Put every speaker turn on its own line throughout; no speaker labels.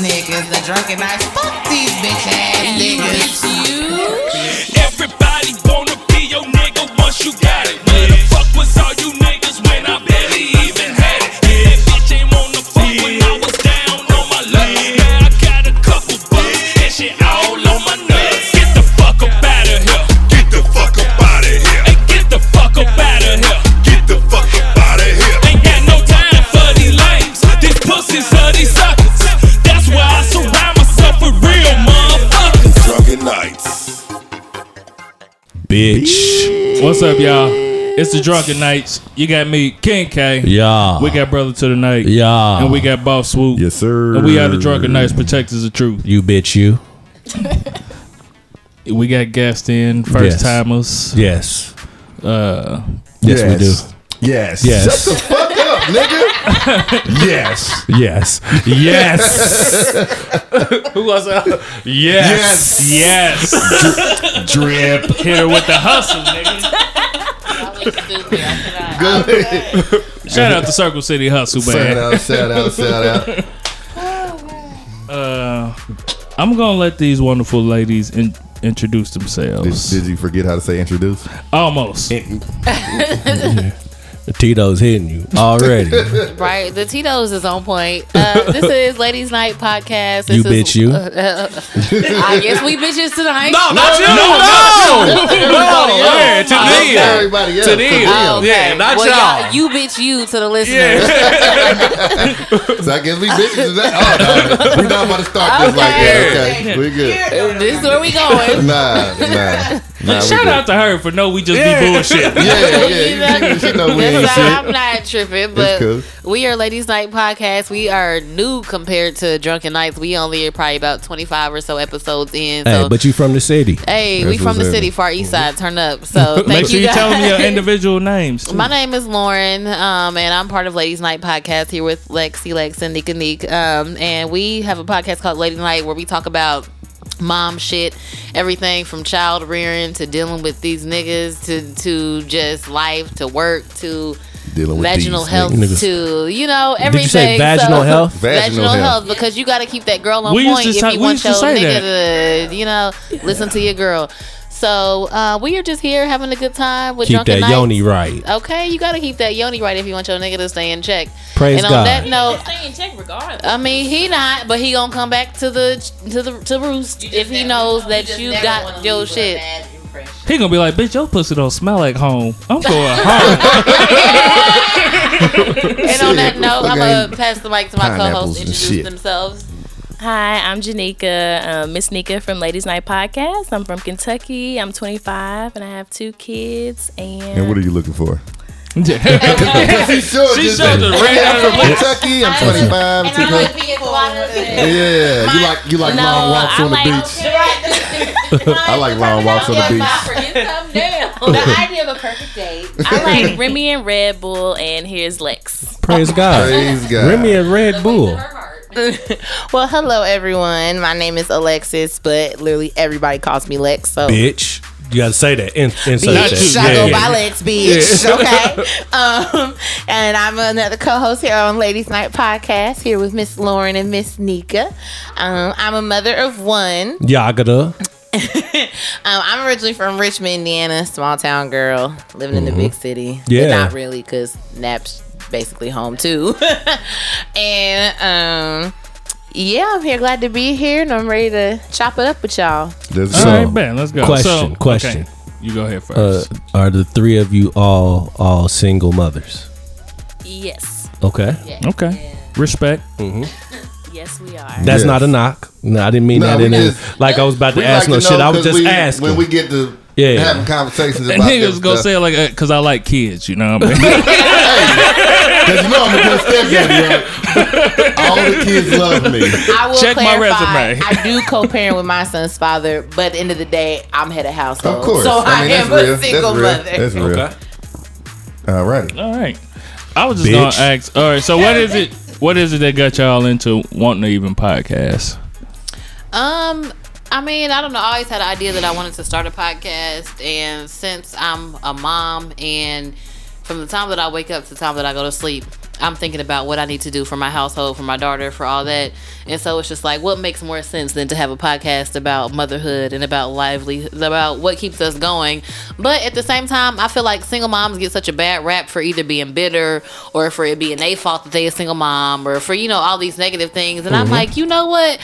got drunk and I fucked these bitch ass niggas.
Everybody wanna be your nigga once you got it. Where the fuck was all you niggas when I barely even had it? Yeah, that bitch ain't wanna fuck when I was down on my luck. Now I got a couple bucks and shit all on my nuts. Get the fuck up out of here.
Get the fuck up out of here.
Hey, get the fuck up out of here.
Get the fuck up out of here.
Ain't got no time for these lames. These pussies are these suckers. That's why I surround myself with real motherfuckers.
Drunken nights.
bitch.
What's up, y'all? It's the Drunken Nights. You got me, King K.
Yeah.
We got Brother to the Night.
yeah.
And we got Boss Swoop.
Yes, sir.
And we are the Drunken Nights, protectors of truth.
You bitch, you.
We got gassed in,
Yes.
first timers.
Yes.
Uh,
Yes,
we do. Yes.
Yes.
Shut the fuck up, nigga. yes.
we do. Yes. Yes.
who was that?
yes.
Yes.
Drip.
Hit her with the hustle, nigga.
Good.
Shout out to Circle City Hustle,
Shout
man.
out, shout out, shout out.
Uh, I'm going to let these wonderful ladies in- introduce
Did,
themselves.
did you forget how to say introduce?
Almost.
Tito's hitting you already.
Right, the Tito's is on point. Uh, this is Ladies Night podcast. This
You
is,
bitch, you.
Uh, uh, I guess we bitches tonight.
not you. No. No.
Oh,
Oh, yeah,
to
Not everybody else. To
them.
Oh, okay.
Yeah, not
well,
y'all.
You bitch, you to the listeners.
So I guess we bitches. Is that? Oh, no. we not about to start this like that. Okay, we good.
This is where we going.
Nah, nah, nah. we
Shout
good.
out to her for no, we just be bullshit.
Yeah,
You
yeah.
know?
You, you know we ain't
That's why
shit.
I'm not tripping, but
cool.
we are Ladies Night podcast. We are new compared to Drunken Nights. We only are probably about 25 or so episodes in. So,
Hey, but you from the city.
hey, we
That's
from
what's
the
up.
city, far east side. Turn up. So thank
Make sure you
guys.
tell them your individual names. too.
My name is Lauren, um, and I'm part of Ladies Night podcast here with Lexi, Lex, and Nika Neek. Um, and we have a podcast called Lady Night where we talk about mom shit, everything from child rearing to dealing with these niggas to to just life to work to
Dealing with
vaginal
these
health
niggas.
to you know everything.
Did you say vaginal
So-
health?
Vaginal
Vaginal
health.
health because you got to keep that girl on
We used
point
to
if
say-
you
we
want
used to
your
say
nigga to, you know, listen to your girl. So uh, we are just here having a good time with
Keep
drunken
that
Nights.
yoni right.
Okay, you gotta keep that yoni right if you want your nigga to stay in check.
Praise
and
God.
on that note,
Stay in check regardless.
I mean he not, but he gonna come back to the to the to roost if he knows that you got your shit.
He gonna be like, bitch, your pussy don't smell like home. I'm going home.
And on that
Shit,
note, I'm
fucking
gonna pass the mic to my
pineapples
co-host.
and
Introduce
shit.
themselves.
Hi, I'm Janika, um, Miss Nika from Ladies Night Podcast. I'm from Kentucky. I'm 25 and I have two kids. And,
And what are you looking for?
she
she sure just
showed the red out of the
I'm from Kentucky. I'm 25. I'm too cool. Yeah, you like you like
No,
long walks
I
on the
like-
beach. I like long walks on the beach.
I like Remy and Red Bull, and here's Lex.
Praise God.
Praise God.
Remy and Red Bull.
Well, hello everyone. My name is Alexis, but literally everybody calls me Lex. So
Bitch. You gotta say that. In, insert
Not
that.
you.
I go
Yeah.
by Lex, bitch. Okay. Um, and I'm another co-host here on Ladies Night Podcast here with Miss Lauren and Miss Nika. Um, I'm a mother of one. Um,
Yagada.
I'm originally from Richmond, Indiana, small town girl living
Mm-hmm.
in the big city. But
Yeah.
not really, cause Nap's basically home too. and um. Yeah, I'm here. Glad to be here, and I'm ready to chop it up with y'all.
There's a
So,
All right, man, let's go.
question,
So-
question.
okay, you go ahead
Uh,
first.
are the three of you all all single mothers?
Yes,
Okay.
okay. Respect.
yes, we are.
That's
Yes.
not a knock. No, I didn't mean
No,
that
we
in it.
just-
Like I was about to
We
ask
like
no
to
shit.
know
I was
'cause
just
we,
asking.
When we get to
Yeah.
having conversations
And
about
he was gonna say it like, uh, cause I like kids, you know. What I mean?
Because you know I'm a good stepdaddy, bro. All the kids love me.
I will
Check my
clarify,
resume.
I do co-parent with my son's father, but at the end of the day, I'm head of household.
Of course.
So I,
mean, that's
am a
real.
single
that's real.
mother.
That's real. All right.
all right. I was just
Bitch.
gonna ask. All right, so what is it? What is it that got y'all into wanting to even podcast?
Um, I mean, I don't know. I always had an idea that I wanted to start a podcast, and since I'm a mom, and from the time that I wake up to the time that I go to sleep,
I'm thinking about what I need to do for my household, for my daughter, for all that. And so it's just like, what makes more sense than to have a podcast about motherhood and about livelihood, about what keeps us going? But at the same time, I feel like single moms get such a bad rap for either being bitter or for it being their fault that they a single mom or for, you know, all these negative things. And I'm like, you know what?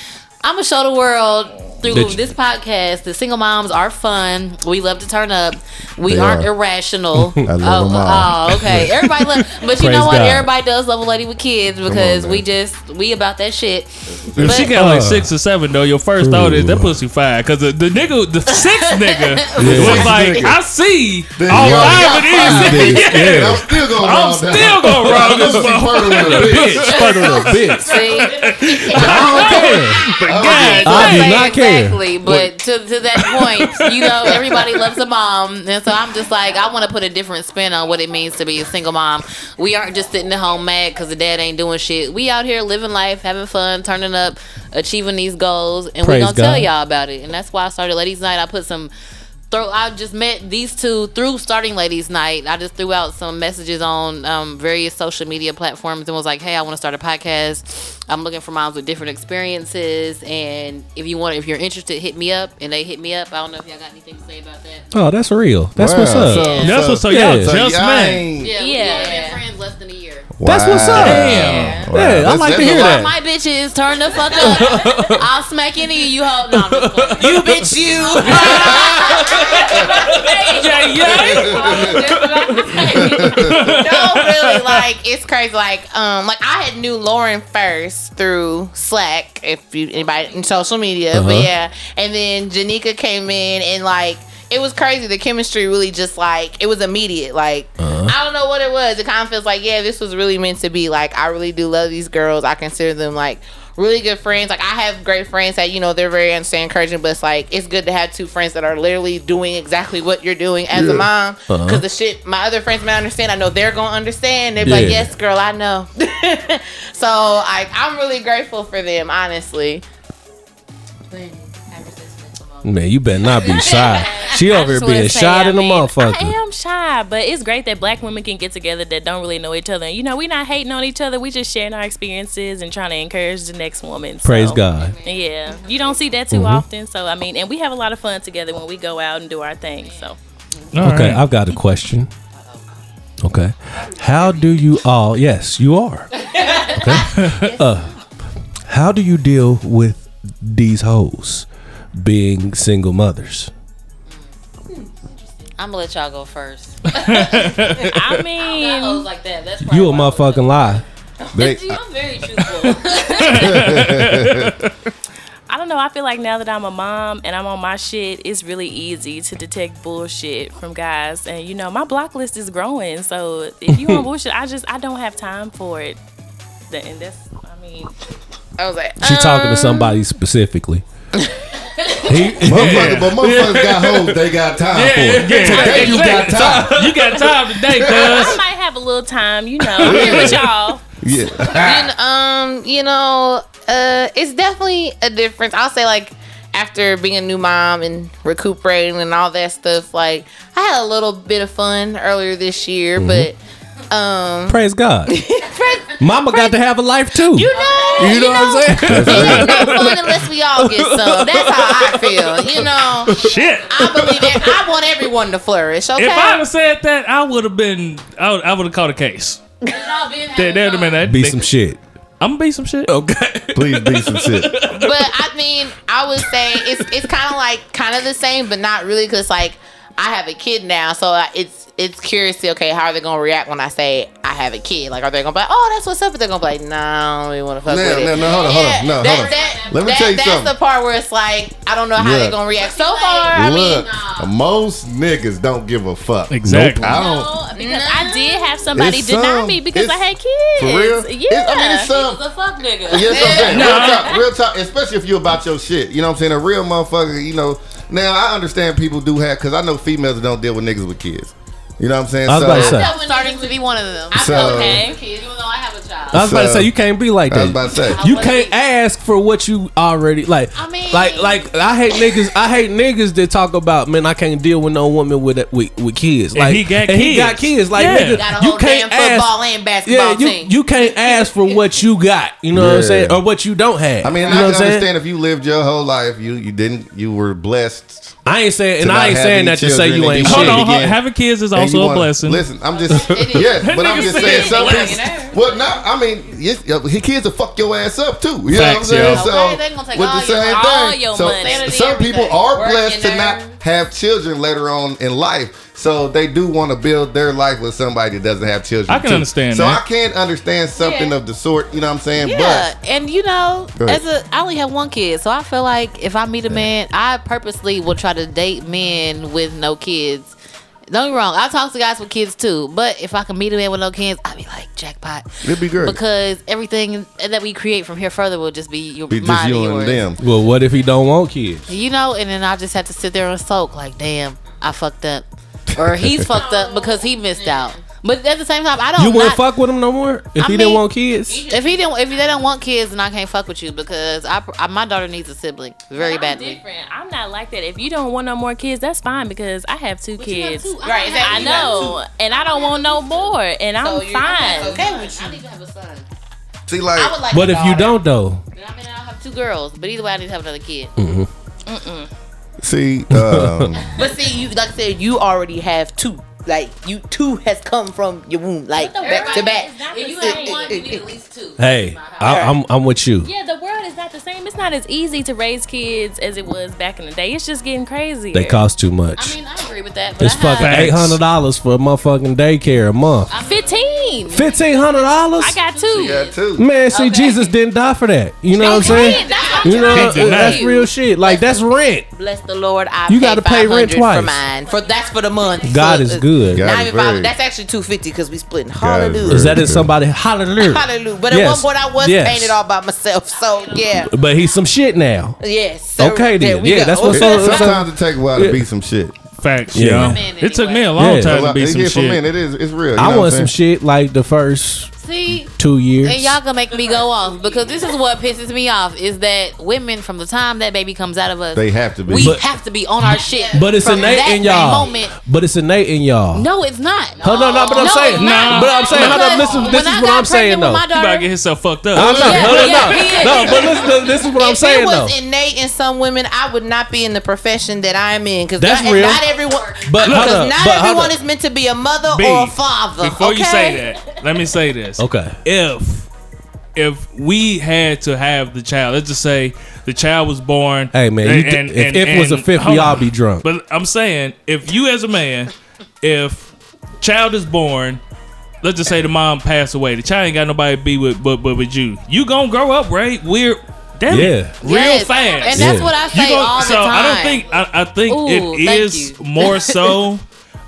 I'm going to show the world through
Mm-hmm. That you-
this podcast that single moms are fun. We love to turn up. We
They
aren't
are.
irrational.
I love
oh,
them all.
oh, okay. Everybody love, but you
Praise
know what?
God.
Everybody does love a lady with kids because we
man.
just we about that shit.
If she
But-
got like
Uh.
six or seven though, your first thought is that pussy fire because the, the nigga, the sixth nigga, was
Sixth
like,
nigga.
I see
Then
all
you are-
five of these.
Niggas. And I'm still going
I'm
wrong now.
still gonna rob this
I'm gonna be
motherfucker.
fertile with a bitch.
bitch, part of the bitch.
See,
I
But God,
I do
Like,
not care.
exactly. But to, to that point, you know, everybody loves a mom, and so I'm just like, I want to put a different spin on what it means to be a single mom. We aren't just sitting at home mad because the dad ain't doing shit. We out here living life, having fun, turning up, achieving these goals, and we
Praise
gonna tell
God.
y'all about it. And that's why I started Ladies Night. I put some. throw I just met these two through starting ladies night. I just threw out some messages on um, various social media platforms and was like, "Hey, I want to start a podcast. I'm looking for moms with different experiences, and if you want, if you're interested, hit me up." And they hit me up. I don't know if y'all got anything to say about that.
Oh, that's real. That's what's
Wow.
up.
So-
that's what's so
Yeah.
y'all
So
just
y'all
met.
ain't-
Yeah,
we've
yeah.
only been
friends less than a year.
That's what's up.
Wow.
Damn.
Wow.
Yeah, I
That's-
like to
that's a
hear
lot.
that.
My bitches, turn the fuck up. I'll smack any of you hoes. No, I'm just playing.
You bitch, you. yeah, yeah.
no, really, like it's crazy. Like, um, like I had knew Lauren first through Slack, if you anybody in social media,
Uh-huh.
but yeah, and then Janika came in and like. It was crazy. The chemistry really just like it was immediate. Like I don't know what it was. It kind of feels like yeah, this was really meant to be. Like I really do love these girls. I consider them like really good friends. Like I have great friends that you know they're very understanding, encouraging, but it's like it's good to have two friends that are literally doing exactly what you're doing as a mom. Because
Uh-huh.
the shit my other friends may understand. I know they're gonna understand. They're like,
Yeah.
yes, girl, I know. so like I'm really grateful for them, honestly.
Man, you better not be shy. She over here
just wanna
being
say,
shot in the
I mean, I
motherfucker.
am shy, but it's great that black women can get together that don't really know each other. And, you know, we're not hating on each other. We just sharing our experiences and trying to encourage the next woman. So,
Praise God.
Yeah. You don't see
Mm-hmm.
that too often. So, I mean, and we have a lot of fun together when we go out and do our thing. So,
Okay, I've got a question. Okay. How do you all, yes, you are. Okay. Uh, how do you deal with these hoes being single mothers?
I'm gonna let y'all go first.
I mean,
Hoes like that. That's probably
You a
why I was-
motherfucking lie.
They-
See, I'm very truthful.
I don't know. I feel like now that I'm a mom and I'm on my shit, it's really easy to detect bullshit from guys. And you know, my block list is growing. So if you on bullshit, I just I don't have time for it. Th- And that's I mean,
I was like,
She talking to somebody specifically. He-
Motherfucker, but motherfuckers got hoes they got time for. Today you got time.
You got time today,
I
cuz.
might have a little time, you know, I'm here with y'all.
Yeah.
And, um, you know, uh, it's definitely a difference. I'll say like after being a new mom and recuperating and all that stuff, like I had a little bit of fun earlier this
Mm-hmm.
year, but
Praise God. Mama got to have a life too. You
no,
know, what I'm saying?
fun unless we all get some. That's how I feel. You know,
Shit.
I believe it. I want everyone to flourish. Okay.
If I would have said that, I would have been. I would, I would have caught a case. That would have been that.
Be some shit.
I'm gonna be some shit.
Okay.
Please be some shit.
but I mean, I would say it's it's kind of like kind of the same, but not really, because like I have a kid now, so I- it's it's curious to okay, how are they gonna react when I say I have a kid? Like, are they gonna be like, oh, that's what's up? But they're gonna be like, nah, I don't even want to fuck
No,
with
no,
it.
no, hold on, hold on. No,
that,
hold on.
that-
Let me
that-
tell you
that's
something.
the part where it's like I don't know how
Look.
they're gonna react. So far, I
Look,
mean, uh,
most niggas don't give a fuck.
Exactly.
Nope. I don't.
No, because I did have somebody
It's
deny
some-
me because I
it's-
had kids.
For real?
Yeah.
It's- I mean, it's some.
the fuck, nigga.
Yes, I'm saying. Real talk, real talk, especially if you about your shit. You know what I'm saying? A real motherfucker, you know. Now, I understand people do have, because I know females don't deal with niggas with kids. You know what I'm saying?
I was about to
So-
say.
starting to be one of them. I
So-
feel okay. Even though I have a child.
I was about to
So-
say you can't be like
I
that.
was about to say.
You can't ask for what you already like.
I mean-
like, like I hate niggas. I hate niggas that talk about man. I can't deal with no woman with with, with kids. Like
he got
and he got
kids.
kids. Like
Yeah.
nigga,
Got a whole
you can't
damn
ask.
football and basketball
yeah, you,
team.
you can't ask for what you got. You know what I'm
Yeah.
saying, or what you don't have.
I mean,
you
I
know
can
what I'm saying?
understand if you lived your whole life, you you didn't, you were blessed.
I ain't saying, and
to not
I ain't
have
saying
any
that to say
children
you
and
ain't
do
shit.
Hold
shit
on, hold-
again.
having kids is
and you
also a
wanna-
blessing.
Listen, I'm just yeah, but I'm just
Nigga
saying
said
some
blessed.
people. Well, no, I mean, yes, uh, his kids will fuck your ass up too. You
Facts,
know
yo.
what I'm saying?
Okay, they gonna take
with
all
the
your-
same
all
thing.
your
so
money.
Sanity,
some people
everything.
are
Work
blessed
in
to not
there.
have children later on in life, so they do want to build their life with somebody that doesn't have children.
I can
too.
understand
So
that.
I can understand something of the sort. You know what I'm saying?
Yeah,
But
and you know,
Go ahead.
as a, I only have one kid, so I feel like if I meet a man, I purposely will try to date men with no kids. Don't get me wrong, I talk to guys with kids too, but if I can meet a man with no kids, I'd be like jackpot.
it'd be great.
Because everything that we create from here further will just be your
Be just
mine
you
yours.
and them.
Well, what if he don't want kids?
You know, and then I just have to sit there and soak, like, damn, I fucked up, or he's fucked up because he missed out. But at the same time, I don't.
You wouldn't
not-
fuck with him no more if
I
he didn't
mean-
want kids.
if he didn't, if they don't want kids, then I can't fuck with you because I, I my daughter needs a sibling very
I'm
badly.
different. I'm not like that. If you don't want no more kids, that's fine because I have two kids.
Right, exactly.
I know, and I don't want no more, and I'm
you're-
fine.
that's okay with you.
need to have a son.
See, like
I would like
But
a
if you
daughter.
don't though,
I mean, I'll have two girls, but either way, I need to have another kid.
see, um,
But see, you like I said, you already have two. Like you, two has come from your womb, like back to back.
If you
have one, you need at
least two.
hey, I, I'm I'm with you.
Yeah, the world is not the same. It's not as easy to raise kids as it was back in the day. It's just getting crazy.
They cost too much.
I mean, I agree with that. But
It's
I have,
fucking
Facts.
eight hundred dollars for a motherfucking daycare a month.
fifteen.
Fifteen hundred dollars?
I got two.
yeah, too.
Man, see, Jesus didn't die for that. You know what I'm saying?
That's
You know, uh,
He did not.
that's real shit. Like that's rent.
Bless the Lord, I
You
got
gotta
to
pay rent twice.
for mine. For that's for the month.
God
So,
is
uh,
good.
God
Not
is
even five,
very-
that's actually two fifty because we splitting.
God is
Hallelujah.
Is that
very
in
good.
somebody hallelujah?
Hallelujah. But
Yes.
at one point I was
Yes.
paying it all by myself. So yeah.
But he's some shit now.
Yes. So
Okay,
there
then.
we
Yeah,
go.
that's what's
Okay.
up.
Sometimes it takes a while
Yeah.
to beat some shit.
Facts,
Yeah.
yeah.
Men
It took
anyway.
me a long
Yeah.
time to
Well,
be
it's
some
here for men.
shit.
It is. It's real. You know
I
what I'm
want some
saying?
shit like the first
see,
two years.
and y'all gonna make me go off because this is what pisses me off is that women from the time that baby comes out of us,
They have to be.
we
But-
have to be on our shit.
But it's
from
innate
that
in y'all.
Moment.
But it's innate in y'all.
No, it's not.
Hold on, no, but I'm
No,
saying,
it's not.
but I'm saying, hold on,
Because
listen, this
when
is
I
what
got
I'm saying though.
pregnant with my
You about to
daughter-
get himself fucked up.
I know,
Yeah,
no, no,
yeah,
no.
he is.
No, but listen, this is what I'm
if
saying
it was
though.
innate in some women, I would not be in the profession that I'm in because
That's
not, and
real.
not everyone,
But hold
because
up,
not
but hold
everyone
up.
is meant to be a mother
B,
or a father.
Before
okay?
you say that, let me say this.
Okay.
If if we had to have the child, let's just say the child was born.
Hey, man, you d- if it was a 50,
hold
y'all
on.
be drunk.
But I'm saying, if you as a man, if child is born, let's just say the mom passed away, the child ain't got nobody to be with, but but with you, you gonna grow up right weird, damn it,
Yeah.
real
Yes.
fast.
And that's
Yeah.
what I
You
say
gon-
all the
so
time.
I don't think I, I think
Ooh,
it
thank
is
you.
more so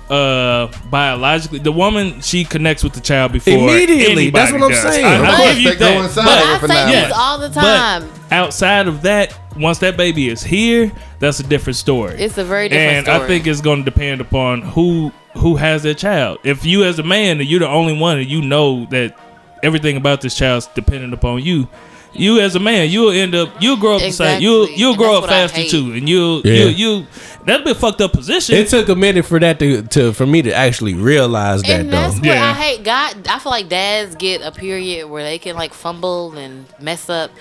uh biologically the woman she connects with the child before
Immediately, that's
anybody
what I'm
does.
saying.
I,
Of
I
course,
give you
they go
that.
inside
But-
of
I
for
say
now.
this
Yeah.
all the
but
time.
outside of that, once that baby is here, that's a different story.
It's a very different
and
story.
I think it's going to depend upon who who has that child. If you as a man and you're the only one and you know that everything about this child's dependent upon you, you as a man, you'll end up you'll grow up the same.
Exactly.
You'll you'll
And
grow
that's
up
what I
faster
hate.
too, and you'll
Yeah.
you you that'd be a fucked up position.
It took a minute for that to, to for me to actually realize that
and that's
though.
what
Yeah.
I hate. God, I feel like dads get a period where they can like fumble and mess up.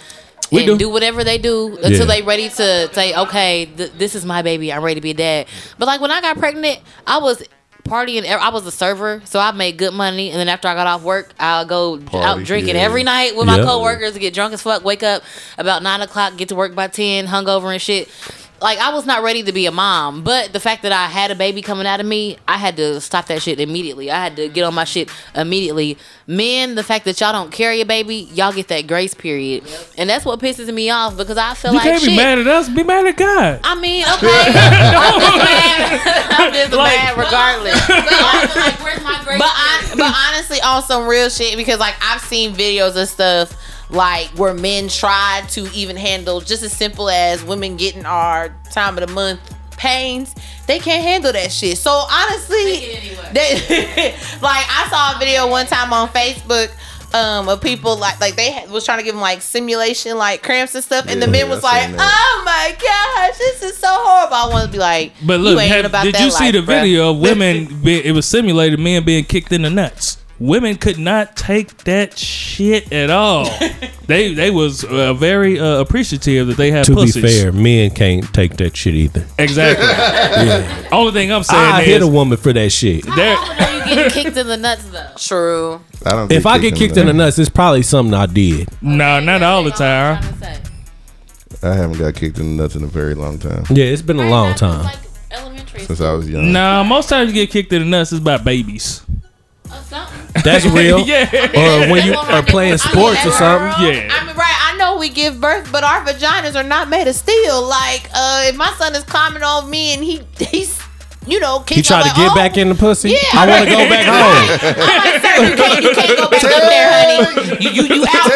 We
and
do.
do. whatever they do until
Yeah.
they ready to say, okay, th- this is my baby. I'm ready to be a dad. But like when I got pregnant, I was partying. ev- I was a server, so I made good money. And then after I got off work, I'll go d-
Party,
out drinking
yeah.
every night with
Yeah.
my coworkers. Get drunk as fuck. Wake up about nine o'clock. Get to work by ten. Hungover and shit. Like I was not ready to be a mom, but the fact that I had a baby coming out of me, I had to stop that shit immediately. I had to get on my shit immediately. Men, the fact that y'all don't carry a baby, y'all get that grace period, and that's what pisses me off because I feel
you
like
can't
shit.
be mad at us. Be mad at God.
I mean, okay. I'm just mad. I'm just
Like-
mad regardless. But I feel like, where's my grace?
But I, but honestly, on some real shit, because like I've seen videos of stuff like where men tried to even handle just as simple as women getting our time of the month pains. They can't handle that shit. So honestly,
it anyway.
they, like I saw a video one time on Facebook um of people like like they had, was trying to give them like simulation like cramps and stuff, and the
Yeah,
men
yeah,
was
I
like,
seen that.
"Oh my gosh, this is so horrible." I want to be like,
But look,
you ain't
have-
about
did
that
you see
life,
the
bruh."
video of women? be, it was simulated men being kicked in the nuts. Women could not take that shit at all. they they was uh, very uh, appreciative that they had
To
pussies.
be fair, men can't take that shit either.
exactly. Only thing I'm saying
I
is
hit a woman for that shit.
there-
How you getting kicked in the nuts though?
True.
I don't
If I get kicked in the nuts, it's probably something I did.
no, not all the time.
I haven't got kicked in the nuts in a very long time
Yeah, it's been a long time.
elementary.
since I was young.
No, most times you get kicked in the nuts is by babies.
That's real.
yeah,
Or when you are playing sports or something.
I
yeah.
mean, right? I know we give birth, but our vaginas are not made of steel. Like, uh, if my son is climbing on me and he he's, you know,
He tried to get back in the pussy.
oh, Yeah.
I want to go back home.
you, can't, Oh, you can't go back up there, honey. You you, you out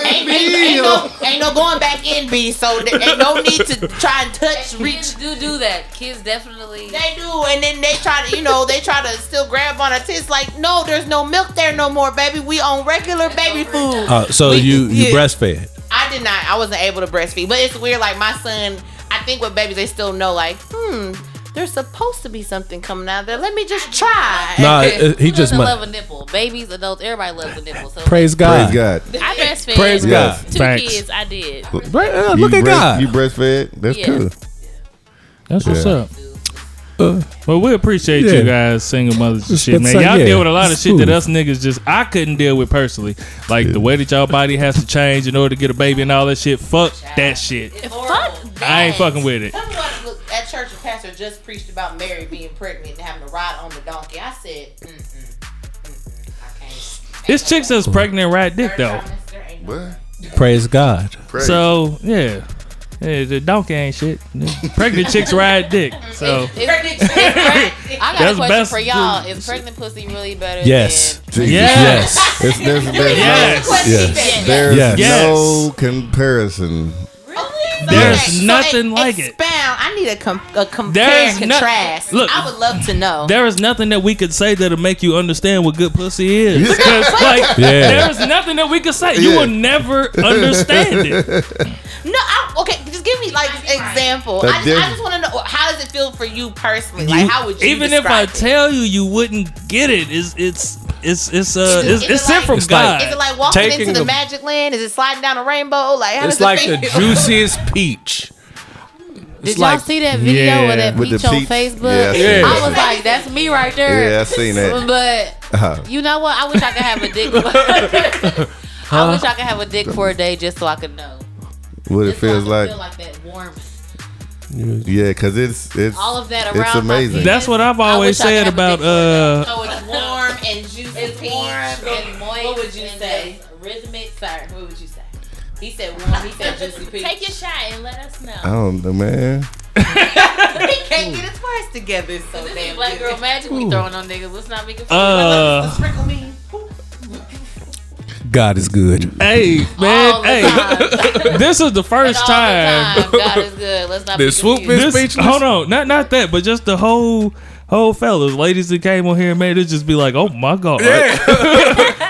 now. Ain't, ain't, ain't, no, ain't no going back in, B. So there ain't no need to try and touch, reach.
Kids do do that. Kids definitely.
They do, and then they try to, you know, they try to still grab on our tits. Like, no, there's no milk there no more, baby. We on regular baby food.
Uh, so you you breastfed.
I did not. I wasn't able to breastfeed, but it's weird. Like my son, I think with babies they still know. Like, hmm, there's supposed to be something coming out of there. Let me just try.
Nah, uh, he
Who
just
doesn't
mu-
love a nipple. Babies, adults, everybody loves a nipple. So
praise God.
Praise God.
I breastfed
Praise
two
Yes.
God.
Facts.
kids. I did.
Right, uh, look
you
at
breast-
God.
You breastfed? That's
Yeah.
cool.
That's what's
Yeah.
up. well, we appreciate
Uh, Yeah.
you guys, single mothers and shit, man.
It's like,
y'all
yeah,
deal with a lot of
it's
shit that
cool.
us niggas just I couldn't deal with personally. Like the way that y'all body has to change in order to get a baby and all that shit. Fuck that shit.
Fuck
I ain't fucking with it.
Someone look, at church, a pastor just preached about Mary being pregnant and having to ride on the donkey. I said, mm. mm-mm, mm-mm, I can't.
This chick's that's pregnant and ride dick though.
There ain't no-
What?
Praise God.
Praise.
So yeah. Yeah, the donkey ain't shit. Pregnant chicks ride dick. So
I got
That's
a question
best-
for y'all. Is pregnant pussy really better?
Yes.
Jesus.
Yes.
Yes.
It's- there's there's
Yes.
no,
Yes.
there's
Yes.
no comparison.
There's
Okay, so
nothing
e-
like it.
Expound. I need a, com- a compare
There's
and
no-
contrast.
Look.
I would love to know.
There is nothing that we could say that'll make you understand what good pussy is. 'Cause, like,
Yeah.
there is nothing that we could say. You
Yeah.
will never understand it.
No, I, okay, just give me like example.
Like
I just,
this-
I just want to know how does it feel for you personally? Like how would you
Even if I
describe it?
tell you, you wouldn't get it. It's it's it's it's uh it's,
Is
it's,
it
sent
like-
from
It's
God.
like-
Is it like walking
Taking
into the,
the-
magic land? Is it sliding down a rainbow? Like how
It's
does
like
it
the
feel?
juiciest peach.
Did
It's
y'all
like-
see that video
Yeah.
of that
With the
peach on
peach.
Facebook?
Yeah, I seen
I
that.
was like, that's me right there.
Yeah, I seen that.
But
Uh,
you know what? I wish I could have a dick. I wish I could have a dick for a day just so I could know.
what it
Just so I
feels
could
like.
Feel like that warm.
Yeah, because it's it's
All of that
It's
around. my
amazing.
penis.
That's what I've
I
always
wish I
said
could
about
have a dick
uh
So it's warm and juicy.
It's
peach.
warm and moist.
What would you
and
say?
just Rhythmic, sir. What would you say? He said warm. He said juicy peach.
Take your shot and let us know.
I don't know, man.
He can't get his words together. It's So
This is
damn
black
good.
girl magic we throwing on niggas. Let's not make it.
uh
Sprinkle me.
God is good.
hey
all
man
the
hey
time.
this is the first
All the
time
time. God is good. Let's not
The
be
swoop
confused.
is
this,
speechless.
hold on, not not that, but just the whole whole fellas, ladies that came on here and made it just be like, oh my god, yeah.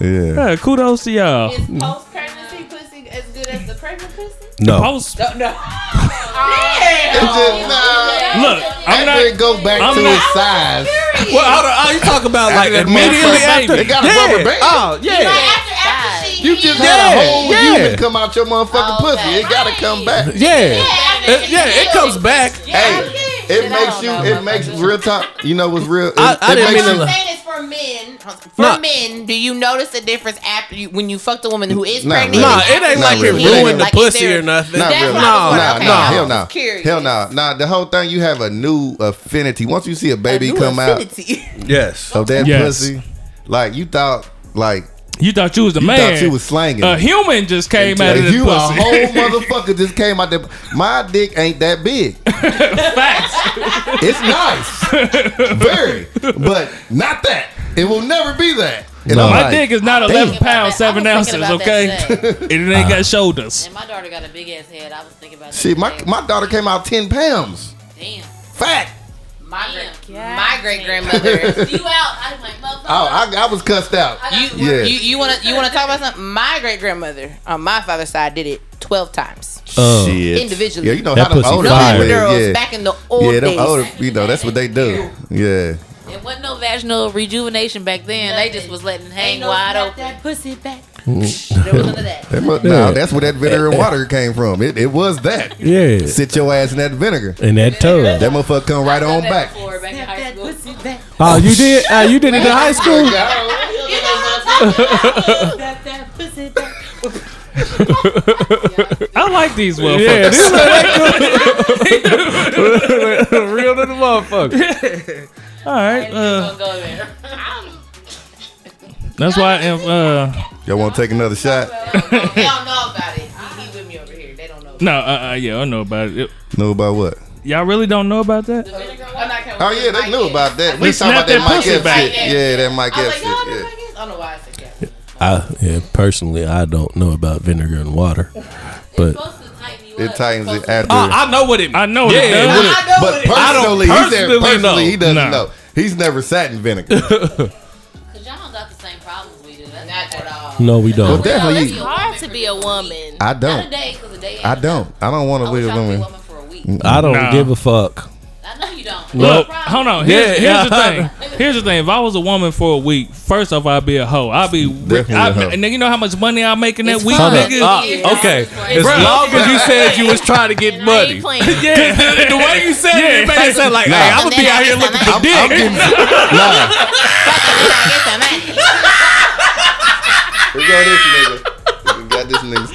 Yeah.
kudos to y'all.
Is post pregnancy pussy as good as the pregnant pussy?
No.
Post,
No, no.
It's just, nah.
look, I'm
That
not.
did go back
I'm
to
not-
its size.
Well, hold on. Oh, you talk about like
After that
immediately
motherfucker-
after.
They got a
yeah.
rubber band.
Oh, yeah.
After, after she
You just had a
Yeah,
whole
yeah.
human come out your motherfucking
Oh,
pussy. It gotta come back.
Yeah. It, yeah, it comes back.
Hey, it makes you.
know,
It makes real talk. You know what's real? It,
I- I
it
didn't
makes
mean
you-
to-
I'm saying is for men. For
Nah.
men, do you notice the difference after you when you fucked a woman who is
Nah,
pregnant?
really.
Nah, it ain't
Not
like it
really. It ain't
ruined the
like
pussy
there-
or nothing.
Not
That's
really.
what
I was
nah,
wondering.
nah,
Okay,
hell
I
no.
was curious.
Hell no. Nah, the whole thing you have a new affinity. Once you see a baby
New
come
affinity.
Yes.
out of that
Yes.
pussy, like you thought, like
You thought you was the
you
man.
thought you was slanging.
a human just came out
Like,
of this
you a
pussy.
whole motherfucker just came out there. My dick ain't that big.
Facts.
It's nice, very, but not that. It will never be that. And
No.
I'm
My
like,
dick is not eleven pounds seven
I was
ounces.
thinking about
Okay,
that
it ain't got shoulders.
And my daughter got a big ass head. I was thinking about that
Shit, my
today.
my daughter came out ten pounds,
damn.
fat.
My great,
Yeah.
my great grandmother.
You out? I'm like, motherfucker.
Oh, I, I was cussed out.
you,
Yeah.
you you wanna you wanna talk about something? My great grandmother on my father's side did it twelve times.
Um,
Oh.
Shit.
Individually.
Yeah, you know
That
how the
pussy
older
fire.
people
Girls
live.
back in the
Yeah,
old
yeah, them
days.
older, you know, that's what they do. Yeah.
It wasn't no vaginal rejuvenation back then. They just was letting it hang
no
wide
snap
open.
that pussy back. there was none of that.
That mu-
Yeah.
No, that's where that vinegar and water came from. It, it was that.
Yeah.
Sit your ass in that vinegar.
And that toe.
That motherfucker come right on back.
Before, back in high school.
Oh, you did? Uh, you did it in high school?
I like these motherfuckers.
Yeah, this is real to the motherfucker.
All right. Uh,
Go there.
that's why. If, uh,
Y'all want to take another shot?
They don't know about it. He, he with me over here. They don't know.
no, uh, uh, yeah, I know about it.
Know about what?
Y'all really don't know about that?
I'm not counting
Oh
with
yeah, they
Mike
knew
yet.
about that.
They
We talking
snapped
about that
that
Mike
pussy
F
back.
shit. Yeah, that Mike
I was
F
like,
shit.
y'all know
Yeah.
Mike is? I don't know why I said that.
I, yeah, personally, I don't know about vinegar and water, but
It tightens it after.
Uh, I know what it.
I know.
Yeah,
it does.
what it-
but personally,
I
he
don't
said
personally
personally
know.
he doesn't
Nah.
know. He's never sat in vinegar.
Cause y'all don't got the same problems we do. That's
Not at all.
no, we
Well,
don't.
definitely,
It's
you-
hard to be a woman.
I
not a
don't.
day, cause a day.
I don't. I don't
Oh,
want to
I wish
live
y'all could be
women.
woman for a
Mm.
week.
I don't
Nah.
give a fuck.
I know you don't.
Look,
Look,
hold on. Here's,
Yeah,
here's
yeah.
the thing. Here's the thing. If I was a woman for a week, first off, I'd be a hoe. I'd be.
Definitely
I'd,
a hoe.
And then you know how much money I make in that week,
Hold up.
nigga.
Uh, okay, as
Bruh.
long as you said you was trying to get money.
yeah.
The way you said it, it made it sound like,
Nah.
hey, I'm gonna be out here looking for
I'm
dick.
getting, nah. We got this nigga. We got this nigga.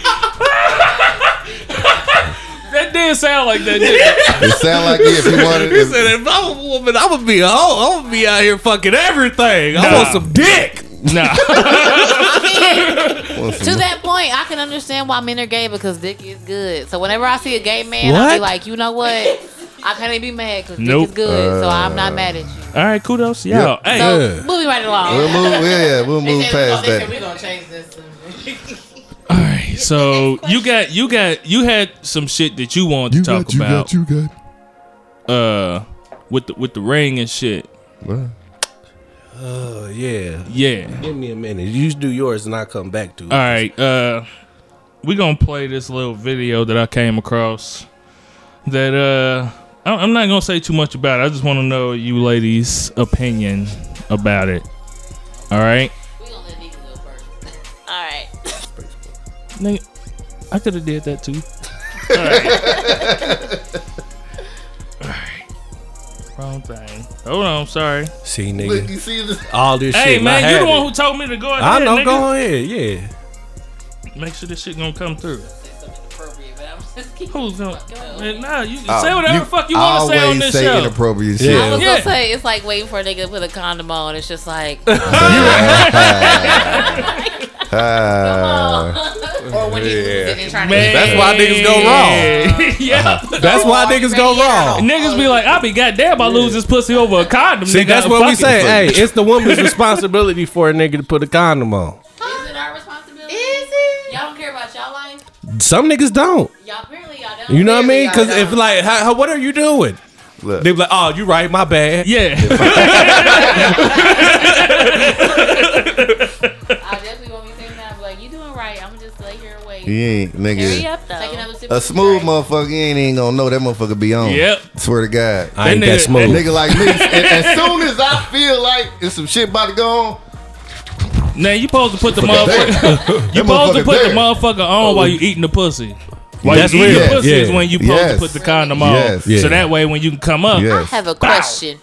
that did sound like that. Didn't
It sound like if you wanted.
You said if I'm a woman, I'm gonna be a hoe. I'm gonna be out here fucking everything. I
Nah.
want some dick.
it? Nah.
To that point, I can understand why men are gay because dick is good. So whenever I see a gay man, I'll
What?
be like, you know what? I can't even be mad because
Nope.
dick is good. so I'm
Uh,
not mad at you.
All right. Kudos. Yeah.
Yep.
Hey.
So
Yeah.
moving right along.
We'll move. Yeah, yeah, we'll move past
They said
that.
we gonna change this.
All right. So you got you got you had some shit that you wanted to talk about.
you got.
Uh, with the with the ring and shit.
Well,
Oh yeah.
Yeah.
Give me a minute. You do yours, and I come back to it.
All right. Uh, we gonna play this little video that I came across. That uh, I- I'm not gonna say too much about. it. I just want to know you ladies' opinion about it. All right.
All right.
Nigga, I could have did that too. All right. All right. Wrong thing. Hold on. Sorry.
See,
look,
nigga,
you see this?
all this
Hey
shit.
man,
I
you
had
the one
it.
who told me to go ahead.
I know.
nigga.
Go ahead. Yeah.
Make sure this shit gonna come through. Who's gonna? Man, nah, you
Oh,
say whatever the fuck you want to say on
always
this
say
show.
inappropriate
Yeah.
I
shit.
was
Yeah.
gonna say it's like waiting for a nigga to put a condom on. It's just like
Ah,
Or when he was sitting trying
Man.
to
That's why niggas go wrong.
yeah,
That's why niggas go wrong.
niggas be like, I be goddamn, I lose this pussy over a condom.
Oh. See,
nigga.
that's what we
Fuck it.
say. Hey, it's the woman's responsibility for a nigga to put a condom on.
Is it our responsibility? Is it? Y'all don't care about y'all life.
Some niggas don't.
Y'all apparently y'all don't.
You know what I mean? Because if like, how, how, what are you doing?
look.
They be like, oh, you right, my bad.
Yeah,
I definitely won't be saying that. I'll be like, you doing right. I'm gonna just lay here and wait.
You ain't,
Hurry
nigga.
up though.
Take another sip.
A
of
smooth
drink.
motherfucker, you ain't even gonna know that motherfucker be on.
Yep.
Swear to God.
I ain't
That
that
nigga-
smooth.
Nigga like me, as, as soon as I feel like it's some shit about to go on,
now you supposed to put the
there.
motherfucker. Uh, You
that
supposed to
motherfucker
put
there.
the motherfucker on while you eating the pussy. While
That's
you eating
real.
the pussy
Yeah.
is when you supposed
Yes.
to put the condom on.
Yes.
Yeah.
So that way when you can come up,
Yes.
I have a question.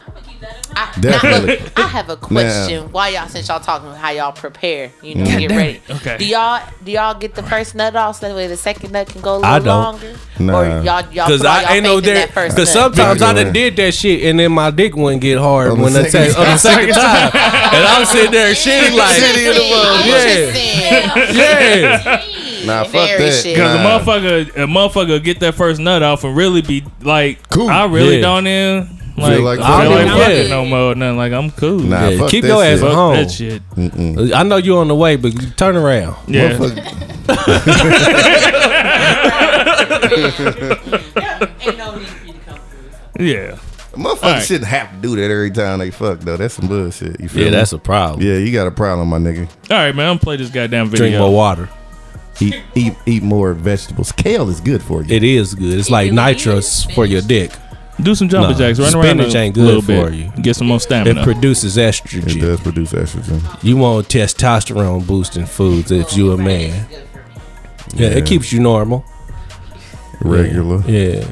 I,
Definitely.
I have a question. Why y'all since y'all talking about how y'all prepare, you know, get ready.
Okay.
Do y'all do y'all get the first nut off so that way the second nut can go a little
I don't.
longer?
Nah.
Or y'all y'all
Cause
put all
I
y'all
ain't
faith
no
in
there.
that first
Cause
nut?
sometimes I
Either
done
way.
did that shit, and then my dick wouldn't get hard
On the
when I
second
take on the second time, and I'm sitting there shitting
Shitty
like,
in the world.
Interesting.
yeah,
Nah, fuck
Very
that.
shit.
Cause a
Nah.
motherfucker, a motherfucker get that first nut off and really be like,
Cool.
I really
Yeah.
don't even like,
like
I don't
fucking-
like fucking
Yeah.
no more. Nothing like I'm cool.
Nah,
Yeah,
fuck
keep
that
your
shit.
ass
Fuck
home.
that shit.
I know you on the way, but you turn around.
Yeah.
Motherfucker,
Yeah.
Motherfuckers
All right.
shouldn't have to do that every time they fuck though. That's some bullshit. You feel
Yeah,
me?
that's a problem.
yeah. You got a problem, my nigga.
All right, man. I'm gonna play this goddamn video.
Drink more water.
Eat eat eat more vegetables. Kale is good for you.
It is good. It's like
really
nitrous
is.
for your dick.
Do some jumper
Nah,
jacks. Run around
spinach
a
ain't good
little
for
bit.
you.
Get some more
It
stamina.
produces
It
estrogen.
does produce estrogen.
You want testosterone boosting foods if you a man. Yeah,
Yeah.
it keeps you normal.
Regular.
Yeah.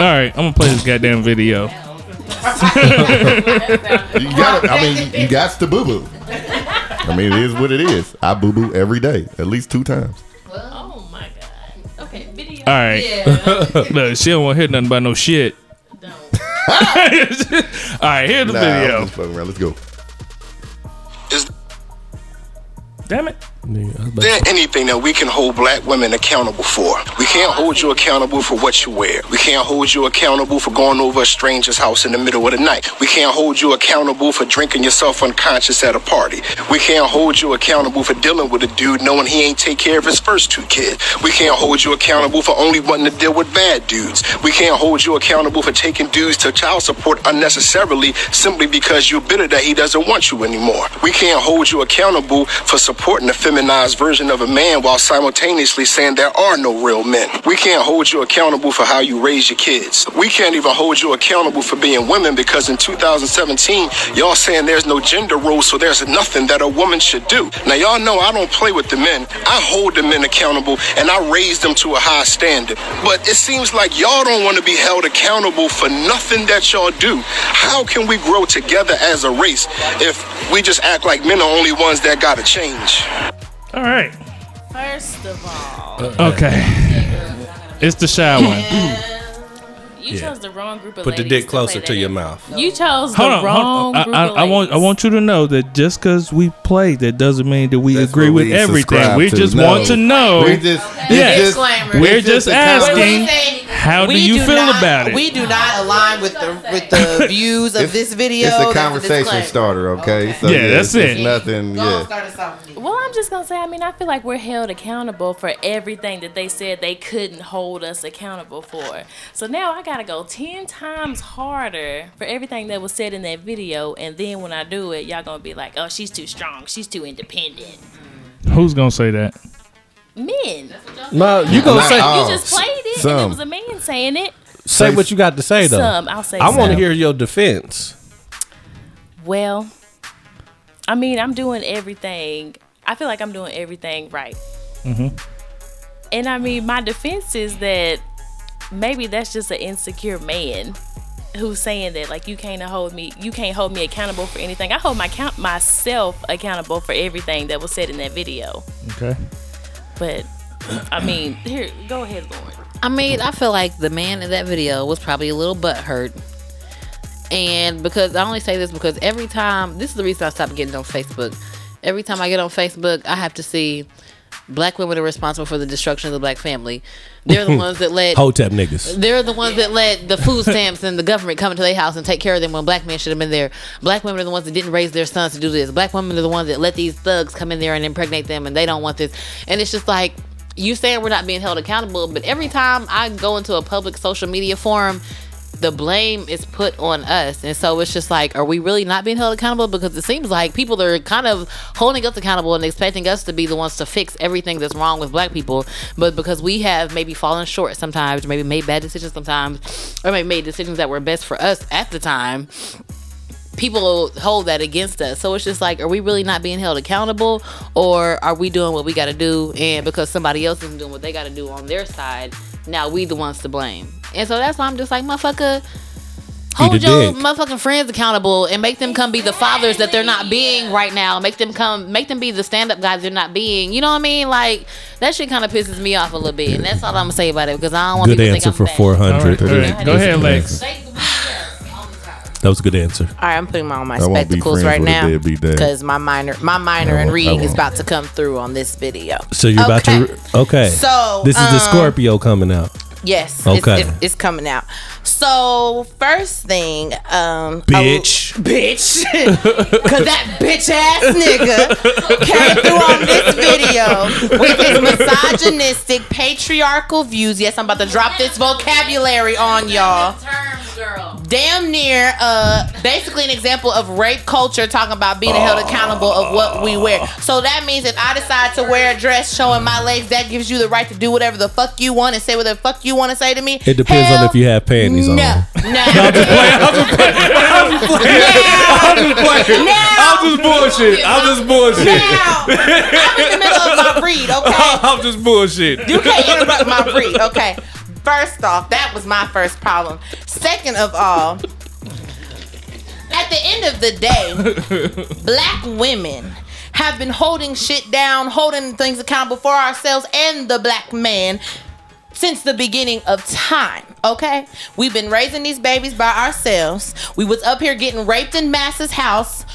All right, I'm gonna play this goddamn video.
You got to I mean, you, you got to boo boo. I mean, it is what it is. I boo boo every day, at least two times.
Oh my god. Okay, video.
All right. Look, she don't want to hear nothing about no shit. All right, here's the
Nah, I'm
video.
just fucking around. Let's go.
Damn it.
Nigga, I was about
there anything that we can hold black women accountable for? We can't hold you accountable for what you wear. We can't hold you accountable for going over a stranger's house in the middle of the night. We can't hold you accountable for drinking yourself unconscious at a party. We can't hold you accountable for dealing with a dude knowing he ain't take care of his first two kids. We can't hold you accountable for only wanting to deal with bad dudes. We can't hold you accountable for taking dudes to child support unnecessarily simply because you're bitter that he doesn't want you anymore. We can't hold you accountable for supporting a feminized version of a man while simultaneously saying there are no real men. We can't hold you accountable for how you raise your kids. We can't even hold you accountable for being women because in 2017, y'all saying there's no gender roles, so there's nothing that a woman should do. Now, y'all know I don't play with the men. I hold the men accountable and I raise them to a high standard. But it seems like y'all don't want to be held accountable for nothing that y'all do. How can we grow together as a race if we just act like men are only ones that got to change?
All right.
First of all,
Okay. It's the shy one.
you chose the wrong group of
Put the
ladies
dick
play
closer
that
to your
in.
mouth.
You chose the
Hold on,
wrong
hold on.
group
I, I,
of
I want I
ladies.
want you to know that just because we play, that doesn't mean that we
That's
agree
what
with
we
everything.
subscribe
We
to.
just
No.
want to know.
We just,
Yeah.
it's just,
Disclaimer.
We're
it's
just
a compliment.
asking, how do
We
you feel
not-
about it?
We do not align with the with the views of
It's-
this video.
It's a
That's
conversation
disclaimer.
starter, okay? So,
Yeah, that's
it's
it.
Nothing.
Go on,
Yeah.
start us off. Nick.
Well, I'm just gonna say, I mean, I feel like we're held accountable for everything that they said they couldn't hold us accountable for. So now I gotta go ten times harder for everything that was said in that video, and then when I do it, y'all gonna be like, "Oh, she's too strong. She's too independent."
Who's gonna say that?
Men,
No, you gonna
Not
say
all.
you just played it, and
some.
it was a man saying it.
say what you got to say though.
Some, I'll say.
I want to
some.
hear your defense.
Well, I mean, I'm doing everything. I feel like I'm doing everything right. And I mean, my defense is that maybe that's just an insecure man who's saying that like you can't hold me, you can't hold me accountable for anything. I hold my count myself accountable for everything that was said in that video.
Okay.
But I mean, here, go ahead, Lauren.
I mean, I feel like the man in that video was probably a little butt hurt. And because I only say this because every time, this is the reason I stopped getting on Facebook. Every time I get on Facebook, I have to see black women are responsible for the destruction of the black family. They're the ones that let
Hotep niggas.
They're the ones that let the food stamps and the government come into their house and take care of them when black men should have been there. Black women are the ones that didn't raise their sons to do this. Black women are the ones that let these thugs come in there and impregnate them and they don't want this. And it's just like, you saying we're not being held accountable, but every time I go into a public social media forum, the blame is put on us. And so it's just like, are we really not being held accountable? Because it seems like people are kind of holding us accountable and expecting us to be the ones to fix everything that's wrong with black people. But because we have maybe fallen short sometimes, maybe made bad decisions sometimes, or maybe made decisions that were best for us at the time, people hold that against us. So it's just like, are we really not being held accountable, or are we doing what we got to do? And because somebody else isn't doing what they got to do on their side, now we the ones to blame. And so that's why I'm just like, motherfucker, hold
Eat a
your
dick.
motherfucking friends accountable and make them come be the fathers that they're not being right now. Make them come, make them be the stand up guys they're not being. You know what I mean? Like that shit kind of pisses me off a little bit, and that's all I'm gonna say about it because I don't want
Good
people to
answer
think
for
I'm fat.
four
All right.
hundred.
All right. Go ahead, Lex.
That was a good answer.
All right, I'm putting on my
I won't be
spectacles
friends
right
with a
now
deadbeat dad.
because my minor, my minor
I
in
won't- I
reading is
won't.
about to come through on this video.
So you're about
Okay.
to. Okay.
So,
this is the
um,
Scorpio coming out.
Yes,
Okay.
it's, it's, it's coming out. So first thing, um,
Bitch.
I will- bitch, because that bitch ass nigga came through on this video with his misogynistic, patriarchal views. Yes, I'm about to drop this vocabulary on y'all.
damn near uh basically an example of rape culture talking about being held accountable of what we wear so that means if i decide to wear a dress showing my legs that gives you the right to do whatever the fuck you want and say whatever the fuck you want to say to me
It depends on if you have panties
no,
on.
no.
I'm just bullshit. I'm just bullshit.
Now, I'm in the middle of my breed, okay?
I'm just bullshit.
You can't interrupt my breed, okay? First off, that was my first problem. Second of all, at the end of the day, black women have been holding shit down, holding things accountable for ourselves and the black man since the beginning of time. Okay, we've been raising these babies by ourselves. We was up here getting raped in Massa's house.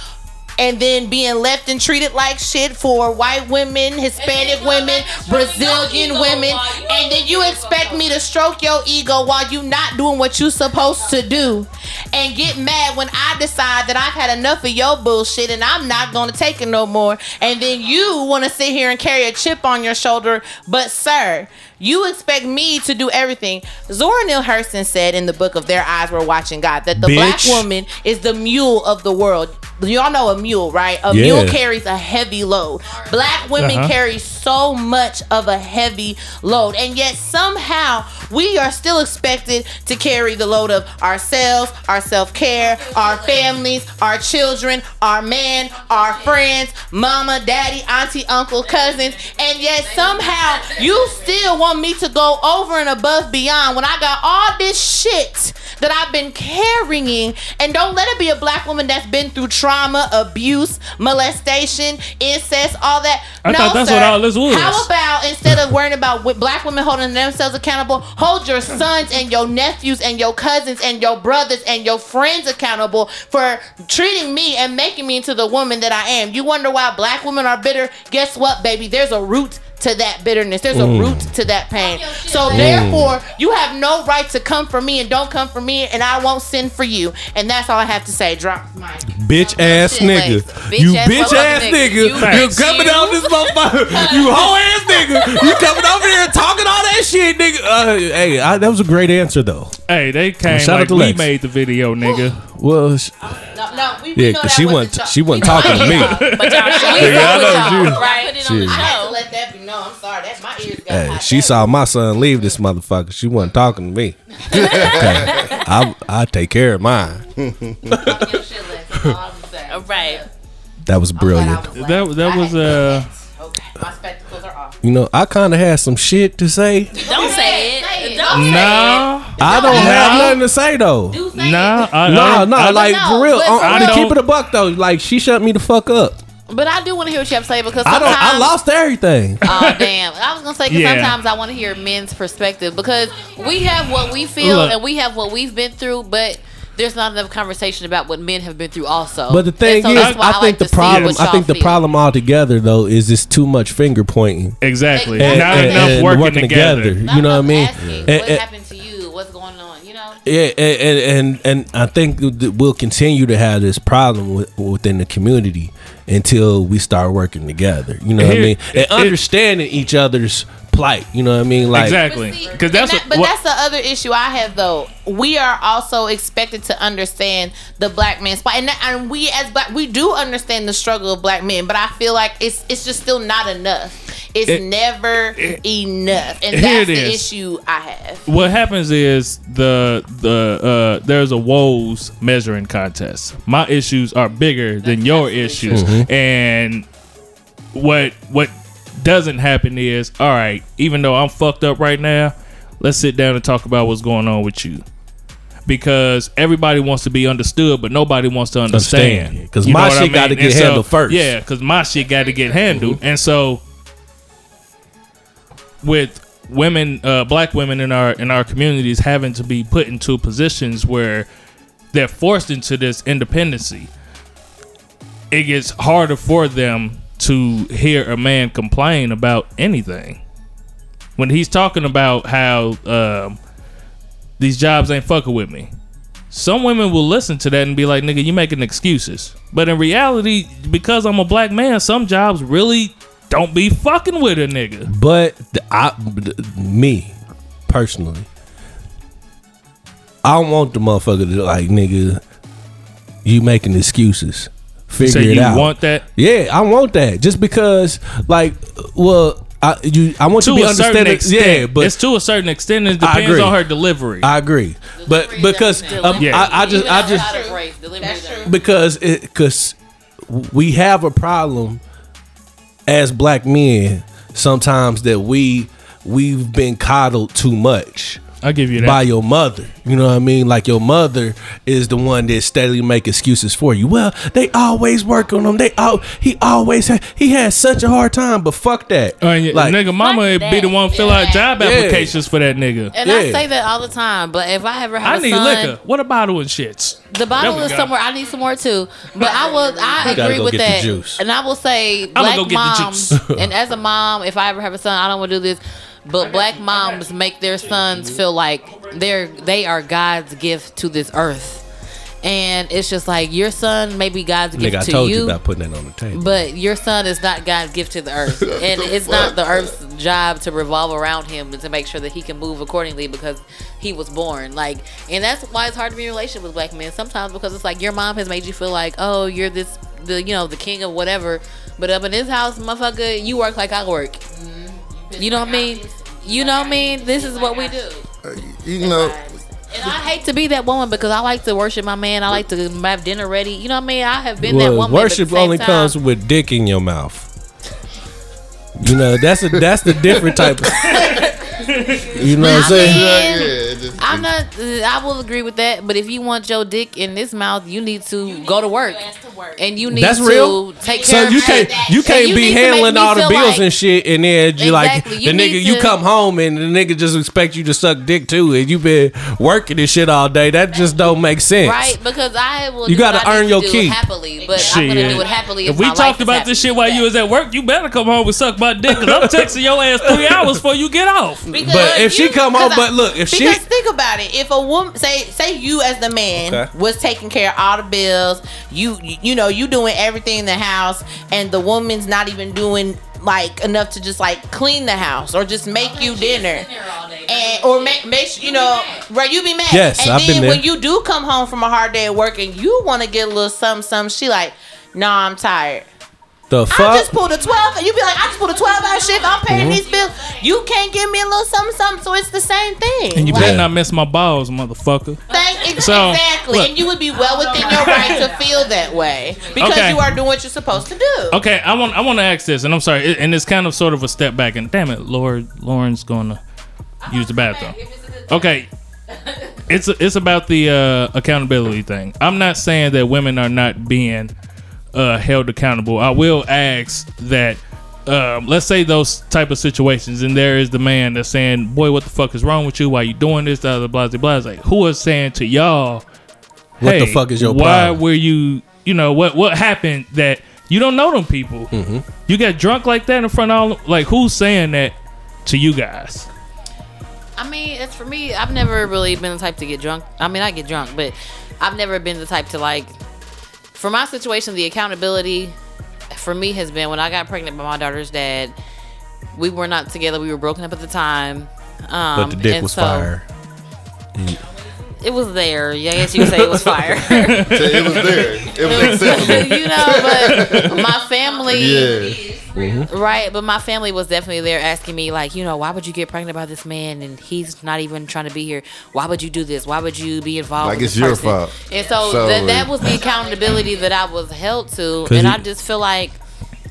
And then being left and treated like shit for white women, Hispanic women, Brazilian women, and then you expect me to stroke your ego while you not doing what you supposed to do, and get mad when I decide that I've had enough of your bullshit and I'm not gonna take it no more, and then you want to sit here and carry a chip on your shoulder, but sir, you expect me to do everything. Zora Neale Hurston said in the book of Their Eyes Were Watching God that the black
Bitch.
woman is the mule of the world. Y'all know a mule, right? A
Yeah. Uh-huh.
mule carries a heavy load. Black women carry so much of a heavy load, and yet somehow we are still expected to carry the load of ourselves, our self care, our families, our children, our man, our friends, mama, daddy, auntie, uncle, cousins, and yet somehow you still want me to go over and above beyond when I got all this shit that I've been carrying. And don't let it be a black woman that's been through trauma, abuse, molestation, incest, all that.
I thought that's what all this was.
How about instead of worrying about wi- black women holding themselves accountable, hold your sons and your nephews and your cousins and your brothers and your friends accountable for treating me and making me into the woman that I am. You wonder why black women are bitter? Guess what, baby? There's a root to that bitterness. There's a root to that pain. So therefore, you have no right to come for me and don't come for me and I won't send for you. And that's all I have to say. Drop my
Bitch ass
Shit, like,
nigga.
bitch
you
ass
bitch ass
motherfucking
nigga.
nigga. You
You, are
bitch.
coming
You.
out this motherfucker. you hoe ass nigga. You coming over here and talking all that shit, nigga. Uh, hey, I, that was a great answer though.
Hey, they came
Shout out
like
to
we
Lex.
made the video, nigga.
Well, sh-
No, no, we, we
yeah,
know
'cause
that
she
wasn't
wasn't
y'all.
she wasn't
We know
talking to
that
me.
wasn't y'all.
But y'all, we
Yeah, I
fuck
know
with
you.
y'all, right? Put it on the
Shit.
I had
Oh.
to
show.
let that be known. I'm sorry. That's my ears got
Hey,
hot.
she
That-
saw my son leave this motherfucker. She wasn't talking to me. Okay. I I take care of mine.
Right.
That was brilliant.
That was
That that was uh
okay. My spectacles are off.
You know, I kind of had some shit to say.
Don't say it.
Say it.
Don't
no
I don't have
No.
nothing to say though.
You say
no
it.
I-
No,
I-
no,
I-
like
no,
for real. uh,
but
I'm,
for
I'm
real-
keeping a buck though. Like she shut me the fuck up.
But I do want to hear what you have to say because
I
sometimes
don't. I lost everything.
Oh damn! I was gonna say 'cause
Yeah.
sometimes I want to hear men's perspective because we have what we feel
Look.
and we have what we've been through, but there's not enough conversation about what men have been through also.
But the
And
thing
so
is,
that's why
I
like
think the
to see
problem.
what
I
y'all
think the
feel.
problem altogether though is it's too much finger pointing.
exactly
And-
not
and-
enough
and
working, together.
Not
You know what
enough
I mean?
asking,
And-
what
and-
happened to you? What's going on? You know.
Yeah, and, and and I think that we'll continue to have this problem with, within the community until we start working together. You know what I
Here-
mean? And
it-
understanding each other's plight. You know what I mean? Like
exactly
But see,
because that's
and that- but
what
that's the other issue I have though. We are also expected to understand the black man's plight, and, that- and we as black we do understand the struggle of black men. But I feel like it's it's just still not enough. It's
It-
never enough, and
here
that's
it
the
is.
issue I have.
what happens is the the uh, there's a woes measuring contest. My issues are bigger than your issues, and what what doesn't happen is all right. Even though I'm fucked up right now, let's sit down and talk about what's going on with you, because everybody wants to be understood, but nobody wants to understand.
Understand, yeah, 'cause
You know
my
what I
shit gotta
mean?
get
And so-
handled first.
Yeah, because my shit got to get handled, and so with women uh, black women in our in our communities having to be put into positions where they're forced into this independency it gets harder for them to hear a man complain about anything when he's talking about how um, these jobs ain't fucking with me some women will listen to that and be like nigga you making excuses but in reality because i'm a black man some jobs really don't be fucking with a nigga
But the, I, the- me personally, I don't want the motherfucker to like nigga. You making excuses. Figure
So
it
you
out.
want that?
Yeah, I want that. Just because, like, well, I you I want
To
you to be
a certain
understanding.
extent.
Yeah, but
it's to a certain extent. It
I
depends
agree.
on her delivery.
I agree. But
Delivery is
because
everything.
um,
Yeah.
I, I just I just
Out of race, delivery is everything.
because it because we have a problem as black men sometimes that we we've been coddled too much
I'll give you that.
by your mother you know what i mean like your mother is the one that steadily make excuses for you well they always work on him they all he always had he had such a hard time but fuck that
Uh, yeah,
like
nigga, mama
Fuck
be the
that.
one fill out job
Yeah.
applications for that nigga.
And I
Yeah.
say that all the time, but if I ever
I
have a
need
son,
liquor. What a bottle and shits.
the bottle
There we
is
go.
somewhere. I need some more too. But I will. I
gotta
agree
go
with
get the
that.
juice.
And I will say, black
go get the
moms.
juice.
and as a mom, if I ever have a son, I don't want to do this. But black moms make their sons feel like they're they are God's gift to this earth. And it's just like your son may be God's gift
nigga i
to
told you.
you
about putting that on the table
but your son is not God's gift to the earth, and it's not the earth's job to revolve around him and to make sure that he can move accordingly because he was born. Like, and that's why it's hard to be in a relationship with black men sometimes because it's like your mom has made you feel like, oh, you're this, the you know, the king of whatever. But up in this house, motherfucker, you work like I work. You know what I mean? You know what I mean? This is what we do.
Uh, You know,
And I hate to be that woman because I like to worship my man. I like to have dinner ready. You know what I mean? I have been that
Well,
woman. but at the
worship
same
only
time-
comes with dick in your mouth. You know, that's a that's the different type of You know what I'm
I
saying?
mean,
yeah, it just-
I'm not. uh, I will agree with that. But if you want your dick in this mouth, you need to go to work, and you need
That's
to
real.
take care.
So
of
you
shit.
can't you
And
can't
you
be
need to make
handling
me
all the
feel
bills
like-
and shit and then you like
Exactly. You
the
need
nigga you
to-
come home and the nigga just expect you to suck dick too and you been working and shit all day. That just don't make sense.
Right, because I will.
You
do what
gotta
I need
earn
to
your
do
keep.
happily, but I'm gonna
Shit.
do it happily.
If we talked about this shit while you was at work, you better come home and suck my dick because I'm texting your ass three hours before you get off.
But if she come home but look, if she
Because think about it, if a woman say say you as the man
Okay.
was taking care of all the bills, you you know you doing everything in the house, and the woman's not even doing like enough to just like clean the house or just make you dinner, and or make make sure you know right you be mad.
Yes,
and
I've
then
been there.
when you do come home from a hard day at work and you want to get a little something something, she like, nah, I'm tired.
the
I
fuck
just pulled a 12, and you be like, I just pulled a 12 hour shift. I'm paying
Mm-hmm.
these bills. You can't give me a little something, something. So it's the same thing.
And you
Like,
better not miss my balls, motherfucker.
thank- ex-
So,
exactly.
look.
and you would be well within your right to feel that way because
Okay.
you are doing what you're supposed to do.
Okay, I want I want to ask this, and I'm sorry, it- and it's kind of sort of a step back. And damn it, Lord, Lauren's gonna use the bathroom. Okay, it's it's about the uh, accountability thing. I'm not saying that women are not being uh, held accountable. I will ask that. Um, let's say those type of situations, and there is the man that's saying, "Boy, what the fuck is wrong with you? Why you doing this?" Blah blah blah blah. blah. It's Like, who is saying to y'all?
What the
"Hey,
fuck is your
why
problem?"
were you you know what what happened that you don't know them people
Mm-hmm.
you got drunk like that in front of all like who's saying that to you guys
I mean, it's for me. I've never really been the type to get drunk. I mean, I get drunk, but I've never been the type to like. For my situation, the accountability for me has been when I got pregnant by my daughter's dad. We were not together. We were broken up at the time. Um,
but the dick
and
was
so
fire.
It was there. Yeah, I guess you could say it was fire.
it was there. It was accessible.
you know, but my family.
Yeah. Mm-hmm.
Right, but my family was definitely there asking me, like, you know, why would you get pregnant by this man and he's not even trying to be here? Why would you do this? Why would you be involved?
Like,
with
it's
this
your
person?
fault.
And so,
So- uh,
that that was the accountability that I was held to,
you-
and I just feel like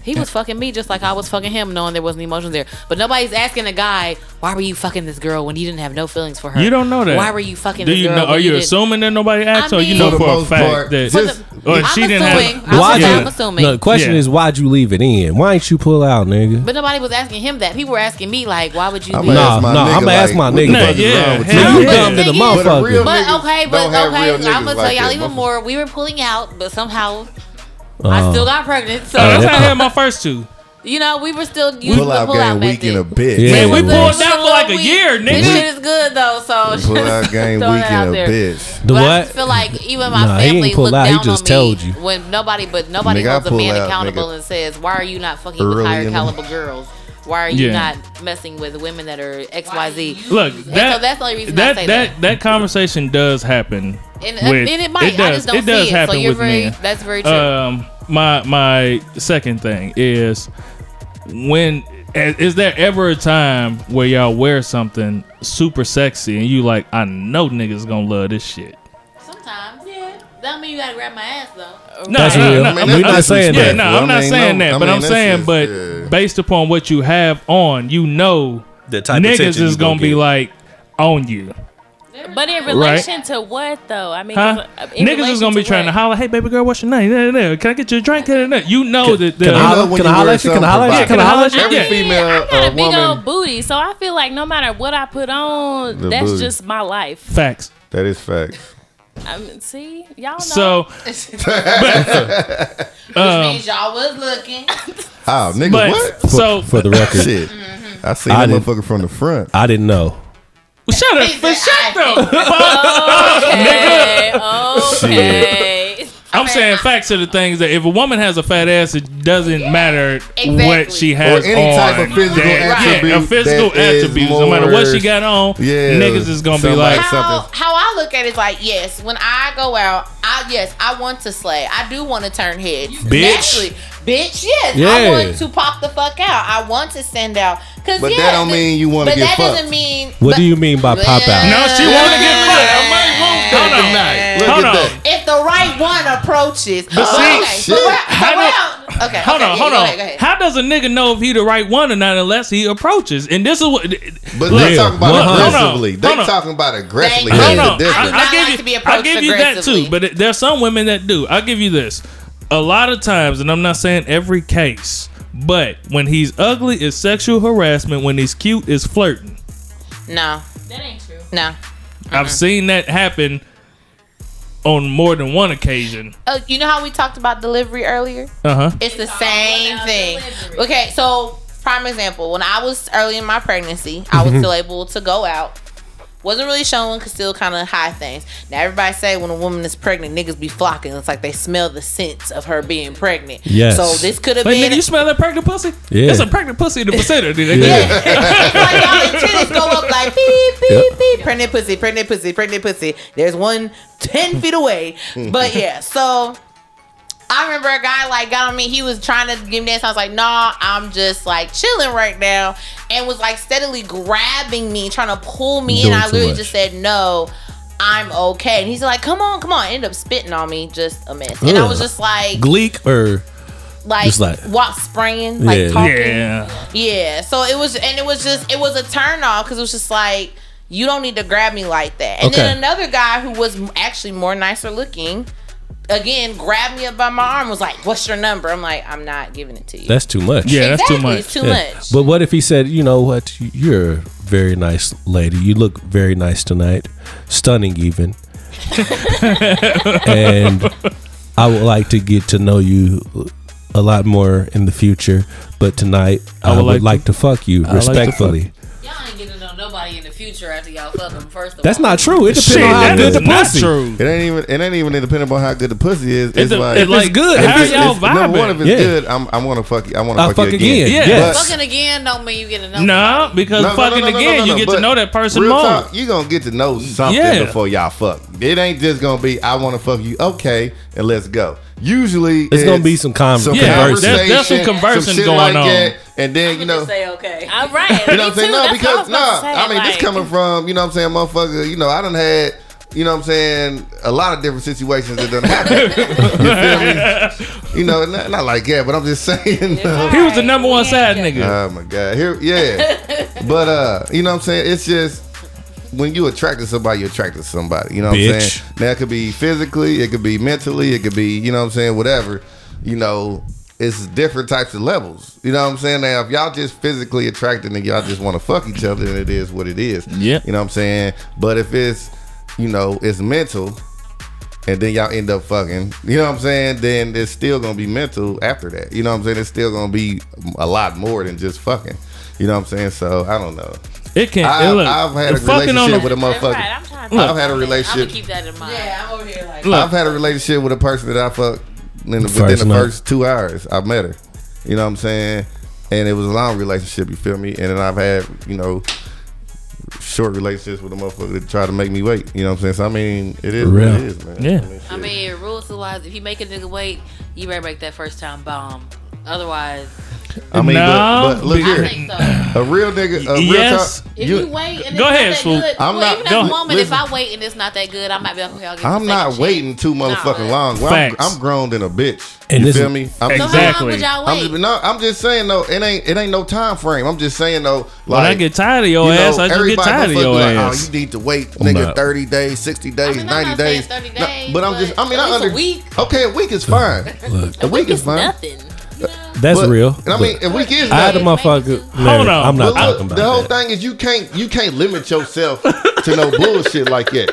he was fucking me just like I was fucking him, knowing there wasn't emotions there. But nobody's asking a guy, why were you fucking this girl when you didn't have no feelings for her?
you don't know that
Why were you fucking?
do
this
you
girl
know
when
are you
didn't-
assuming that nobody asked or you know
mean- For
for
the
a
most
fact
part,
that
just-
or
I'm
she didn't
assuming.
have
Why
Why'd
did
Yeah.
I'm assuming?
No, the question
Yeah.
is why'd you leave it in? Why ain't you pull out, nigga?
But nobody was asking him that. People were asking me, like, why would you?
I'm
leave?
gonna
Nah,
ask my
nah,
nigga.
I'ma ask my
like, what the
nigga.
fuck is
Yeah,
wrong with
hell
you
yeah.
dumb to the
But a
motherfucker.
real-
But
Niggas
okay, but
don't have
okay,
real
I'm
niggas
gonna
like
tell y'all
that,
even
motherfucker.
more. We were pulling out, but somehow I
Uh,
Oh.
still got pregnant. So
that's
that
how I
part.
had my first two
you know, we were still using
Pull
the
out
pull out
game week
method.
in a bitch.
Yeah.
man we
Yeah.
pulled down
But
for
still
like a
we-
year
This
nigga
shit is good though, so
Pull out game
Throw
week
that out
in a
there.
bitch.
The
But I
what?
just feel like even my
Nah, he ain't
family
pull
looked
out, he
down
just
on
told
me
you.
when nobody but nobody
Nigga, I
holds a
pull
man
out,
accountable
nigga.
and says, "Why are you not fucking
Early in
with higher
the-
caliber girls?" Why are you
Yeah.
not messing with women that are X Y Z?
Look,
And
that,
so that's the only reason I
that,
say
that,
that.
that conversation does happen.
And,
uh,
with-
and it might. I just don't
it does
see it.
happen
So you're
with
very.
men.
That's very true.
Um, my my second thing is when is is there ever a time where y'all wear something super sexy and you like I know niggas gonna love this shit.
Sometimes, yeah. Don't mean you gotta grab my ass though.
No,
That's
no,
real.
no,
I mean,
I'm-
we're
I'm-
not
I'm-
saying
yeah,
that.
No,
Well, I
I'm not
mean,
saying
no,
that,
I
but
mean,
I'm
that's
saying,
just-
but
yeah.
based upon what you have on, you know,
The type of
niggas
attention
is
you
gonna
gonna
be
get.
like on you,
But in relation to what though? I mean,
huh?
in
Niggas is
relation
gonna be trying to
what?
holler, "Hey, baby girl, what's your name? Nah, nah, nah. Can I get you a drink?" Nah, nah, nah." You know that the,
Can I
You know
holler?
when
Can
you
I holler
wear
at you? Can
something
I holler at you?
provocative.
Can I holler at you?
Yeah.
Every
I
female
got
uh,
a big
woman.
old booty, so I feel like no matter what I put on,
The
that's
booty.
just my life.
facts.
that is facts.
I mean, see, y'all know.
So
means y'all was looking.
How nigga?
But
what?
so
For the record,
Shit. I see
I
that
didn't-
motherfucker from the front.
I didn't know.
shut up, but shut up.
Okay. okay.
I'm saying facts are the things that if a woman has a fat ass, it doesn't matter what
exactly.
she has
Or any
on.
type of physical attribute
yeah, a physical
that is
attribute. No matter what
more-
she got on,
Yeah,
niggas is gonna be
somebody-
like,
how,
something.
how I look at it is like, yes, when I go out, I yes, I want to slay. I do want to turn heads.
Bitch.
Naturally. Bitch, yes.
Yeah.
I want to pop the fuck out. I want to send out. Cause
But
yeah,
that don't
the-
mean you wanna
But
get
that
fucked.
doesn't mean
What
but
do you mean by pop out?
"No, she want to get fucked." I might want hold on.
Look
Hold
at
on.
that.
if the right one approaches. But
see,
shit.
How do-
okay,
Hold
okay,
on,
yeah,
hold
go
on.
ahead, go ahead.
How does a nigga know if he the right one or not unless he approaches? And this is what.
But
Look,
they're talking about
look, hold
on,
aggressively.
hold
They're
on.
talking about aggressively.
Thank
That's
you.
the
Hold on.
difference.
I do not like
you,
to be
I
approached
give you that too,
aggressively.
but it- there's some women that do. I give you this. A lot of times, and I'm not saying every case, but when he's ugly, it's sexual harassment. When he's cute, it's flirting.
No,
that ain't true.
no. Uh-huh.
I've seen that happen on more than one occasion.
Oh, you know how we talked about delivery earlier?
Uh huh.
It's the same thing. Okay, so prime example. When I was early in my pregnancy, I was still
Mm-hmm.
able to go out. Wasn't really showing, could still kind of hide things. Now everybody say when a woman is pregnant, niggas be flocking. It's like they smell the scent of her being pregnant.
Yes.
So this could have
But
been.
nigga, you smell that pregnant pussy?
Yeah.
It's a pregnant pussy in the vicinity. nigga.
Yeah.
It's like y'all antennas go up like beep beep
Yep.
beep. Pregnant pussy, pregnant pussy, pregnant pussy. There's one 10 feet away. But yeah, so I remember a guy like got on me. He was trying to give me dance. I was like, nah, I'm just like chilling right now, and was like steadily grabbing me, trying to pull me in.
Doing
I
too
literally
much.
just said no. I'm okay. And he's like, come on, come on. Ended up spitting on me, just a mess. And I was
Ugh.
just like,
Gleek or
like,
just like-
walk spraying, like
Yeah.
talking.
Yeah.
Yeah, so it was, and it was just, it was a turn off because it was just like, you don't need to grab me like that. And
Okay.
then another guy who was m- actually more nicer looking, again, grabbed me up by my arm, was like, "What's your number?" I'm like, "I'm not giving it to you."
that's too much.
Yeah, that's too
Exactly,
much.
It's too
Yeah.
much.
But what if he said, you know what, you're a very nice lady. You look very nice tonight, stunning even. and I would like to get to know you a lot more in the future. But tonight, I, would like, to, fuck you
like to fuck-
respectfully.
Y'all ain't getting to know nobody in the future after y'all fuck them. First of
That's
all,
not true. It depends
Shit,
on how
that
good
is
the
not
pussy.
true.
It ain't even. It ain't even dependent on how good the pussy is. It's,
a-
like.
it's like,
good.
How are
it's-
y'all
it's- Number one, if
vibing?
it's
Yeah.
good, I'm, I want to fuck you. I want to
I
fuck, you again.
Yeah.
Yes.
But-
fucking again don't mean you get to know.
No, because
No, no, no,
fucking
no, no,
again,
no, no,
you get
but
to know that person
real
more.
Talk, you gonna get to know something
Yeah.
before y'all fuck. It ain't just gonna be I want to fuck you, okay, and let's go. Usually,
It's gonna be some con-
Yeah,
there's-
there's some
conversation,
conversing
shit
going
like
on.
that, and then you know.
Say okay.
All right,
You know what I'm saying? No, because
no,
no, I mean this coming from you know what I'm saying, motherfucker. You know I done had you know what I'm saying a lot of different situations that done happened. you feel me? You know, not, not like that, but I'm just saying. uh,
He was the number one side nigga.
oh my god, here, yeah. but uh, you know what I'm saying? It's just when you attract to somebody, you attract to somebody. You know what I'm
Bitch.
saying? Now it could be physically, it could be mentally, it could be you know what I'm saying, whatever. You know. It's different types of levels. You know what I'm saying? Now, if y'all just physically attracted and y'all just want to fuck each other, then it is what it is.
Yep.
You know what I'm saying? But if it's, you know, it's mental and then y'all end up fucking, you know what I'm saying? Then it's still going to be mental after that. You know what I'm saying? It's still going to be a lot more than just fucking. You know what I'm saying? So I don't know.
It can.
I,
it look,
I've had a
fucking on
relationship with a motherfucker.
Right, I'm trying to
I've had a
I'm gonna
relationship.
keep that in mind.
yeah, I'm over here like,
Look.
I've had a relationship with a person that I fucked in the, within
First
the
night.
first two hours. I met her. You know what I'm saying? and it was a long relationship. You feel me? And then I've had you know short relationships with a motherfucker that tried to make me wait. You know what I'm saying? So I mean, it is what
Real.
it is, man.
Yeah.
shit.
I mean, rules to lies. If you make a nigga wait, you better make that first time bomb. Otherwise,
I mean,
No,
but, but
I
look
I
here,
think so.
a real nigga, a real
Yes.
talk-
If
you-
you, wait and
Go ahead,
it's not that
swoop.
good,
I'm
well,
not-
even as a
go-
woman,
listen.
if I wait and it's not that good, I might be like, okay, I'll give it a
I'm not
second
waiting
chance.
too motherfucking
Nah.
long. I'm,
Facts.
I'm grown than a bitch.
And
you
this
feel
is-
me? I'm,
So
Exactly.
how long would y'all
I'm
wait?
just, no, I'm just saying though. It ain't it ain't no time frame. I'm just saying though. Like
When I get tired of your
you know,
ass, I just get
everybody
tired of
motherfucker
your
be like,
ass.
Oh, you need to wait,
I'm
nigga.
not.
Thirty days, sixty days,
mean, I'm
ninety
not saying
days.
30
No,
days,
but I'm just. I mean,
but
I
at least a
under,
week.
Okay, a week is fine.
Look.
a week is fine.
Nothing.
That's
But-
real.
And I mean, a week is.
I had a
nothing.
motherfucker. Larry,
on.
I'm not
But look,
talking about
the whole
that.
thing is you can't you can't limit yourself to no bullshit like that.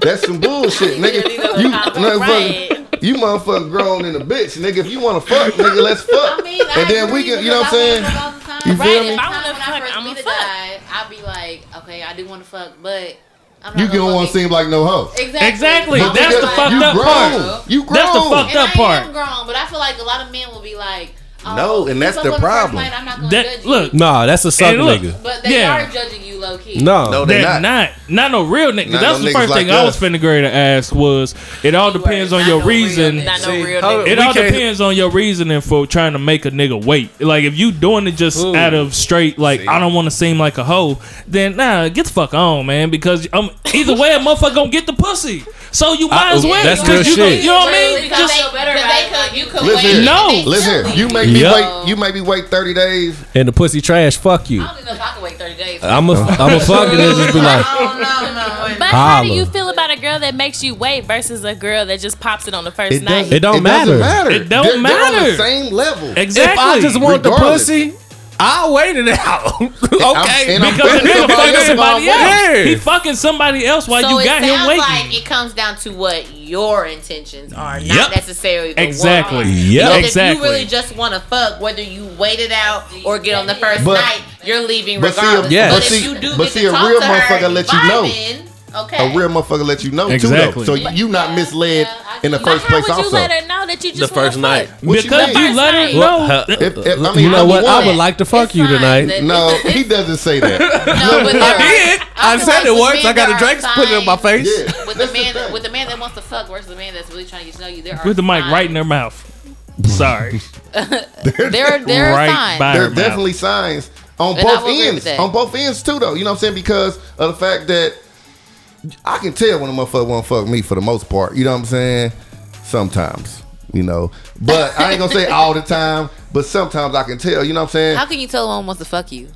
That's some bullshit, nigga. You motherfucker, you motherfucker grown in a bitch, nigga. If you want to fuck, nigga, let's fuck.
I mean, I
and then we
agree
can, you know what I'm saying?
because I wait about the time.
You feel
right,
me?
If I
If I wanna
want to
fuck,
fuck, I'm
I'ma
going to
fuck.
guy, I'll be like, okay, I do want to fuck, but I'm not
You
gonna
don't want to
fuck
seem like no hoe.
it. Exactly.
Exactly,
But
that's
nigga,
the fucked
you
up
grown.
part.
You grown.
That's the fucked
And
up
I am
part.
grown, but I feel like a lot of men will be like, oh,
No, and
you
that's
fuck
the
on the first
problem.
night, I'm not gonna judge
That
you.
look,
Nah, that's a sucker
Hey, look.
nigga.
but they
yeah.
are judging you low key.
No.
No, they
They're
not.
not. not no real nigga.
Not
That's
no
the
niggas
first
like
thing I was
us.
finna grade to ask was it all depends on
not
your
no real
reason.
nigga.
Not no
See,
real
hold
nigga.
It
We
all
can't-
depends on your reasoning for trying to make a nigga wait. Like if you doing it just
Ooh.
out of straight, like I don't want to seem like a hoe, then nah, get the fuck on, man. Because um, either way, a motherfucker gonna get the pussy. So you might as well.
Uh, that's
'cause
real
you, gonna-
shit.
you know what I
Really,
mean?
because
Just
they, better
about
they
it,
could,
like,
you could
Listen,
wait.
No.
and they
Listen,
still
you
leave.
make me
Yup.
wait. You make me wait thirty days.
And the pussy trash, fuck you.
I don't even know if I can wait 30 days.
I'm a, I'm a fucking and just be like,
Oh,
But how do
Holla.
you feel about a girl that makes you wait versus a girl that just pops it on the first night?
It don't matter.
doesn't matter.
It don't
they're, They're on
matter.
the same level.
exactly.
if I just want
Regardless.
the pussy, I'll wait it out. okay.
and I'm
because the nigga
fucking
fucking somebody else.
Yeah.
He fucking somebody else while
so
you got
it
him
sounds
waiting.
like it comes down to what your intentions are,
Yep.
not necessarily the
Exactly.
woman.
Yep.
Because If
Exactly.
you really just want to fuck, whether you wait it out or get on the first
But-
night, you're leaving
but see,
regardless.
yeah.
But
but
if
see-
you do
but
get
see,
to
a
talk
real
to her
motherfucker let you know.
vibing, Okay.
A real motherfucker let you know
Exactly.
too, though. So you not misled in the first
How
place.
would you
Also,
let her know that you just
The first
wanna
night.
fuck?
What you
because
mean?
you, let her
First
know.
If- if- I mean,
you know
I'm
what? I
one.
would like to fuck
It's
you
fine.
tonight.
That-
No, he doesn't say that.
No, but
I
there are-
did. I,
feel
said
like
it
with
works.
men,
I got
there
a
are
drink put it in my
signs-
face.
Yeah.
with
That's
the
the
man
thing.
with the man that wants to fuck versus the man that's really trying to get to know you. There are
with the mic
signs.
right in her mouth. Sorry,
There are there are
right
signs.
by
there
her
are definitely signs on
And I
both
will agree with
ends.
that.
On both ends too, though. You know what I'm saying? Because of the fact that I can tell when a motherfucker won't fuck me for the most part. You know what I'm saying? Sometimes, you know, but I ain't gonna say all the time. But sometimes I can tell. You know what I'm saying?
How can you tell a woman wants to fuck you?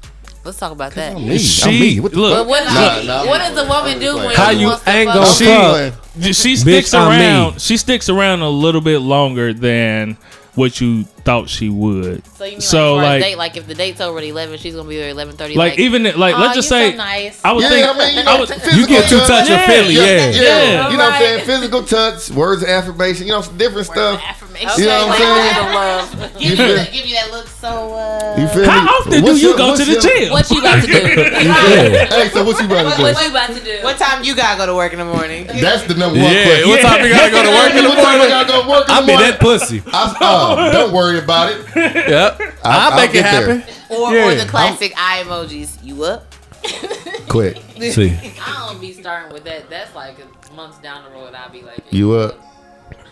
Let's talk about that.
I'm me.
She-
I'm me. What the
look.
But what,
Nah, nah.
what does the woman do when
How
she
you
wants to
ain't
fuck?
gonna
fuck? She
fuck?
mouth. She sticks
I mean.
around. She sticks around a little bit longer than what you thought she would.
So, you mean
So,
like, for a
like-
date, like if the date's over at eleven, she's gonna be there at eleven thirty.
Like, even if- like let's just say
so nice.
I was
Yeah,
thinking.
I mean, you,
I
know,
was-
physical
You get too
touch.
touch
Yeah.
of Philly,
yeah,
yeah.
Yeah.
You know what I'm saying? Physical touch, words of affirmation, you know, different stuff.
Affirmation.
You know what I'm
give,
you
me
feel-
the, give me that look. So uh,
You feel me?
How often
What's
do you
your-
go
what's
to the
your-
gym?
what you about to do?
Yeah.
Hey, so what you about to
you about to do?
What time you gotta go to work in the morning?
do? That's the number one
Yeah,
question.
what time you gotta go to work in
What time I
the
gotta go work in
I
the
mean,
morning?
that pussy.
I, oh, don't worry about it.
Yep.
I'll
I'll make it
get there.
happen.
Or, or
Yeah.
the classic eye emojis. You up?
Quick,
See,
I don't be starting with that. That's like months down the road. I'll be like,
you up?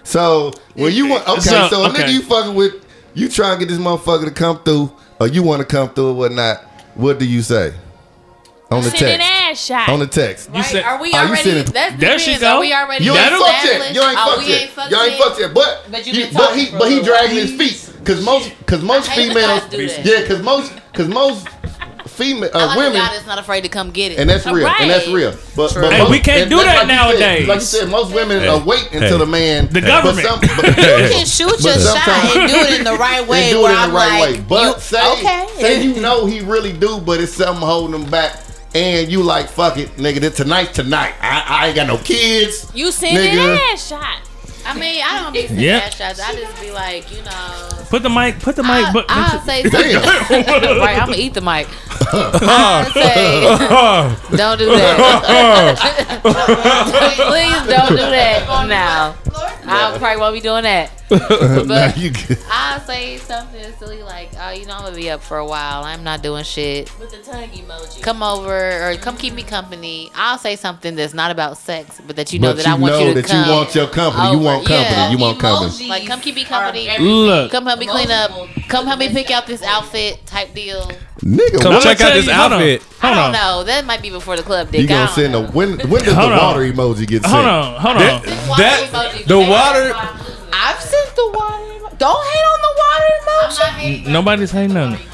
So when you want, okay, so,
So,
a
okay.
nigga you fucking with, you try to get this motherfucker to come through, or you want to come through or whatnot. What do you say on the
Send an
text?
ass shot.
On the text,
Right?
said-
are we
Are Oh, you
already?
sitting-
that's
There
there
she
she
go.
Are we already?
You ain't
That'll-
fucked yet. You ain't
Oh,
fucked
we
yet.
ain't fucked
you ain't
yet.
fucked yet. But
But you
you-
been
but he
talking for a
but he
little
dragging his feet because most because most
I hate when
females
guys do that.
yeah because most because most female
I
uh,
like
women.
women. God is not afraid to come get it.
And that's real. And that's
Right.
real. But, but
Hey, we can't
and
do
that's
that
like you said-
nowadays.
like you said, most women uh, wait until
Hey.
the man.
The government.
But some, but,
You can shoot your shot
sometimes-
and do it in the right
they
way.
do it
where
in the
I'm
right
like,
way. But
you-
say,
okay.
say you know he really do, but it's something holding him back. And you like fuck it, nigga. This tonight, tonight. I, I ain't got no kids.
you send an
Nigga.
ass shot.
I mean, I don't be
Yeah.
yeah. ass shots. I just be like, you know,
Put the mic. Put the mic.
I,
But
Uh, I'll say something.
Damn.
right, I'm gonna eat the mic. I'll say, don't do that. Please don't do that now. I probably won't be doing that.
Nah,
But
you good.
I'll say something silly like, "Oh, you know, I'm gonna be up for a while. I'm not doing shit.
With the tongue emoji.
Come over or come keep me company." I'll say something that's not about sex, but that you know
But
that I want you to
that
come.
you want your company. You
over.
want company.
Yeah.
You want company.
Emoji.
like, come keep me company.
Look,
Come help me clean up. Come help me pick out this outfit type deal.
Nigga,
Come
what?
check
I'ma
out
tell
this
you- hold on.
outfit.
I
Hold
don't
on.
know. That might be before the club dick.
You
I
gonna
don't
send a
know.
when? When does the
Hold on.
water emoji get sent?
hold on, hold on.
That the water.
I've sent the water. emo- Don't hate on the water emoji.
Nobody's saying nothing.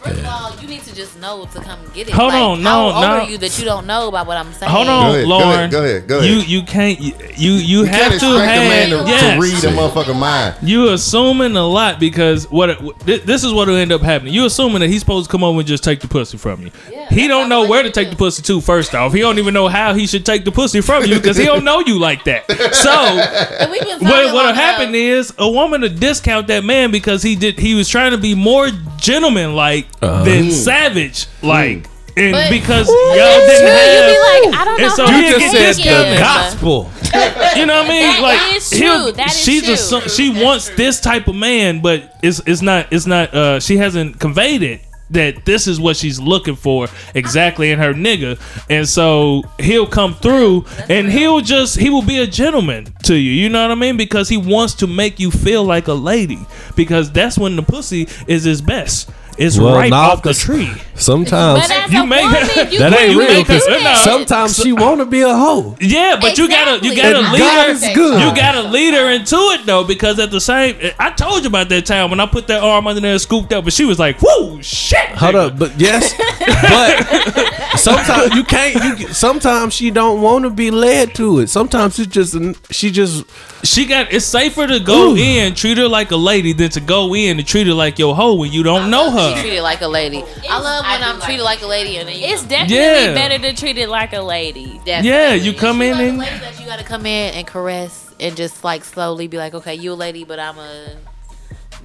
First of all, you need to just know to come get it.
Hold
Like,
on,
I'll
no,
order
no.
you that you don't know about what I'm saying.
Hold
Go ahead,
on,
go
Lauren.
ahead, go ahead, go ahead.
You you can't you you, you
You can't
have
expect
to
a man
have
to,
yes.
to read a motherfucking mind.
You assuming a lot because what thi- this is what will end up happening. You assuming that he's supposed to come over and just take the pussy from you. he don't know where to take the pussy to. First off, he don't even know how he should take the pussy from you because he don't know you like that. So
We've been
what
talking
what'll
long
happen
enough.
is a woman to discount that man because he did he was trying to be more gentleman like than savage like. And
Mm. But-
because
But
y'all didn't
that's true.
have,
You be like, I don't know.
And so
how
you
to
just
cook
said
it.
the
Gospel.
you know what I mean?
That
like
is true.
he'll-
That is
she's
true.
assu- she
That's
wants
true.
this type of man, but it's it's not it's not uh she hasn't conveyed it that this is what she's looking for exactly in her nigga. And so he'll come through and he'll just he will be a gentleman to you. You know what I mean? Because he wants to make you feel like a lady. Because that's when the pussy is his best. It's
Well,
right
not
off the
this-
tree.
Sometimes
But as
You
a
make-
woman, you
that
can't
ain't
you
real.
make us-
Cause
do that.
sometimes she want to be a hoe.
Yeah, but you gotta you
Exactly.
gotta
And
lead
God
her.
is good.
You gotta lead her into it though, because at the same, I told you about that time when I put that arm under there and scooped up, but she was like, "Whoa, shit!"
Hold
nigga."
up, but yes, but sometimes you can't. You, sometimes she don't want to be led to it. Sometimes it's just she just
She got. It's safer to go
Ooh.
in, treat her like a lady, than to go in and treat her like your hoe when you don't know
She
her.
treated like a lady. I love when I'm treated like a lady and then you
It's definitely
Yeah.
better to treat it like a lady.
Definitely.
Yeah, you come
She's
in
like a
and-
lady that you gotta come in and caress and just like slowly be like, okay, you a lady, but I'm a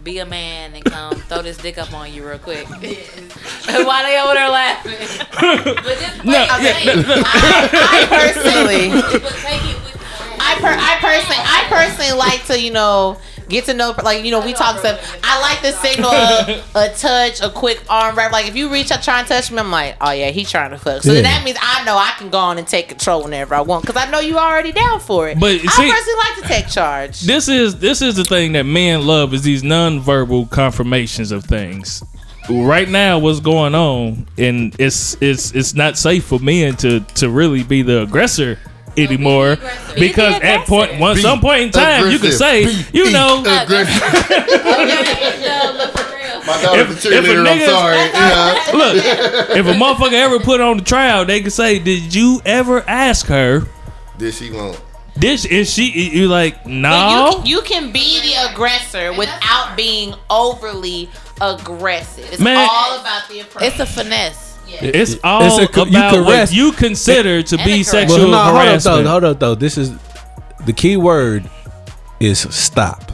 be a man and come throw this dick up on you real quick. Why they over there laughing? but this
No,
I'm
yeah,
saying,
I personally.
but take it with
I per- I personally I personally like to you know get to know like you know we talk stuff. I like the signal of a touch, a quick arm wrap. Like if you reach up try and touch me, I'm like, oh yeah, he trying to fuck. So then
Yeah.
that means I know I can go on and take control whenever I want because I know you already down for it.
But,
I
see-
personally like to take charge.
This is this is the thing that men love is these nonverbal confirmations of things. Right now, what's going on, and it's it's it's not safe for men to to really be the aggressor anymore because at point one
Be
some point in time you can
aggressive.
say
Be
you know
aggressive. My daughter's
If-
a
if a
cheerleader. I'm
nigga-
sorry. You know.
look if a motherfucker ever put on the trial they can say did you ever ask her
Did she want?
this is she you like
But
no
you, you can be the aggressor without being overly aggressive. It's
Man.
all about the approach.
It's a finesse.
it's all
a co- you
about what
caress-
you consider to
a
be
caress.
sexual
Well, no,
harassment
Hold up, though. Hold up, though. This is the key word is stop.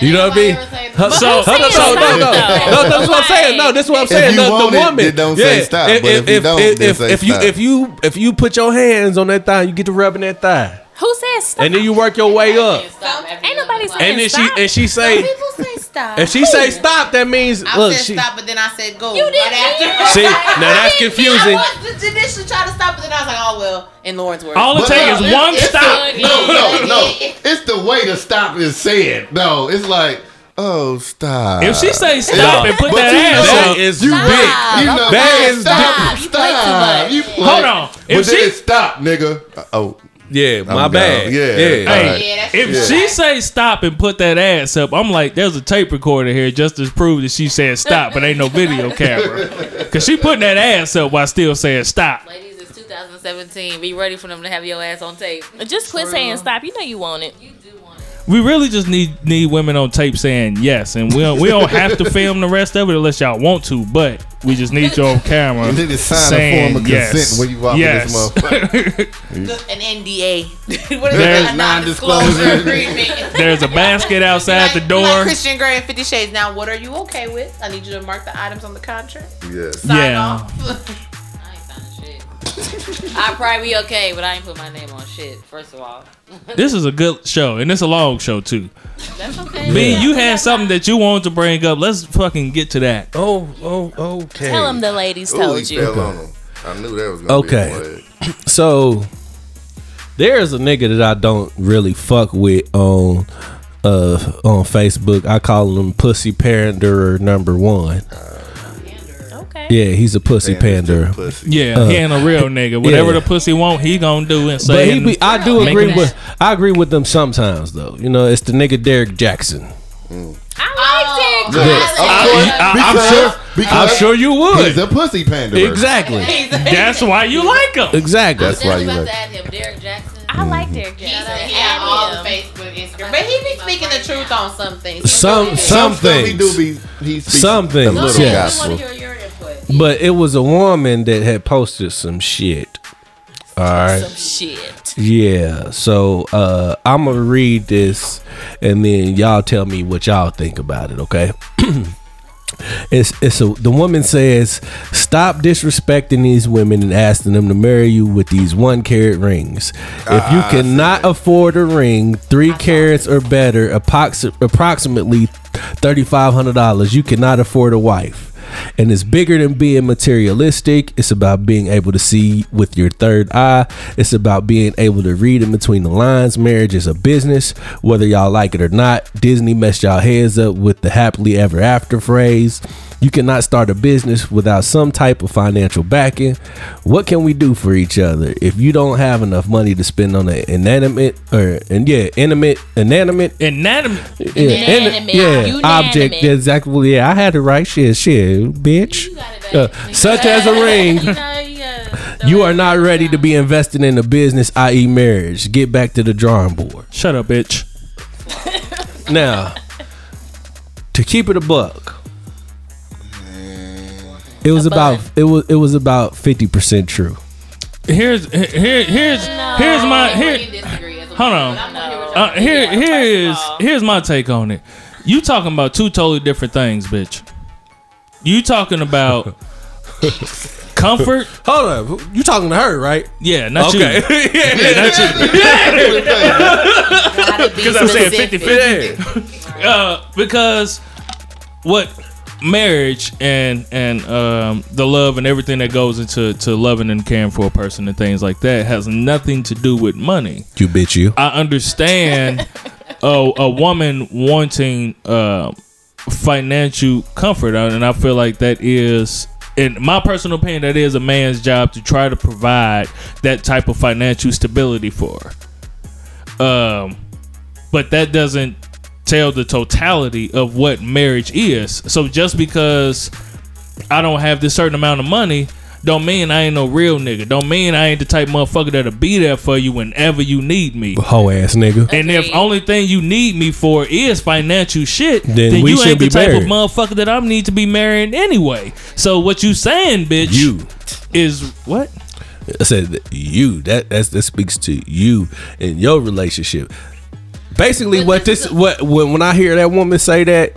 You know what I mean? Hu-
So-
hold up, though,
So-
no, no, no, no, that's what I'm saying. No, that's what I'm saying.
you
The-
want
the
it,
woman,
then don't say stop, but if you don't,
if,
then
if,
say
if you
stop.
if you if you put your hands on that thigh, you get to rubbing that thigh,
Who says stop?
and then you work your way up,
Ain't nobody saying
and then she
stop.
and she say
People say stop.
if she say stop, that means
I
look
said
she.
stop, but then I said go.
You didn't mean it.
See, now that's
I
confusing.
was initially trying to stop, but then I was like, oh well. In Lauren's words,
all it
But
takes
no,
is
it's-
one
it's
stop
the- no, no, no. It's the way to stop is said. No, it's like, oh, stop.
if she say stop
No.
and put
But
that
you
ass
know-
up
That is big.
you know,
That is
stop, stop. You play-
Hold on.
But
If
then
she-
it's stop, nigga. Uh, Oh,
Yeah, my
I'm
bad.
gone. Yeah,
yeah.
all
Hey,
right.
Yeah, that's
if
true.
she say stop and put that ass up, I'm like, there's a tape recorder here just to prove that she said stop, but ain't no video camera. Cause she putting that ass up while still saying stop.
Ladies, it's 2017. Be ready for them to have your ass on tape.
Just quit saying stop. You know you want it.
We really just need need women on tape saying yes, and we don't, we don't have to film the rest of it unless y'all want to, but we just need you on camera.
And then it's sign a
saying
form of
yes.
consent when you walk
Yes.
in this motherfucker.
an NDA. what is
There's
it? A
non-disclosure
non-disclosure agreement.
There's a basket outside the
Like- like
door.
Christian Grey and Fifty Shades. Now, what are you okay with? I need you to mark the items on the contract.
yes.
Sign
Yeah.
off.
I probably be okay, but I ain't put my name on shit. First of all,
This is a good show, and it's a long show too.
that's okay.
B, you had something that you wanted to bring up. Let's fucking get to that.
Oh, oh, okay.
Tell him the ladies
Ooh, he
told you.
fell on him. I knew that was gonna
Okay.
be a play.
So there's a nigga that I don't really fuck with on uh on Facebook. I call him Pussy Panderer number one.
Okay.
Yeah, he's a pussy panderer.
Pussy.
Yeah, he ain't a real nigga. Whatever the pussy want, he gonna do and
But
say.
he
and-
be, I do
Make
agree
him-
with I agree with them sometimes though. You know, it's the nigga Derek Jackson.
I liked it.
Yes, of course, because-
I'm
because
sure you
he's
would.
a pussy panderer.
Exactly.
that's why you like him.
Exactly.
That's why you
about
like.
to add him, Derek Jackson.
I like Derek
Shout
Jackson.
out to
Yeah, all the
him.
Facebook, Instagram. But he be speaking the truth on some things.
Some some
Some stuff he do
things.
be. He speaks
Some
A
things,
little
yes.
gospel.
hear your input.
But it was a woman that had posted some shit. All right.
Some shit.
Yeah, so uh, I'm gonna read this and then y'all tell me what y'all think about it, okay? it's it's a, the woman says, "Stop disrespecting these women and asking them to marry you with these one carat rings. If you cannot afford a ring, three carats or better, approxi- approximately thirty five hundred dollars, you cannot afford a wife." And it's bigger than being materialistic. It's about being able to see with your third eye. It's about being able to read in between the lines. Marriage is a business, whether y'all like it or not. Disney messed y'all heads up with the happily ever after phrase. You cannot start a business without some type of financial backing. What can we do for each other if you don't have enough money to spend on an inanimate or and yeah, inanimate, inanimate
Anatomy.
yeah, uh,
Inanimate.
yeah,
Unanimous.
object. Exactly. Yeah, I had the right shit. Shit, bitch. Uh, such as a ring, you are not ready to be invested in a business, i.e., marriage. Get back to the drawing board.
Shut up, bitch.
Now, to keep it a buck, it was about it was it was about fifty percent true.
Here's he- here here's here's my here. Hold on. Uh, here here is here's my take on it. You talking about two totally different things, bitch. You talking about comfort?
Hold up, you talking to her, right?
Yeah, not you.
Because
I'm saying 50-50. Uh, because what marriage and and um, the love and everything that goes into to loving and caring for a person and things like that has nothing to do with money.
You bitch, you.
I understand a, a woman wanting uh, financial comfort, uh, and I feel like that is, in my personal opinion, that is a man's job to try to provide that type of financial stability for. her. Um, but that doesn't tell the totality of what marriage is. So just because I don't have this certain amount of money, don't mean I ain't no real nigga. Don't mean I ain't the type motherfucker that'll be there for you whenever you need me.
Hoe ass nigga.
And if only thing you need me for is financial shit, then,
we
you ain't
shouldn't
the
be
type of
married.
motherfucker that I need to be marrying anyway. So what you saying, bitch?
You.
is what?
I said that you. That that's, that speaks to you and your relationship. Basically, what this what when, when I hear that woman say that,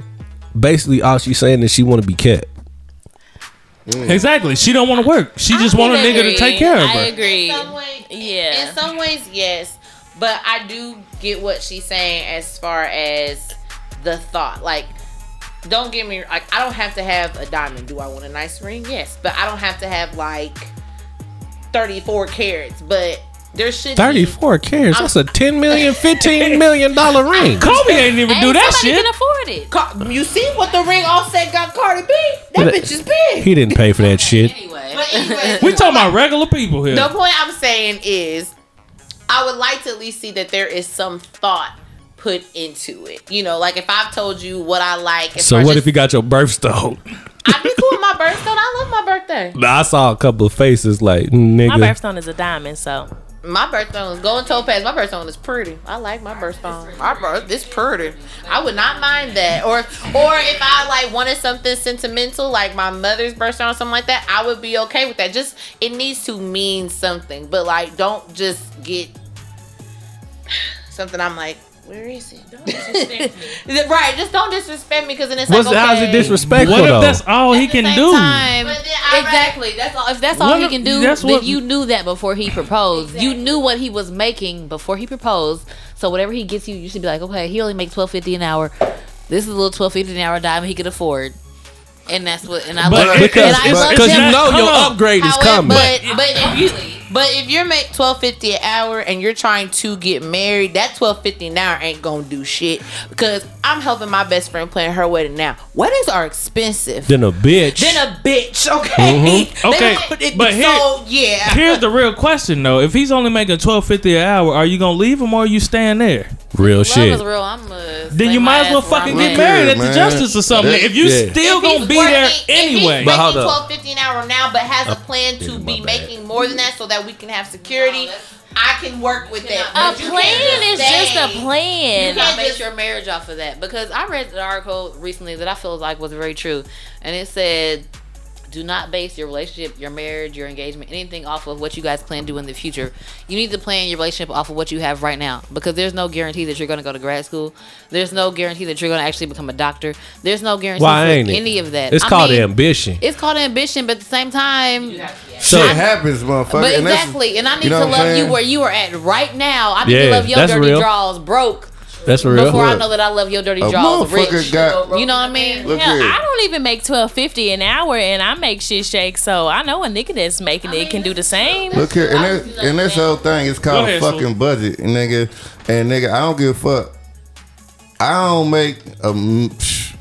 basically all she's saying is she want to be kept.
Exactly. She don't want to work. She just want a
can
nigga to
agree.
take care of
I
her.
agree.
some way,
Yeah.
In some ways, yes, but I do get what she's saying as far as the thought. Like, don't get me like I don't have to have a diamond. Do I want a nice ring? Yes, but I don't have to have like thirty-four carats. But there should
Thirty
be.
four carats. That's a 10 million, 15 million dollar ring.
Kobe ain't even do that
somebody
shit.
can afford it.
Ca- You see what the ring offset got Cardi B? That
But-
bitch is big.
He didn't pay for that shit.
Anyway,
But anyway,
We talking about regular people here.
The point I'm saying is, I would like to at least see that there is some thought put into it. You know, like if I've told you what I like. as far
So
as
what
just-
if you got your birthstone?
I'd be cool with my birthstone. I love my birthday.
I saw a couple of faces like "Mm,
My
nigga.
birthstone is a diamond, so
My birthstone is going topaz. My birthstone is pretty. I like my birthstone. My birth is pretty. I would not mind that. Or or if I like wanted something sentimental, like my mother's birthstone or something like that, I would be okay with that. Just it needs to mean something. But like don't just get something I'm like, Where is it? right, just don't disrespect me because then it's
What's
like, okay.
how's it disrespectful
What
though?
if that's all he
At the
can
same
do?
time,
But then I
exactly. That's all. If that's all
What
he
if-
can do,
that's
then
what-
you knew that before he proposed. You knew what he was making before he proposed. So whatever he gets you, you should be like, okay, he only makes twelve fifty an hour. This is a little twelve fifty an hour dime he could afford, and that's what. And I
But
love
it-
and
because
I
it's-
love
because
him.
you know
Hold
your
on.
upgrade is
However,
coming.
But, but if you but if you make twelve fifty an hour and you're trying to get married, that twelve fifty an hour ain't gonna do shit. Because I'm helping my best friend plan her wedding now. Weddings are expensive.
then a bitch.
Then a bitch, okay? They
Okay,
don't put it-
but here-
so yeah,
Here's the real question though: If he's only making twelve fifty an hour, are you gonna leave him or are you staying there?
real
Love
shit.
is real. I'm a
Then you might as well fucking get married at the
Man.
justice or something.
That-
if you
yeah.
still gonna be there anyway,
But hold
making
up.
twelve fifty an hour now, but has a plan to
my
be
bad.
making more than that so that we can have security. I can work with that.
A
But you can't
plan is
stay.
just a plan.
You
cannot
can't
base
just-
your marriage off of that because I read an article recently that I feel like was very true, and it said, "Do not base your relationship, your marriage, your engagement, anything off of what you guys plan to do in the future. You need to plan your relationship off of what you have right now because there's no guarantee that you're going to go to grad school. There's no guarantee that you're going to actually become a doctor. There's no guarantee
Why
for
ain't it?
any of that.
It's
I
called
mean,
ambition.
It's called ambition, but at the same time,
so
Shit happens, motherfucker.
but
and that's-
exactly. And I need
you know
to
what
love
I'm
you
saying?
where you are at right now. I need to
Yeah,
love your
that's
dirty
real.
draws broke
that's real.
before I
Look.
know that I love your dirty
A
jaws,
motherfucker
rich.
got-
you know what I mean?
Look
Hell,
here.
I don't even make twelve fifty an hour, and I make shit shake. So I know a nigga that's making it can do the same.
Look here, and this and this whole thing is called
Go ahead,
fucking
Sue.
budget, nigga. And nigga, I don't give a fuck. I don't make a. m- psh,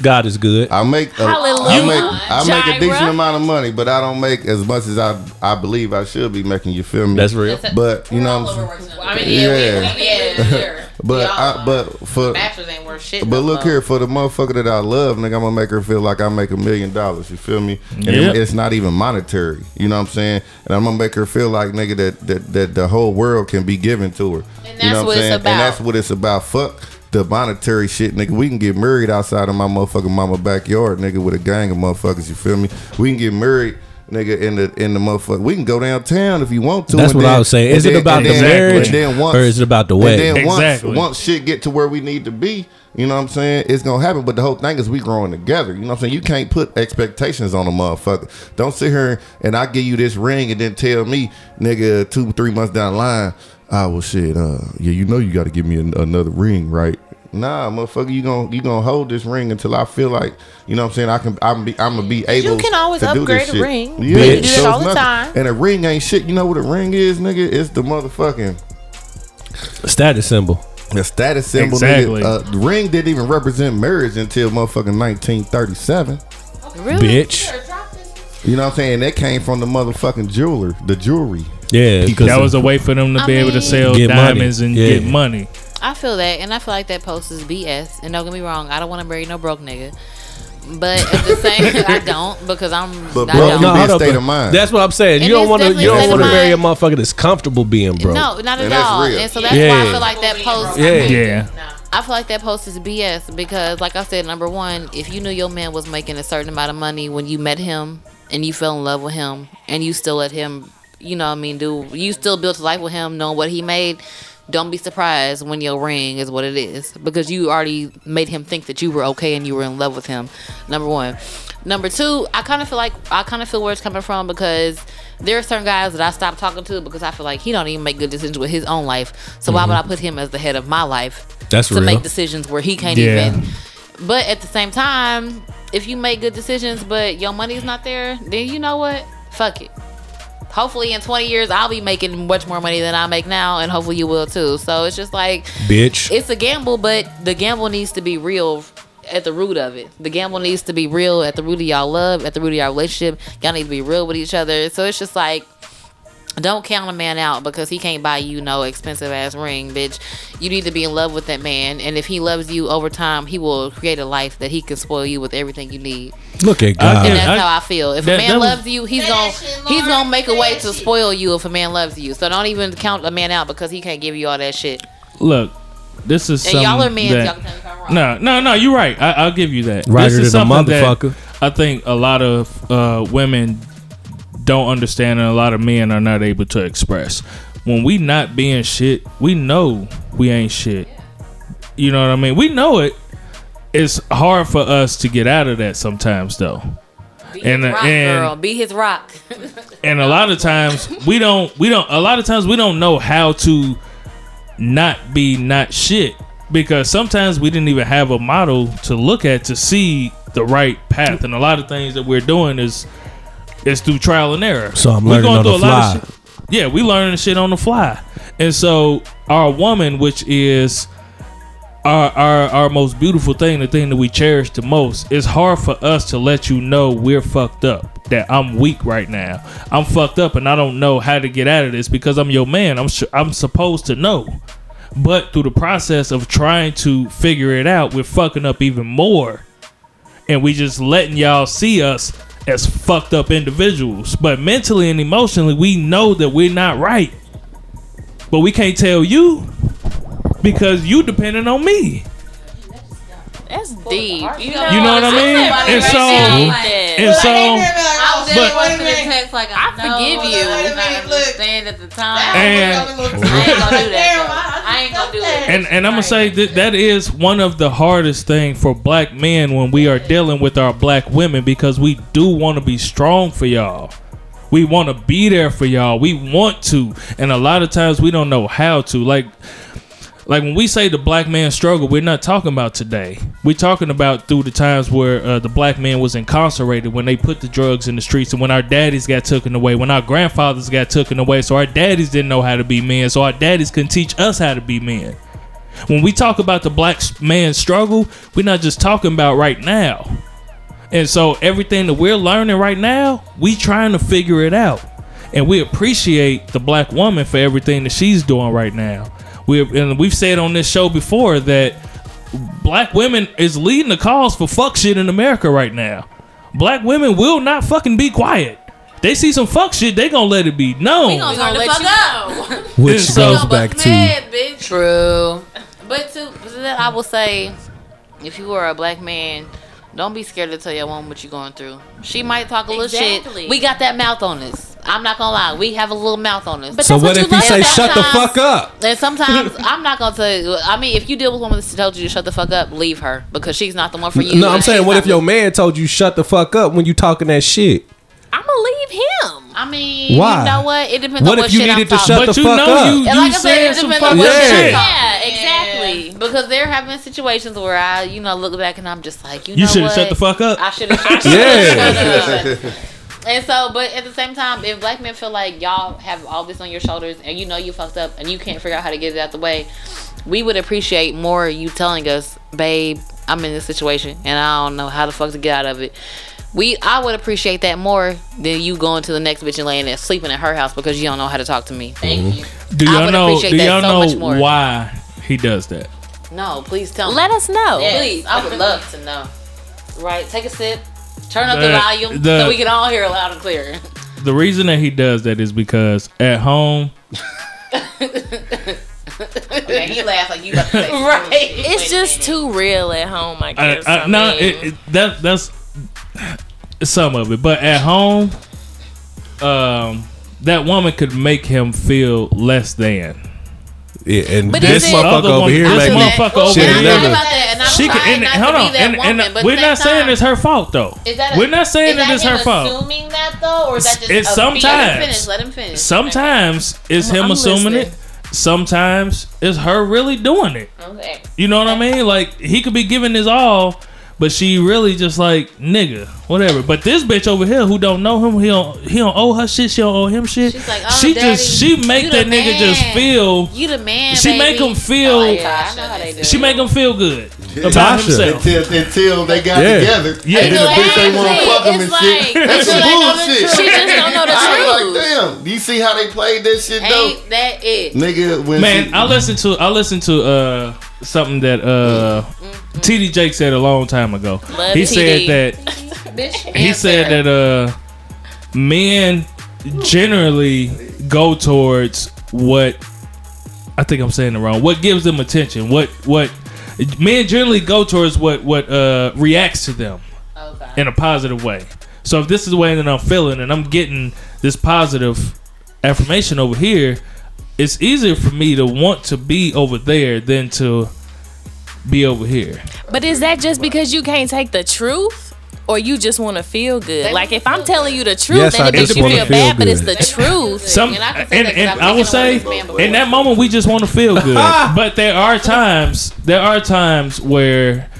God is good.
I make a, I
Hallelujah,
make I make a
Jireh.
decent amount of money, but I don't make as much as I I believe I should be making. You feel me?
That's real.
But you know, what I'm saying?
I mean, yeah,
Yeah.
We, we, yeah, sure.
but
Y'all
I,
are.
but for
bachelors ain't worth shit.
But
no
look
more.
here, for the motherfucker that I love, nigga, I'm gonna make her feel like I make a million dollars. You feel me? And it-
Yep.
it's not even monetary. You know what I'm saying? And I'm gonna make her feel like nigga that that, that the whole world can be given to her.
And
you
that's
know
what
what
it's
I'm saying?
about.
And that's what it's about. Fuck the monetary shit, nigga. We can get married outside of my motherfucking mama backyard, nigga, with a gang of motherfuckers. You feel me? We can get married. Nigga, in the in the motherfucker, we can go downtown if you want to.
That's
and
what I
then-
was saying.
and
Is it
then-
about
and
the
then-
marriage,
and then once-
or is it about the
and
way?
then once-
Exactly.
once shit get to where we need to be, you know what I'm saying? It's gonna happen. But the whole thing is we growing together. You know what I'm saying? You can't put expectations on a motherfucker. Don't sit here and I give you this ring and then tell me, nigga, two three months down the line, ah well shit, uh, yeah, you know you got to give me an, another ring, right? Nah, motherfucker, you gonna you gonna hold this ring until I feel like you know what I'm saying. I can I'm be I'm gonna be able.
can always
to do
upgrade
this
a
shit.
ring.
Yeah,
Bitch. You do
so
that
it's
all the
nothing.
time.
And a ring ain't shit. You know what a ring is, nigga? It's the motherfucking
Status symbol.
the status symbol.
Exactly.
Nigga, uh, the ring didn't even represent marriage until motherfucking 1937.
Bitch.
You know what I'm saying? That came from the motherfucking jeweler, the jewelry.
Yeah. because
that was a way for them to be able to
mean-
sell
Get money.
diamonds and
Yeah.
get money.
I feel that, and I feel like that post is BS. And don't get me wrong, I don't want to marry no broke nigga. But at the same, I don't because I'm.
But
I
broke can
don't.
be a
hold up,
state
but
of mind.
That's what I'm saying.
It
you don't
is
want to.
definitely
You
a
don't
state
want to
of
marry a
mind.
motherfucker that's comfortable being broke.
No, not at
And that's
all.
real.
And so that's
Yeah.
why I feel like that post.
Yeah.
Yeah.
I feel like that post is BS because, like I said, number one, if you knew your man was making a certain amount of money when you met him and you fell in love with him and you still let him, you know, what I mean, do you still built a life with him knowing what he made? Don't be surprised when your ring is what it is because you already made him think that you were okay and you were in love with him. Number one. Number two, I kind of feel like I kind of feel where it's coming from because there are certain guys that I stopped talking to because I feel like he don't even make good decisions with his own life. So why would I put him as the head of my life?
That's
to
real.
make decisions where he can't
Yeah.
even. But at the same time, if you make good decisions but your money's not there, then you know what? Fuck it. Hopefully in 20 years I'll be making much more money than I make now and hopefully you will too. So it's just like
Bitch.
it's a gamble, but the gamble needs to be real at the root of it. The gamble needs to be real at the root of y'all love, at the root of y'all relationship. Y'all need to be real with each other. So it's just like don't count a man out because he can't buy you no expensive ass ring, bitch. You need to be in love with that man, and if he loves you over time, he will create a life that he can spoil you with everything you need.
Look at God.
I-
And that's
Uh, I-
how I feel. If
that-
a man
that was-
loves you, he's
Say
gonna
that shit,
he's
Lauren.
gonna make a
Say
way
that
to
shit.
spoil you if a man loves you. So don't even count a man out because he can't give you all that shit.
Look, this is
And y'all are
something
men.
that-
y'all can tell me if I'm wrong.
No, no, no. You're right. I, I'll give you that.
Righter
This is
than a
something that
motherfucker.
I think a lot of uh, women don't understand, and a lot of men are not able to express. when we not being shit, we know we ain't shit. You know what I mean? We know it. It's hard for us to get out of that sometimes though.
Be
And- uh,
his rock,
and-
girl. Be his rock.
And a lot of times we don't we don't a lot of times we don't know how to not be not shit because sometimes we didn't even have a model to look at to see the right path and a lot of things that we're doing is is through trial and error
So I'm
We're
learning
going
on the
through a lot
fly.
of shit. yeah we learning shit on the fly and so our woman which is our, our our most beautiful thing the thing that we cherish the most it's hard for us to let you know we're fucked up that i'm weak right now i'm fucked up and i don't know how to get out of this because i'm your man i'm sure i'm supposed to know but through the process of trying to figure it out, we're fucking up even more. And we just letting y'all see us as fucked up individuals. But mentally and emotionally, we know that we're not right. But we can't tell you because you depending on me.
That's deep. You know,
You know what I mean? And so and so
I was
But-
just watching the text like I,
forgive you.
I understand at the time.
and
I ain't gonna do that. though. I ain't gonna do it.
and, and I'm gonna say that that is one of the hardest thing for black men when we are dealing with our black women because we do want to be strong for y'all. We want to be there for y'all. We want to, and a lot of times we don't know how to. Like, like when we say the black man struggle, we're not talking about today. We're talking about through the times where uh, the black man was incarcerated, when they put the drugs in the streets, and when our daddies got taken away, when our grandfathers got taken away. So our daddies didn't know how to be men. So our daddies couldn't teach us how to be men when we talk about the black s- man's struggle, we're not just talking about right now. And so everything that we're learning right now, we trying to figure it out. And we appreciate the black woman for everything that she's doing right now. We and we've said on this show before that black women is leading the cause for fuck shit in America right now. Black women will not fucking be quiet. They see some fuck shit, they gonna let it be known.
We gonna turn the
let
fuck
you
up.
Which
It's
goes
so
back
But
to
mad, bitch.
True.
But to
But then I will say, if you are a black man, don't be scared to tell your woman what you're going through. She might talk a little
Exactly.
shit. We got that mouth on us. I'm not gonna lie. We have a little mouth on us.
So what if you
love
say
about
shut the
us.
fuck up?
And sometimes I'm not gonna tell you. I mean, if you deal with a woman that told you to shut the fuck up, leave her because she's not the one for you.
No, I'm
and
saying
she's
what
not
if your man told you shut the fuck up when you talking that shit?
I'm gonna leave him.
I mean,
Why?
you know what? It depends
What
on
if
what
you
shit
needed
I'm
to
talking
shut
but
the
you
fuck
know
up.
you,
And
you
And like I
said
said, it
some
depends
fucking
on what
Yeah.
shit.
shit.
Yeah, exactly. Because there have been situations where I, you know, look back and I'm just like, you,
You
know
should have
what?
shut the fuck up.
I should have.
Yeah.
And so, but at the same time, if black men feel like y'all have all this on your shoulders and you know you fucked up and you can't figure out how to get it out the way, we would appreciate more you telling us, babe, I'm in this situation and I don't know how the fuck to get out of it. We, I would appreciate that more than you going to the next bitch and laying there sleeping at her house because you don't know how to talk to me. Thank you.
Do
I
y'all
would
know?
appreciate
Do y'all
that so much more.
know why he does that?
No, please tell me.
Let us know.
Yes, please, I would love to know. Right, take a sip, turn up the,
The-
volume
the-
so we can all hear loud and clear.
The reason that he does that is because at home,
Okay, he laughs like you about to say right.
It's just too real at home, I
I,
guess.
I, no,
mean,
it, it, that that's some of it. But at home, um, that woman could make him feel less than.
Yeah, and
But
this
is it-
motherfucker
Other
over
one-
here
this
making me
motherfucker over
shit
And I
here.
thought
never.
about that, and I'm
She
trying
can, and,
not
hold
to
on,
be that
and,
woman,
and
but
we're
at the
not
same
saying
time-
it's her fault though.
Is that a-
we're not saying
is
that it's
him
her fault.
Assuming that though, or is that just
It's
a
sometimes.
Let him finish. Let him finish.
Sometimes it's him
I'm
assuming
listening.
it. Sometimes it's her really doing it.
Okay.
You know what I mean? Like he could be giving his all, but she really just like nigga, whatever. But this bitch over here who don't know him, he don't he don't owe her shit. She don't owe him shit.
She's like, "Oh,
she just
daddy,
she make
you
that
the
nigga just
man."
feel.
You the man.
She
baby.
make him feel.
Oh, yeah, I know how they do.
She make him feel good about
Tasha.
himself.
until, until they got
Yeah.
together.
Yeah.
And then the bitch they want to
Exactly.
fuck them and
It's
shit.
like-
That's
it's
some
like, I'm
bullshit.
She just don't know the
I was
truth.
like, damn. You see how they played that shit, though?
Ain't that it?
Nigga, when
Man,
she,
I listened to I listened to uh something that uh
Mm,
TD Jake said a long time ago.
Love
he
TD.
said that
Bitch.
he said that uh men generally go towards what I think I'm saying it wrong. What gives them attention? What what men generally go towards what what uh reacts to them in a positive way. So if this is the way that I'm feeling and I'm getting this positive affirmation over here, it's easier for me to want to be over there than to be over here.
But is that just because you can't take the truth? Or you just want to feel good? Like if I'm telling you the truth,
Yes,
then
I
it makes
just
you
wanna
feel
feel
bad, but it's the
good.
truth.
Some
And I can
and,
say that 'cause
and
I've
I will
taken away
say
this man before.
in that moment we just want to feel good. but there are times there are times where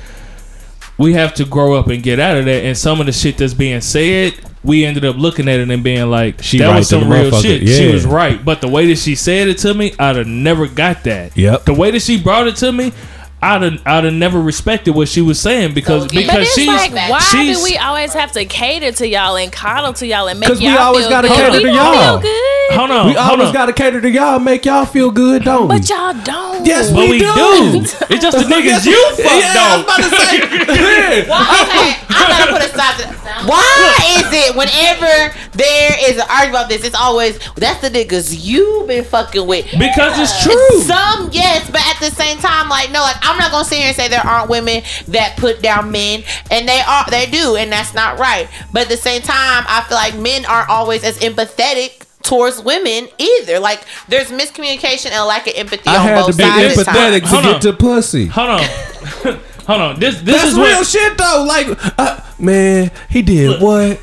we have to grow up and get out of that and some of the shit that's being said we ended up looking at it and being like
She
that
right
was
to
some
the
real
motherfucker.
shit. She
Yeah.
was right. But the way that she said it to me, I'd have never got that.
Yep.
The way that she brought it to me, I'd have, I'd have never respected what she was saying because
again-
But
because
it's
she's
like, why
she's
do we always have to cater to y'all and coddle to y'all and make
'Cause
y'all
we always
feel
gotta
good?
cater
we
to
don't
y'all.
Feel good,
hold on
We
hold
always
on.
got to cater to y'all, make y'all feel good, don't we?
but y'all don't.
Yes,
but
we,
we do.
do.
It's just the niggas you fucked
yeah,
up.
I'm about to say. yeah.
Okay, I'm gonna put a stop to that. Why is it whenever there is an argument about this, it's always that's the niggas you been fucking with.
Because it's true.
Some yes, but at the same time, like no, like I'm not gonna sit here and say there aren't women that put down men, and they are, they do, and that's not right. But at the same time, I feel like men aren't always as empathetic towards women either. Like there's miscommunication and a lack of empathy
I
on
had to
both
be
sides. of the time.
empathetic to
Hold on.
get to pussy.
Hold on. Hold on. This this
That's
is
real
what
shit though. Like, uh, man, he did what?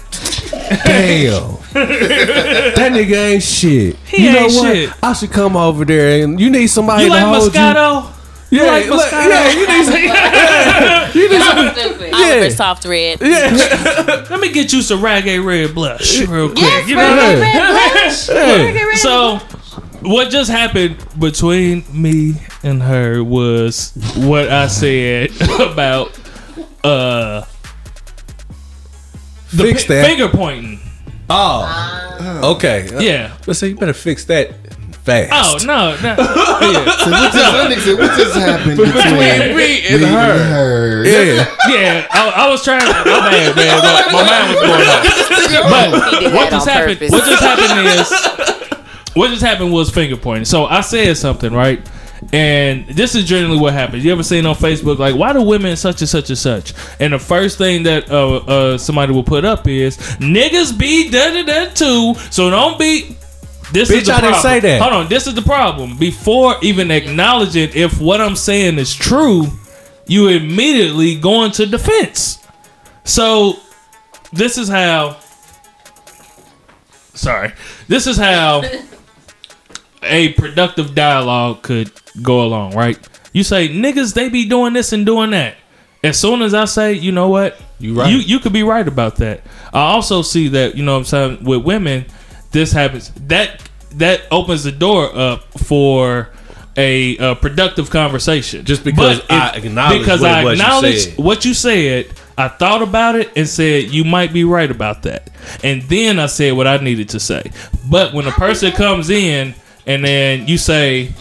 Damn, that nigga ain't shit.
He
you know
ain't
what?
shit.
I should come over there and you need somebody
you
to
like
hold
Moscato?
you. Yeah,
like
look,
Moscato?
yeah, you need. Some,
Stupid.
Oliver
Yeah.
Soft Red.
Let me get you some Ragay Red Blush real quick.
Yes,
you
red,
know?
red, red, red.
Hey,
So what just happened between me and her was what I said about uh
fix
fi-
that.
finger pointing.
Oh, okay.
Yeah.
Let's say you better fix that fast.
Oh no, no.
So what just, let me see, what just happened between,
me
me and her?
Yeah,
Yeah, I, I was trying. My bad, man. My, my mind was going off. But what just happened? What just happened is what just happened was finger pointing. So I said something right, and this is generally what happens. You ever seen on Facebook like, why do women such and such and such? And the first thing that uh, uh, somebody will put up is niggas be da da da too. So don't be. This
Bitch,
is the
I didn't
problem.
say that.
Hold on, this is the problem. Before even acknowledging if what I'm saying is true, you immediately go into defense. So this is how sorry. This is how a productive dialogue could go along, right? You say, niggas, they be doing this and doing that. As soon as I say, you know what? You
right.
You you could be right about that. I also see that, you know what I'm saying, with women, this happens. That that opens the door up for a, uh productive conversation.
Just because
But
I acknowledge what it was you said.
what you said, I thought about it and said you might be right about that. And then I said what I needed to say. But when a person comes in and then you say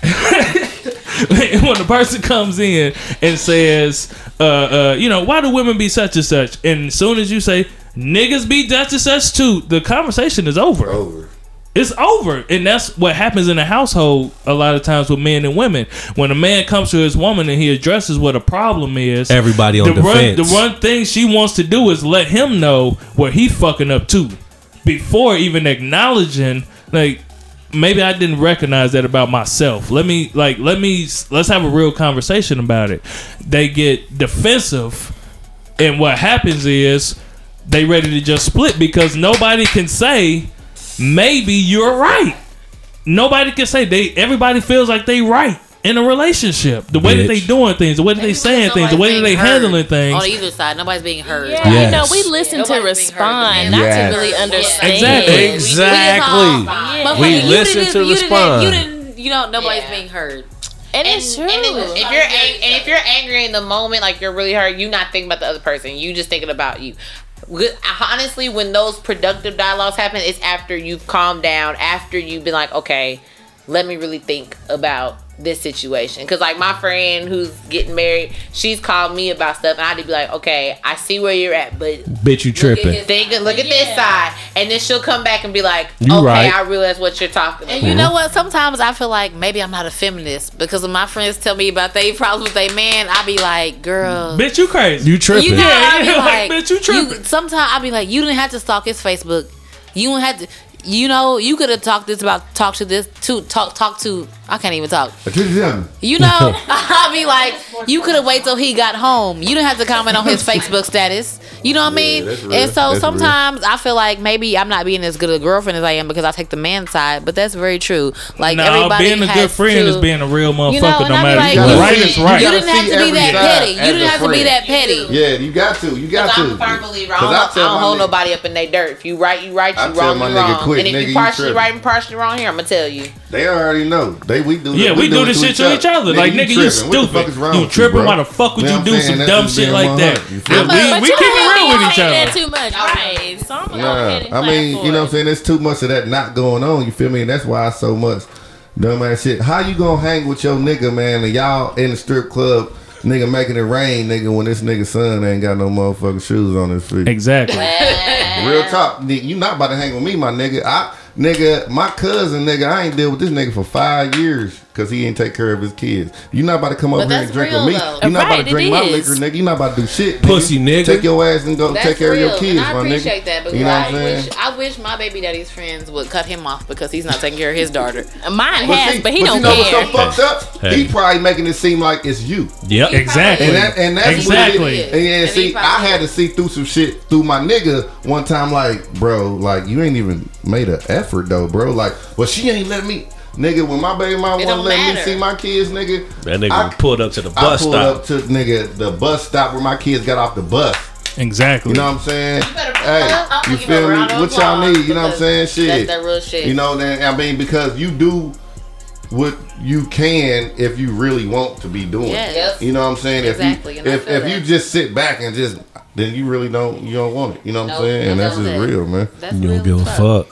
when the person comes in and says, uh, uh, you know, why do women be such and such? And as soon as you say, niggas be such and such too, the conversation is over
Over.
it's over and that's what happens in the household a lot of times with men and women when a man comes to his woman and he addresses what a problem is
Everybody on
the one,
defense.
the one thing she wants to do is let him know where he fucking up too before even acknowledging like maybe i didn't recognize that about myself let me like let me let's have a real conversation about it they get defensive and what happens is they ready to just split because nobody can say maybe you're right. Nobody can say they. Everybody feels like they right in a relationship. The way that they
Bitch.
doing things, the way that they saying things, the way that they handling
on
things.
either side. Nobody's being heard.
Yeah,
Yes.
you know, we listen
Nobody's
to
being
respond,
heard.
not
Yes.
to really understand.
Exactly.
We- we just all
Exactly.
fine.
Yeah.
But
We
you didn't-
listen to
you
respond.
Didn't, you didn't. You know, nobody's
Yeah.
being heard.
And,
And,
it's true.
and then if you're ang- and if you're angry in the moment, like you're really hurt, you're not thinking about the other person. You just thinking about you. Good- Honestly, when those productive dialogues happen, it's after you've calmed down, after you've been like, okay, let me really think about this situation. Because like my friend who's getting married, she's called me about stuff, and I'd be like, okay, I see where you're at, but
bitch, you tripping.
think, look at this side, and then she'll come back and be like,
You
okay,
right.
I realize what you're talking about.
And you know what? Sometimes I feel like maybe I'm not a feminist because when my friends tell me about their problems with their man, I be like, girl.
Bitch, you crazy.
You tripping.
You know,
Yeah,
I be
yeah, like,
like,
bitch, you tripping.
Sometimes I be like, you didn't have to stalk his Facebook. You didn't have to. you know, you could have talked this about talked to this to talk talk to. I can't even talk. You know, I mean, like you could have waited till he got home. You didn't have to comment on his Facebook status. You know what I mean?
that's real.
and so
That's real.
sometimes I feel like maybe I'm not being as good a girlfriend as I am because I take the man's side. But that's very true. Like
Nah,
everybody
being a good
has
friend
to-
is being a real motherfucker
You know, and
no
I'm
matter
like,
what.
you
Right
didn't-
is right.
You didn't have
See
to be
every
that
side
petty.
as
You didn't
a
have to be
friend.
that petty.
Yeah, you got to. You got to.
I'm a firm believer. I
'Cause
don't,
I tell
I don't
my
hold
nigga-
nobody up in their dirt. If you right, you right. You
I
wrong,
tell my
you
nigga
wrong.
quick,
and if
nigga, you
you partially
tripping.
right and partially wrong here, I'm gonna tell you.
They already know. They we do.
Yeah, we, do,
it
this
to
shit to each other. Like, nigga, you,
tripping. What the fuck
stupid.
is wrong
You
with
tripping.
bro?
Why the fuck would
You know
you
what
do
I'm
some
saying? That's
dumb
just
shit
being
like that?
100. You feel me?
Yeah, we
But
we
you
keep
don't
it
be
real with each
on that
other.
too much, right? So I'm gonna go ahead and
Nah, I
clap
mean,
for
you know what I'm
it.
saying? There's too much of that not going on. You feel me? And that's why it's so much dumbass shit. How you gonna hang with your nigga, man, and y'all in the strip club, nigga making it rain, nigga, when this nigga son ain't got no motherfucking shoes on his feet?
Exactly.
Real talk, nigga, you not about to hang with me, my nigga. I, nigga, my cousin, nigga, I ain't deal with this nigga for five years because he ain't take care of his kids. You not about to come up here and
that's
drink
real,
with me.
though.
You not
Right,
about to
it
drink my
is.
liquor, nigga. You not about to do shit,
Pussy nigga.
Take your ass and go
That's
take care
real.
of your kids,
and I
my
appreciate
nigga.
that because
you know what
I
I'm saying?
wish I wish my baby daddy's friends would cut him off because he's not taking care of his daughter.
Mine has,
see-
but he
but
don't
you know what's
care.
so fucked up?
Hey.
He probably making it seem like it's you.
Yep.
Exactly.
And that and that's what it
exactly.
is. And, and
And he
see,
probably
I had to see through some shit through my nigga one time. Like, bro, like you ain't even made an effort though, bro. Like, well, she ain't let me, nigga. When my baby mom
It
want to
don't
let me
matter.
see my kids, nigga,
That nigga
I,
pulled up to the
I
bus
pulled
stop.
up to nigga the bus stop where my kids got off the bus.
Exactly.
You know what I'm saying?
better pull up. I'm
hey,
gonna
you
give
feel
a
me?
round of
What y'all
applause
need? You know what I'm saying?
because
Shit.
that's that real shit.
You know that I mean because you do what you can if you really want to be doing.
Yes.
it. You know what I'm saying? If
Exactly, and
you
I
if,
feel
if
that.
you just sit back and just then you really don't you don't want it. You know what I'm
Nope,
saying? And
I
that's
know
just
that.
real, man.
That's
You
real
don't give a
as
fuck.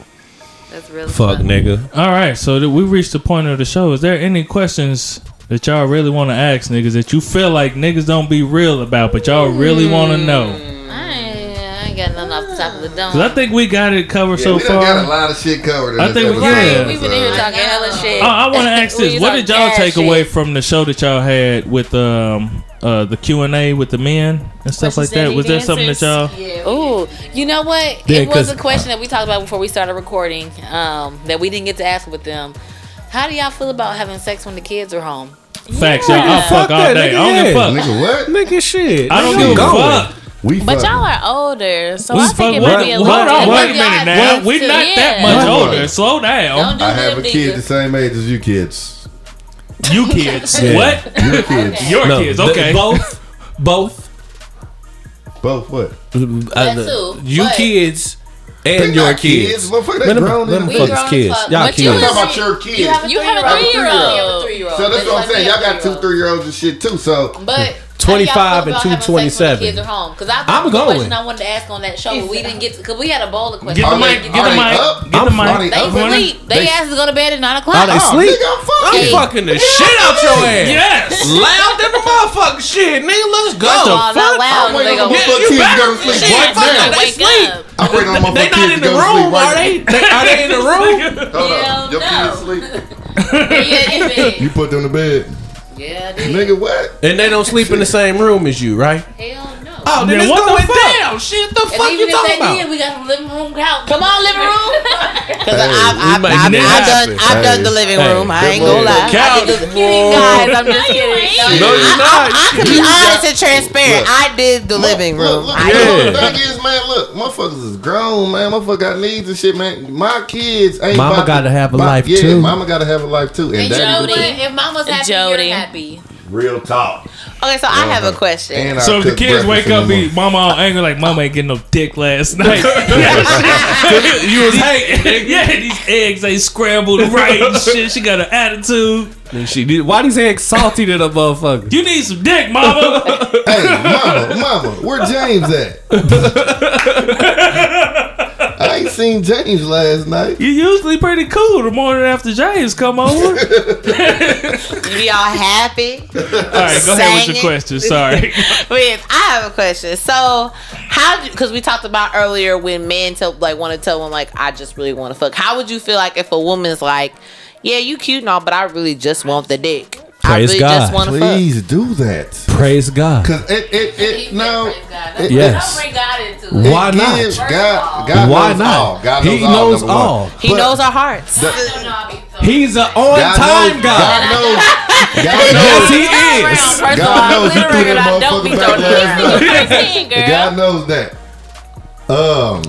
That's real. as
Fuck, nigga.
All right, so that we reached the point of the show. Is there any questions that y'all really want to ask niggas that you feel like niggas don't be real about, but y'all really want to know?
I ain't, I ain't got nothing off the top of the dome.
Because I think we got it covered so
we done got
far.
a lot of shit covered. In
I
this
think we-
episode,
yeah.
so.
We've
been here talking hella shit.
Oh,
Uh-uh.
I want to ask this:
We
What
talking
did y'all
bad
take
shit.
away from the show that y'all had with um uh the Q and A with the men and stuff
Questions
like
that
that?
need
Was there something that
answers.
y'all?
Ooh, you know what?
Yeah,
it was
'cause-
a question that we talked about before we started recording um, that we didn't get to ask with them. How do y'all feel about having sex when the kids are home?
Facts, y'all. I'll
Nigga,
fuck
fuck
all
that, nigga,
day. I don't give a
yeah.
fuck.
Nigga, what?
Nigga, shit.
I don't
Where you
give a
going?
fuck.
We
But y'all are
fucking-
older, so
We
I think it
fuck-
might be a
Hold
little.
on,
What
wait a minute
y'all
now.
do
We're
to-
not that
yeah.
much
What?
older. Slow
Don't
down,
do
I have a
little
kid the
niggas.
same age as you kids.
you kids.
Yeah.
What?
Your kids.
Your
No,
kids?
the-
Okay.
Both. Both.
Both what?
uh, the-
too,
You
but-
kids and
They
your
not
kids.
Motherfucker, they
Let them,
grown.
let them
in the
fuck.
bitch.
fuck his kids.
fuck.
Y'all
But you
I'm
kids.
talking about your kids.
You have a
three-year-old.
three-year-old. three-year-old.
So that's what I'm saying. Y'all got two
three.
three year olds and shit too. So
But
25
how
and
do y'all feel about
two
having
27.
sex when the Kids are home because I
I'm
I'm
going.
going. Question I wanted to ask on that show, but we didn't get to because we had a bowl of questions.
Get the
Are they-
mic. Get the
are they up?
mic. Get the
I'm
mic.
funny.
They
up with
Winner.
sleep. They,
They-
asked to go to bed at nine
Are
o'clock.
they
Oh,
sleep?
nigga, I'm fucking-
I'm fucking the shit out your ass.
Yes.
Loud than the motherfucking shit, nigga. Let's go.
First of all, not
I'm
loud.
waiting
They
on
go
my
Yeah,
fuck
you
kids to
better-
go to sleep
shit, fuck
right now.
that. They sleep.
up.
I'm waiting on my
They
fuck
not
kids
in
to
the
go to sleep
room, are
right
they? they? Are they in the room?
now. Hold on. Your
Hell
kids sleep.
Yeah, they
You put them to bed.
Yeah,
Nigga, what?
And they don't sleep in the same room as you, right?
Hell no.
Oh, then
Man,
it's
what the
going
fuck?
down. Shit, the
And
fuck
even
you
if they
talking
did,
about?
we got some living room couch. Come on, living room.
Because I've, I've,
might
I've,
need
I've
that.
done I've
Hey,
done the living
hey,
room. I
good
ain't gonna
boy.
lie. I did the
Couch.
kidding, guys. I'm just
You
kidding.
ain't.
No, you're not.
I could be honest and transparent. I did the living room.
Look, look,
I
you know
Yeah.
what the thing is, man, look, motherfuckers is grown, man. Motherfucker got needs and shit, man. My kids ain't
Mama
about
gotta have a
my-
life,
yeah,
too.
mama gotta have a life too. And
And you know
that
what? If mama's happy,
Jody.
you're happy.
real talk.
Okay, so I have a question.
Uh-huh. And I
So if the
cook
kids
breakfast
wake
in the
up, be
morning.
mama all angry like mama ain't getting no dick last night. you was hating. yeah, these eggs ain't scrambled right and shit. She got an attitude.
And she did. Why these eggs salty to the motherfucker?
You need some dick, mama.
Hey, mama, mama, where James at? I ain't seen James last night.
you usually pretty cool the morning after James come over.
Be all happy.
All right, go ahead with your
Sang it.
question. Sorry.
But yes, I have a question. So, how? Because we talked about earlier when men tell like want to tell them like I just really want to fuck. How would you feel like if a woman's like, yeah, you cute and all, but I really just want the dick.
Praise
I really
God.
just want to fuck.
Please do that.
Praise God.
Cause it it it no.
Don't
Yes.
bring God into it.
Why
it gives
not?
God, God
Why
knows
not?
all. God
he knows
knows all.
all.
He knows our hearts.
I know I'll be so-
He's an on time God.
God knows. God
Yes,
knows.
he is.
God
First of all,
knows you
little
threw
record,
that
I don't be
motherfucker
throwing
back last
these
night.
niggas in, girl.
God knows that. Um.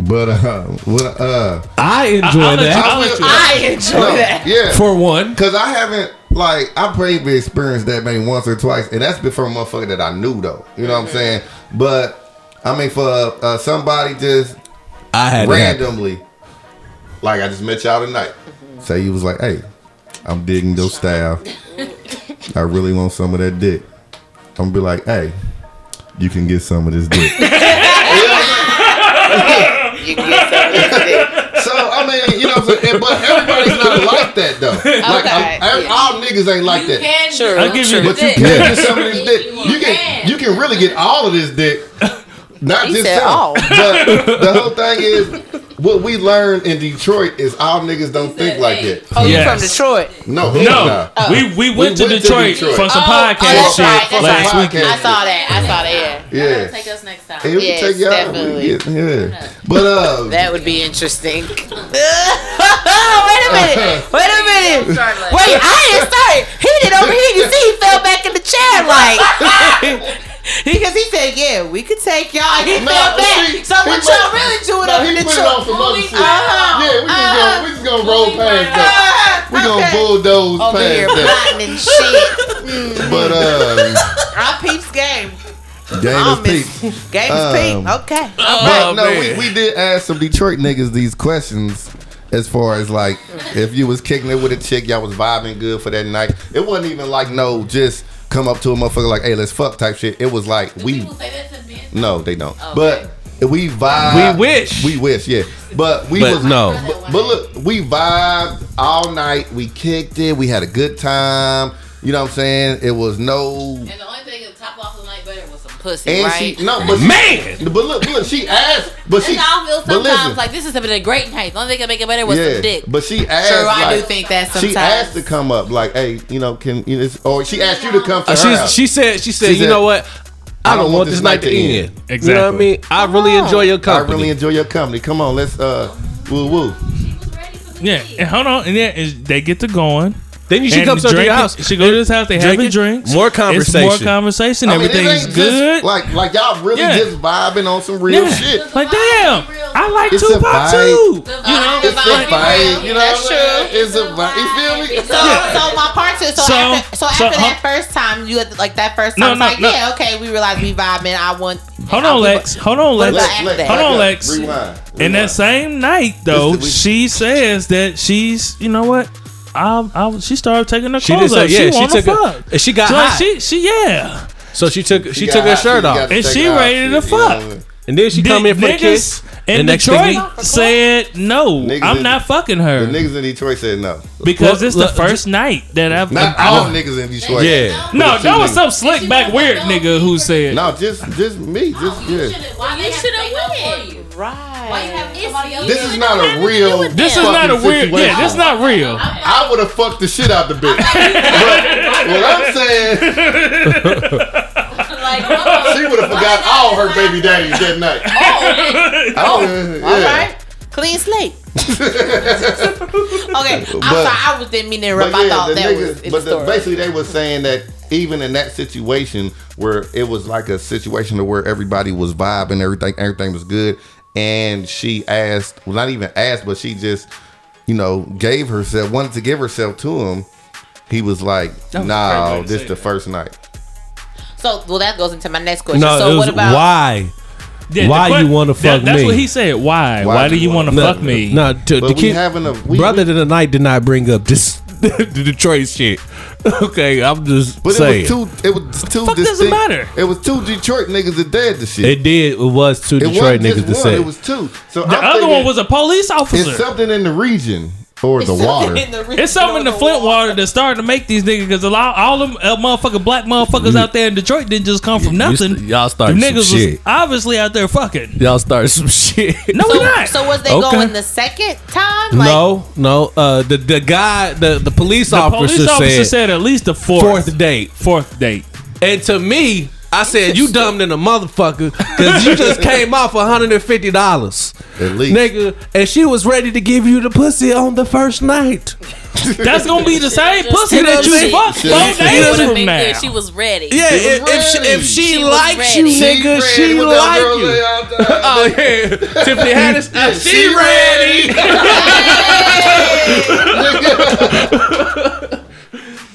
But uh, what uh,
I enjoy
I'll let you-
that.
I'll let you-
no, yeah,
For one,
Cause I haven't like I probably experienced that maybe once or twice, and that's been from a motherfucker that I knew though. You know what I'm saying? But I mean, for uh, somebody just
I had that.
randomly, like I just met y'all tonight, say you was like, "Hey, I'm digging your style. I really want some of that dick." I'm gonna be like, "Hey, you can get some of this dick."
You can get some of this dick.
So I mean, you know, what I'm saying? but everybody's not like that though. Like,
Okay.
I- I- all niggas ain't like that.
Can
Sure.
I'll give you
But you
dick.
can
Yeah.
get some of this dick. You can
can.
you can really get all of this dick. Not
He
just
said
some.
all.
But the whole thing is what we learned in Detroit is all niggas don't think like that.
Oh, you
Yes.
from Detroit?
No,
Uh,
No, we we went, to, Detroit for some
Oh, oh,
podcast
that's
shit
right, that's
last
right.
weekend.
I
Yes.
saw that. I saw that. Yeah.
Yeah.
Take us next time.
Hey, we
Yes,
take y'all.
definitely.
We get- yeah. But uh
That would be interesting. Wait a minute. Wait a minute. Wait, I didn't start. He did over here. You see, he fell back in the chair like. Because he said, "Yeah, we could take y'all." He
No,
fell back.
he-
so
he
what
put-
y'all really doing
no,
over
he
in the
put it on some other shit. Yeah, we
Uh-huh.
just gonna we just gonna roll past that.
Uh,
We gonna
okay.
bulldoze
over
past
here
that.
plotting and shit.
But uh
I peeps game.
Dana's
I'm
peep.
miss game is peep.
Um,
Okay.
Oh,
But no, we, we did ask some Detroit niggas these questions as far as like if you was kicking it with a chick, y'all was vibing good for that night. It wasn't even like no, just come up to a motherfucker like, hey, let's fuck type shit. It was like we
People say that to men. Oh,
no, they don't. But we vibe.
We wish.
We wish. Yeah. But we
But
was
no.
But, but look, we vibed all night. We kicked it. We had a good time. You know what I'm saying? It was no.
And the only thing that top off the night better was some pussy,
And
right?
she no, but
Man!
But look, look, she asked, but she.
That's how I feel
but listen,
sometimes. Like this has been a great night. The only thing that make it better was some dick.
But she asked.
Sure, I do
like,
think that sometimes.
she asked to come up, like, hey, you know, can you this, or she asked you to come to
Uh,
her
she's,
house.
she said, she said,
She
you
said,
know what? I don't, want this night to end. You know what I
Exactly.
mean? I really enjoy your
I
company.
really enjoy your company. Come on, let's uh, woo woo.
Yeah, and hold on, and then is- they get to going.
then you should
and
come to
drinking-
your house.
She go to his house. They
Drinking,
having drinks.
more
It's
conversation.
more conversation.
I mean, it
Everything's
ain't
good.
Just, like, like y'all really
Yeah.
just vibing on some real
Yeah.
shit.
Like damn, I like
It's a
Tupac
vibe.
too.
The
You know,
vibe, the
It's a
vibe.
vibe, you know.
That's
what I'm
true.
saying? It's a vibe. You feel me?
So, so my part two. So,
So-
after, so after
so,
that first time, you had, like that first time,
No,
it's
no,
like,
no.
yeah, okay, we realized we vibing. I want.
hold
I
on,
want-
Lex. Hold on,
But
Lex.
Lex-
Hold on, Lex.
Rewind.
And that
Rewind.
same night, though,
This- we-
she says that she's, you know what? I, I, she started taking her
She did
clothes
say,
off.
yeah,
she,
she
wanna
took
fuck.
a, and she got
So
hot.
she, she, yeah.
so she took she,
She
took
got
her
hot,
shirt
she
off,
got
And
take
she
her off,
ready to
you know
fuck.
what I mean?
and then she come
Di-
in for a
niggas
kiss.
in
the next thing you-
Detroit said no.
Niggas
I'm
in-
not fucking
The
her
niggas in Detroit said no.
because
Look,
it's the
look,
first night that I've.
Not
I-
all niggas in Detroit.
yeah,
no,
But a
that
few
was
niggas.
some slick back weird nigga who said.
No, just just me, just yeah.
Why you should have went? Why you
Right.
have somebody else?
This is not a real.
This is not a
fucking
weird.
situation.
Yeah, this is not real.
I would have fucked the shit out the bitch. but what I'm saying,
Like, oh,
she would have forgot all her baby daddies that night. Oh, yeah.
All right. Clean slate. okay, I'm sorry.
But-
I was didn't mean to
But
interrupt. I
yeah,
thought
the
that
niggas,
was in
but
the
the-
story.
basically they were saying that even in that situation where it was like a situation to where everybody was vibing, everything, everything was good, and she asked, well, not even asked, but she just, you know, gave herself, wanted to give herself to him. He was like,
was a great way
"Nah,
to
this
say
the
that.
first night."
so, well, that goes into my next question.
no.
so,
it was
what about?
why?
Yeah, the
Why
que-
you wanna
that-
fuck
That's
me?
what he said. Why? Why, do you want to fuck me?
No, to,
But
to
we
keep
having a we,
brother
we-
to the night did not bring up this the Detroit shit. Okay, I'm just
But
saying.
it was two. It was two.
Fuck doesn't
distinct-
matter.
It was two Detroit niggas that did the shit.
It did. It was two
It
Detroit
wasn't
niggas
just
to
one,
say.
It was two. So
The other one was a police
it's
officer.
something in the region. Or the water.
It's something in the Flint water that's starting to make these niggas because a lot all them uh, motherfucking black motherfuckers out there in Detroit didn't just come from nothing.
st- y'all
Them
started some
niggas was
shit.
obviously out there fucking.
Y'all started some shit.
No, we're not.
So was they
Okay.
going the second time? Like,
No, no. Uh, the the guy, the the police
the
officer,
police officer
said,
said, at least the fourth
fourth date,
fourth date.
and to me, I said you dumb than a motherfucker because you just came off one hundred and fifty dollars,
At least.
nigga, and she was ready to give you the pussy on the first night.
That's gonna be the same pussy
You know
that
what I'm
you
saying?
fucked
Shit.
four days
Would've
from
Been
now.
good. She was ready.
Yeah, if, if she, if she,
She was
likes you,
ready.
nigga, she, like you. Oh yeah, Tiffany Haddish, she ready.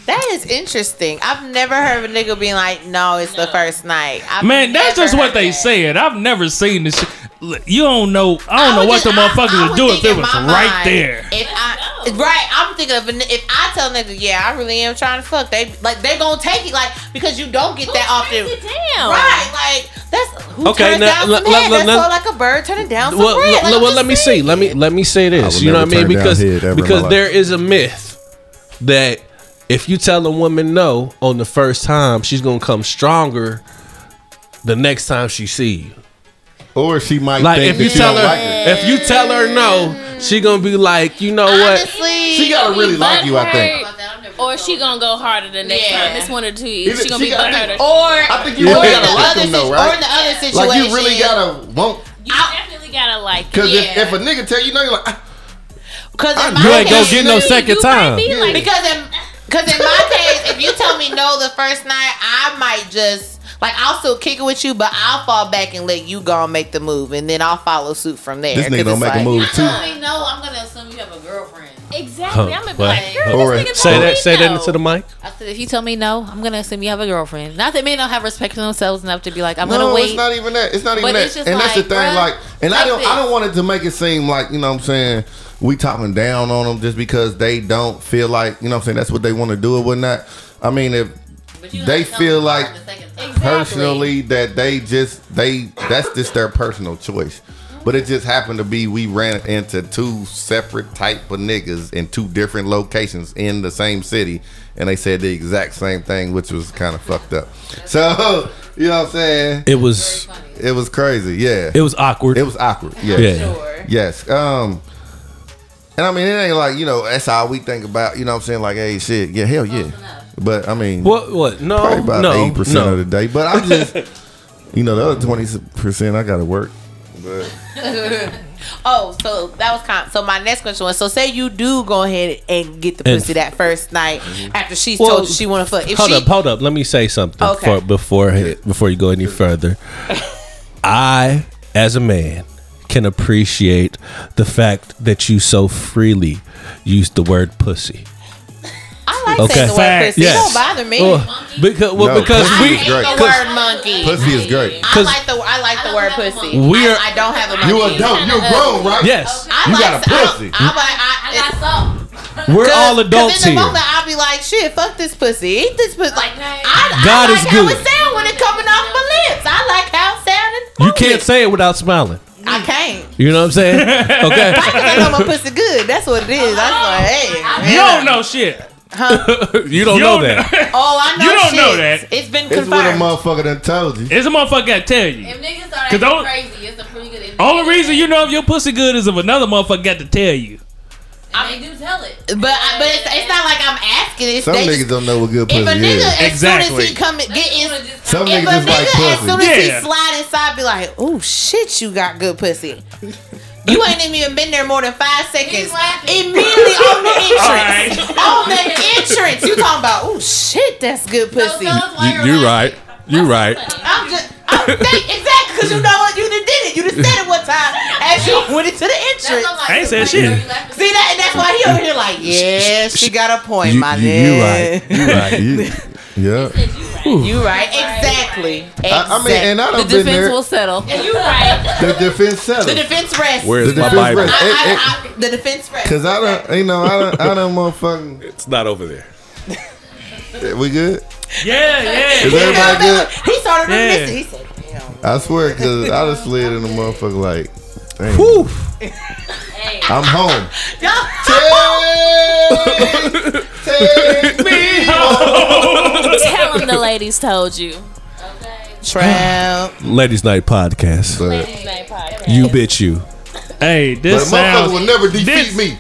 That is interesting. I've never heard of a nigga being like, "No, it's the first night." I've
Man, that's
never
just what
heard
they
that.
said. I've never seen this. Shit. Look, You don't know. I don't
would
know what
just-
the
I- I
motherfuckers would do if
think
it
in
was
my
right
mind,
there.
If I right, I'm thinking of an- if I tell niggas, yeah, I really am trying to fuck. They like they gonna take it like because you don't get that often.
Damn.
Right, like that's who
Okay,
turns
now,
down
let-
some
let-
head.
let-
that's
let-
so like a bird turning down some
well,
bread. Like,
l- well,
I'm just
let me
saying.
say, let me let me say this.
will
You know
never
what I mean?
turn down
Because
head ever in my
because
life.
there is a myth that if you tell a woman no on the first time, she's gonna come stronger the next time she see you.
Or she might
Like
think
if you
that
tell
don't
her
like her.
if you tell her no, she gonna be like, you know what?
Honestly,
She gotta really like you, I think.
Or she gonna go harder the next
Yeah.
time. It's one or two.
Either-
She gonna
she
be
gotta-
butt harder.
or
I think you
or
really
in the
gotta like
other
them though,
situ- or in
right?
the other situation,
Like you really gotta want
You definitely gotta like it.
because
Yeah.
if, if a nigga tell you no, you're like, ah,
because in
You
my
ain't gonna
case,
get no second time.
You might be like,
Because in because in my case, if you tell me no the first night, I might just like I'll still kick it with you, but I'll fall back and let you go and make the move, and then I'll follow suit from there.
this
'Cause
nigga don't
it's
make a
like-
move too.
I know. I'm gonna assume you have a girlfriend.
Huh,
Exactly. I'm gonna be
well,
like, girl,
Or
this nigga
Say
told
that
me
say that
no.
into the mic.
I said, if you tell me no, I'm gonna assume you have a girlfriend. Not that men don't have respect for themselves enough to be like, I'm gonna
No,
wait.
it's not even that. It's not even
But
that.
it's just
and that's the
like,
thing.
bruh,
like, and I
like
don't.
this.
I don't want it to make it seem like you know what I'm saying. We topping down on them just because they don't feel like you know what I'm saying. That's what they want to do or whatnot. I mean, if they feel like personally that they just they that's just their personal choice. But it just happened to be we ran into two separate type of niggas in two different locations in the same city, and they said the exact same thing, which was kind of fucked up. So you know what I'm saying?
It was
It was crazy, yeah.
it was awkward.
It was awkward, yes.
yeah.
Yes. Um and I mean it ain't like, you know, that's how we think about, you know what I'm saying, like, hey shit, yeah, hell yeah. But I mean
What what? No,
probably about
no,
eighty percent of the
no.
day. But I'm just you know, the other twenty percent I gotta work. But
Oh, so that was kind. so my next question was: so say you do go ahead and get the
And-
pussy that first night
Mm-hmm.
after she's
Well,
told you she want to fuck. If
hold
she,
up, hold up. Let me say something
Okay.
for, before before you go any further. I, as a man, can appreciate the fact that you so freely use the word pussy.
I like
Okay.
saying the word pussy. It
Yes.
don't bother me.
Oh, because well,
No,
because
pussy
we
is great.
the word monkey.
Pussy is great.
I like the I like the word pussy.
We
I-
are-
I, don't have a monkey.
You a dope, you're grown, right?
yes,
I
You
like,
got a
I-
pussy.
I, like- I-
I got some.
we're all
Cause-
adults
cause in the
here.
moment, I'll be like, shit, fuck this pussy. Eat this pussy. Like, I,
God
I like
is
how
good.
it sound when it coming off my lips. I like how it sounded.
You can't say it without smiling.
I can't.
You know what I'm saying? Okay.
Because I know my pussy good. That's what it is. I'm like, hey.
You don't know shit.
you don't
You
know
don't
that.
Oh, I know
You don't
shit.
know that.
It's been
It's what a
confirmed.
motherfucker done told you.
It's a motherfucker gotta tell you.
If niggas start
Cause
acting
don't-
crazy, it's a pretty good indicator.
Only reason you know if your pussy good is if another motherfucker got to tell you.
And they do tell it.
but I, but it's, it's not like I'm asking. It's
Some
they,
niggas don't know what good
if a
pussy
nigga,
is.
as soon
Exactly.
as he come and get in,
Some
if
niggas
a
just
nigga,
like
as soon
pussy.
as
Yeah.
he slide inside, be like, oh shit, you got good pussy. You ain't even been there more than five seconds.
laughing.
Immediately on the entrance.
Alright.
On the entrance. You talking about, oh shit, that's good pussy.
You, you right. You right.
I'm just, I'm think, exactly, because you know what? You done did it. You done said it one time as you went into the entrance.
I ain't said shit.
See that? And that's why he over here like, yeah, she got a point,
You,
my
you,
nigga.
you right. You right.
You- yeah.
You right. Exactly. Exactly.
I, I mean, and
The
I done been
defense
there.
will settle.
you right.
The defense settled.
The defense rests.
Where's
The
my
defense
Bible?
rests. It- it-
I, I, I, the defense rests.
Cause I don't, you know, I don't, I don't motherfucking.
It's not over there.
We good?
Yeah, yeah.
Is everybody good?
He started to
Yeah.
miss it. He said, damn.
I swear, cause I just slid in the motherfucker like, Dang. I'm home. Take, take me home.
Tell them the ladies told you.
Trap.
Ladies Night Podcast.
But,
You bitch you.
Hey,
but
this
motherfucker
sounds.
will never defeat
this-
me.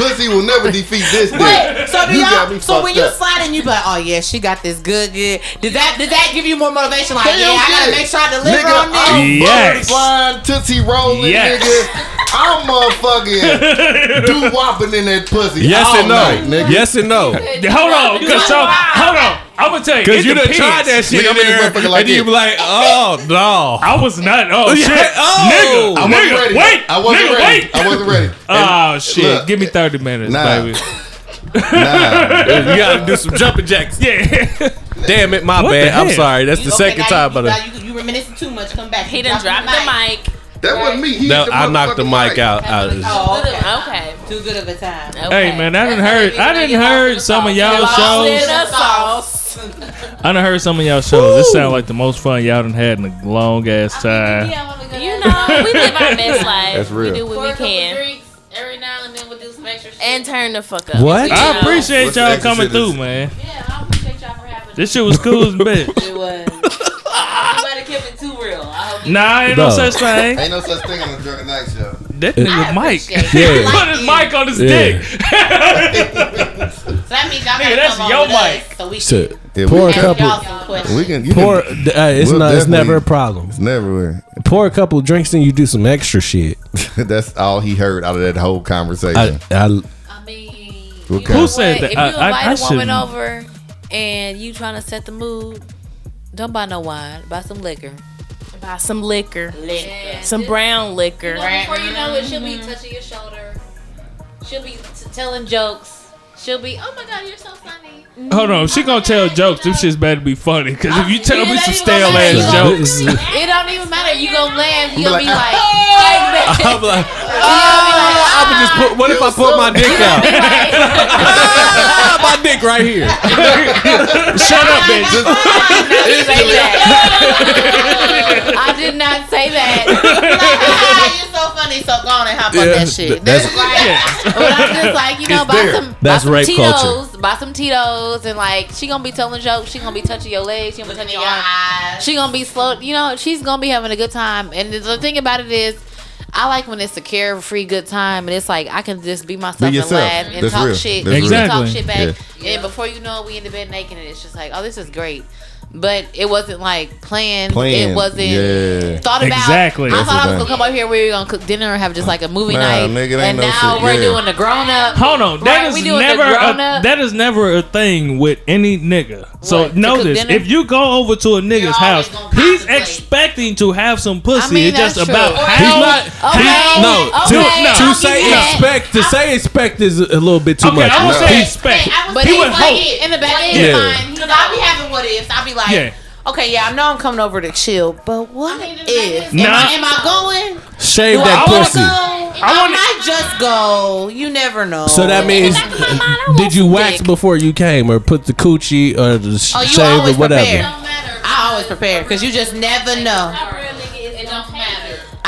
Pussy will never defeat this
Wait,
nigga.
so do
You
y'all?
got me
so when
fucked
you
up.
slide and you be like, oh yeah, she got this good, good. Did that? Did that give you more motivation? Like,
Hell
yeah, I gotta
yeah.
make sure I deliver
Nigga, oh.
on
I'm
this.
Yes.
butterflying, tootsie rolling,
Yes.
nigga. I'm motherfucking do whopping in that pussy.
Yes
all
and no.
night, nigga.
Yes and no.
Hold on, cause so hold on. I'm gonna tell you.
Because
it
you done
depends.
tried that shit in
Nigga, I'm in this
there,
motherfucker like
and you
this.
be like, oh no.
I was not. Oh
Yeah.
shit,
Oh.
nigga,
I wasn't
nigga,
ready.
wait,
I wasn't
nigga,
ready.
wait.
I wasn't ready.
Oh shit,
look,
give me thirty minutes,
nah.
baby.
Nah.
You gotta do some jumping jacks.
Yeah,
Damn it, my
What the
bad. I'm
heck?
sorry. That's the second time,
you,
but
you, you, you reminiscing too much. Come back.
He done dropped the mic.
That wasn't me. He
no,
hit the
I knocked the
motherfucking
mic out. I was-
Oh, okay.
Okay.
Too good of a time.
hey man, I didn't heard. I didn't heard some of y'all
Lost in
shows.
the sauce.
I done heard some of y'all shows. This sound like the most fun y'all done had in a long ass
Uh,
time.
You know, we live our best life.
That's real.
We do what we can.
Every now and then we'll do some extra shit.
And turn the fuck up.
What?
I
Yeah.
appreciate
What's the
y'all
extra
coming
shit is-
through, man.
Yeah, I appreciate y'all for having
This shit was cool as a bitch.
It was. Somebody kept it too real. I hope you
Nah, ain't no,
No.
such thing.
Ain't no such thing on a drunk night show.
That nigga Mike
yeah.
put his mic on his
Yeah.
dick.
So that means y'all
Nigga,
gotta
that's
come
your
on with us
mic.
So we can
Shit.
Yeah,
Pour a
we,
ask
couple.
y'all some questions.
we can. You
Pour. uh,
can
it's
We'll
not. It's
definitely-
never a problem.
it's never.
Pour a couple drinks and you do some extra shit.
That's all he heard out of that whole conversation.
I, I,
I mean,
Okay.
you know
Who
said
what?
that?
If
I-
you
I-
invite
I
a woman
shouldn't.
over and you trying to set the mood, don't buy no wine. Buy some liquor.
Buy some liquor.
And
Some
just-
brown liquor.
you know, Before you know it, she'll be touching your shoulder. She'll be t- telling jokes. She'll be, oh my god, you're so funny.
Hold on, she gonna tell jokes. Them shits better be funny. Cause if you tell me some stale ass
Yeah.
jokes,
this,
It don't even matter. You gonna laugh. You'll
like,
be like, "Oh,
I'm like, ah, I'm just put. What if I put my dick
"Oh,
out? Ah, my dick right here.
shut up, bitch.
Just-
I did not say that.
"Ah, You're so funny. So go on and hop on that shit.
that's-
That's right.
But I'm just like, you know,
It's
buy
there.
some,
That's
buy some
rape
Tito's,
culture.
buy some Tito's, and like she gonna be telling jokes. She gonna be touching your legs. She gonna be
Look in
touching
your
your arms.
eyes.
She gonna be slow. You know, she's gonna be having a good time. And the thing about it is, I like when it's a care free good time, and it's like I can just be myself
Be
and
yourself.
laugh and
That's
talk
real.
shit.
That's
and you can
real.
talk shit back. And
Yeah.
before you know it, we in the bed naked, and it's just like, oh, this is great. But it wasn't like planned.
Planned.
It wasn't
Yeah.
thought about.
Exactly.
I
That's
thought
the
I was
thing.
gonna come up here. We were gonna cook dinner and have just like a movie
Nah,
night.
nigga, it ain't
and
no
now
shit.
we're
Yeah.
doing the grown up.
Hold on,
Right,
that is
we doing the
never a,
grown-up.
that is never a thing with any nigga. So
What, to
know
cook
this:
dinner?
if you go over to a nigga's
You're always
house,
gonna
he's
contemplate.
expecting to have some pussy.
I mean,
it's just
that's true.
about
Or
how.
He's not.
Okay,
He, no,
okay,
to, to
I'll
say
give you that.
expect to say expect is a little bit too
okay,
much.
I won't say
He's-
expect.
Hey, I was
But
he
he's
was
like
hope.
in the back
Yeah.
end. fine.
Cause I'll be having what ifs. I'll be like,
Yeah.
okay, yeah, I know I'm coming over to chill, but what if?
Nah.
Am, I, am I going?
Shave
Do
that
I wanna
pussy.
I, go?
I
I
wanna-
might just go. You never know.
So that means uh, did you wax before you came, or put the coochie, or the sh-
Oh, you
shave,
always
or whatever?
prepared.
Don't matter.
I always prepare because you just never know.
It don't matter.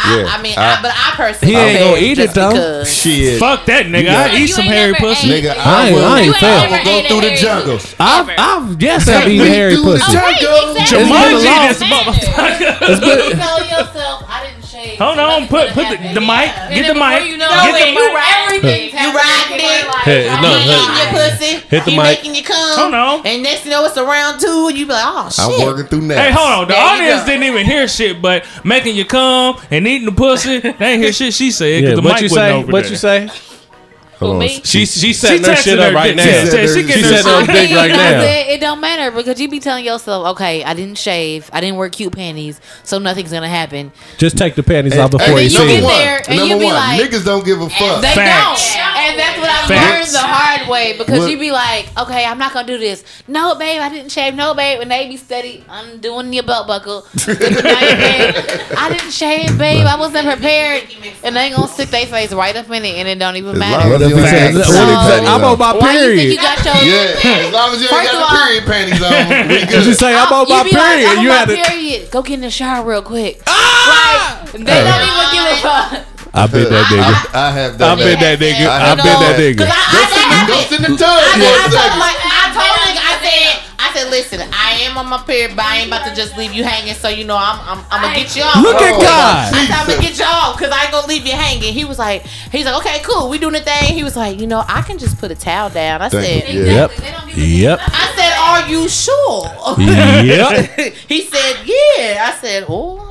I,
Yeah.
I mean, I,
I-
but I personally
He ain't
prepare
gonna eat
just
it, though.
because.
Shit,
Fuck that nigga!
Yeah.
I eat some hairy pussy.
nigga,
I
I,
ain't-
will.
I ain't fail.
I will go through the jungle.
I've, I've yes, I've eaten hairy
through the
pussy.
jungle.
It's been a
Jumanji,
long-
this motherfucker.
Tell yourself I didn't shave.
Hold on, put put the, the mic. Get the mic.
You know,
get the
when you
mic.
ride everything.
You riding it.
Hey,
He
no,
eating
hey,
your pussy.
Hit the
he
mic.
making you come.
Hold on.
And next thing you know, it's around two, and you be like, oh shit.
I'm working through now.
Hey, hold on. The
There you
audience
go.
didn't even hear shit, but making you come and eating the pussy, they ain't hear shit she said because
Yeah,
the
what
mic
you
wasn't
say?
over
What
there.
you say?
Hold on.
She she
She
setting her
texting
shit up
her
right
dick. She
now.
said she
She
getting
She
her
setting her dick right
I
now.
said, it don't matter because you be telling yourself, okay, I didn't shave, I didn't wear cute panties, so nothing's gonna happen.
Just take the panties off
Hey,
before you
you
see
get
it.
there- and you
number
be
one,
like-
niggas don't give a fuck.
They
Facts.
don't, and that's what I've
Facts.
learned the hard way because
Look-
you be like, okay, I'm not gonna do this. No, babe, I didn't shave. No, babe, and they be steady, I'm doing your belt buckle. I didn't shave, babe. I wasn't prepared, and they gonna stick their face right up in it, and it don't even matter.
long as you ain't got
What
pretty
So-
if-
panties
I'm on
on.
my
Why you think you
period.
got your
Yeah, as long as you ain't
First of all-
got the period panties on, we
She
good.
say I'm on
You
my
be like,
period.
I'm
You
on
had Ah!
my
to.
period. Go get in the shower real quick. Like, They don't even give a fuck.
I bet that nigga.
I, I have
I
done
bet that nigga. I bet that nigga.
Cause I, I, that
Ghost in the tub.
I, I
One
told
second.
like I
I told him, I said, I said, listen, I am on my period, but I ain't about to just leave you hanging. So you know, I'm, I'm, I'm gonna get you off.
Look at
Oh,
God.
I said, I'm gonna get you off because I ain't gonna leave you hanging. He was like, he's like, okay, cool, we doing the thing. He was like, you know, I can just put a towel down. I
Thank
said,
you. Yeah.
Yep. Yep.
I said, are you sure?
Yep.
he said, yeah. I said, oh, all right.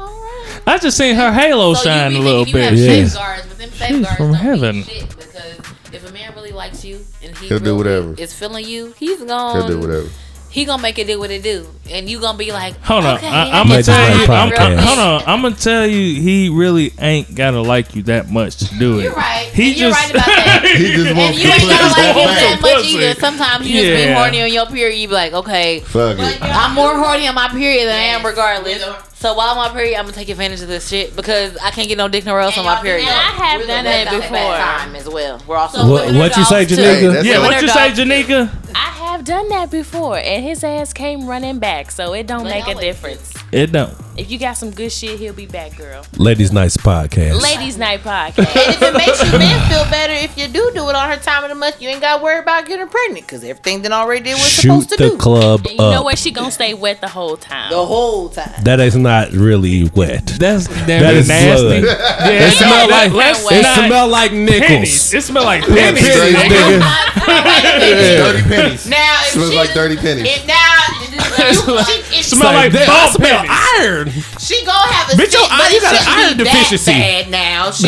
I just seen her halo
So
shine
you,
a little
you think
bit.
if You have
Yeah.
safeguards, but them safeguards
from
don't
heaven.
mean shit because if a man really likes you and he
He'll do
really
whatever.
is feeling you, he's gonna
Could do whatever.
He gonna make it do what it do, and you gonna be like,
Hold on,
okay,
I, I'm
Might
gonna
just
tell
like
you. I'm, I,
podcasts.
hold on, I'm gonna tell you. He really ain't gotta like you that much to do it.
You're right.
He
And you're
just.
right about that.
He just wants
You ain't
complete
gotta like him that
respect.
much
Pussy.
either. Sometimes you just be
Yeah.
horny on your period. You be like, okay,
Fuck it.
I'm more horny on my period than I am regardless. So while I'm on my period, I'm gonna take advantage of this shit because I can't get no dick nowhere else on my period.
And
I have done that
That's a bad
before.
time as well. We're also
So
What
women
what you
are
say,
dogs, too.
Hey,
Janika?
that's
yeah,
all-
what you say, Janika?
I have done that before, and his ass came running back, so it don't make
no,
a
it-
difference.
It don't.
If you got some good shit, he'll be back, girl.
Ladies Nights podcast.
Ladies Night podcast.
And if it makes you men feel better, if you do do it on her time of the month, you ain't got to worry about getting pregnant because everything that already did was
Shoot
supposed to
the
do
club
And you know
up.
what? She gonna stay wet the whole time.
the whole time.
That is not really wet.
That's
That
that
is
is nasty.
blood.
Yeah,
It smell
that-
like
let's
it
not-
smell like
pennies.
nickels.
It smell like
Yeah,
pennies.
pennies,
nigga.
Nigga.
Dirty pennies.
Now, if
Smells
she,
like dirty pennies.
if now, you, she, if
Smell like,
that. I
ball
smell
pennies.
iron.
she gonna have a
Bitch, your
stick,
iron-
but
you
it
got an
shouldn't
iron
be that
deficiency.
bad now, she,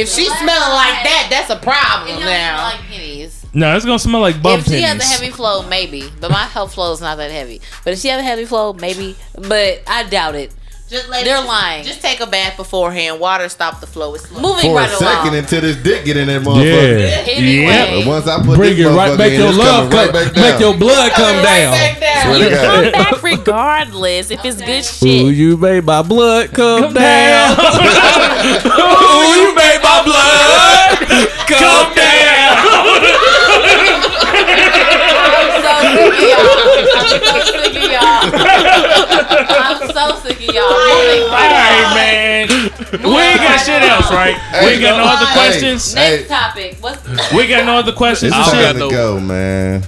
if she's smelling like that, that's a problem
You know,
now.
like pennies.
No, it's gonna smell like bum
if she
pennies.
has a heavy flow, maybe. But my health flow is not that heavy. But if she has a heavy flow, maybe. But I doubt it.
Just let
They're
it-
lying.
Just take a bath beforehand. Water stop the flow. It's slow.
Moving
For a
right
second
along.
until this dick get in that motherfucker.
Yeah.
Anyway,
But once I put
Bring it
this
right
motherfucker
back
in,
your
it's
love,
coming
cut-
right back
make
down.
your blood come
Right
down.
back down.
Swear to God.
Come back regardless if it's good
Ooh,
shit.
you made my blood come, down. Ooh, you made my blood come down.
I'm so sick of y'all. I'm so sick of y'all. I'm so sick of y'all. Moving
All
right
right, man. We ain't got shit else, right? We ain't got no other
Hey.
questions.
Next
Hey.
topic. What's
We got no other questions.
It's
don't
and shit.
got
time
no-
to go, man.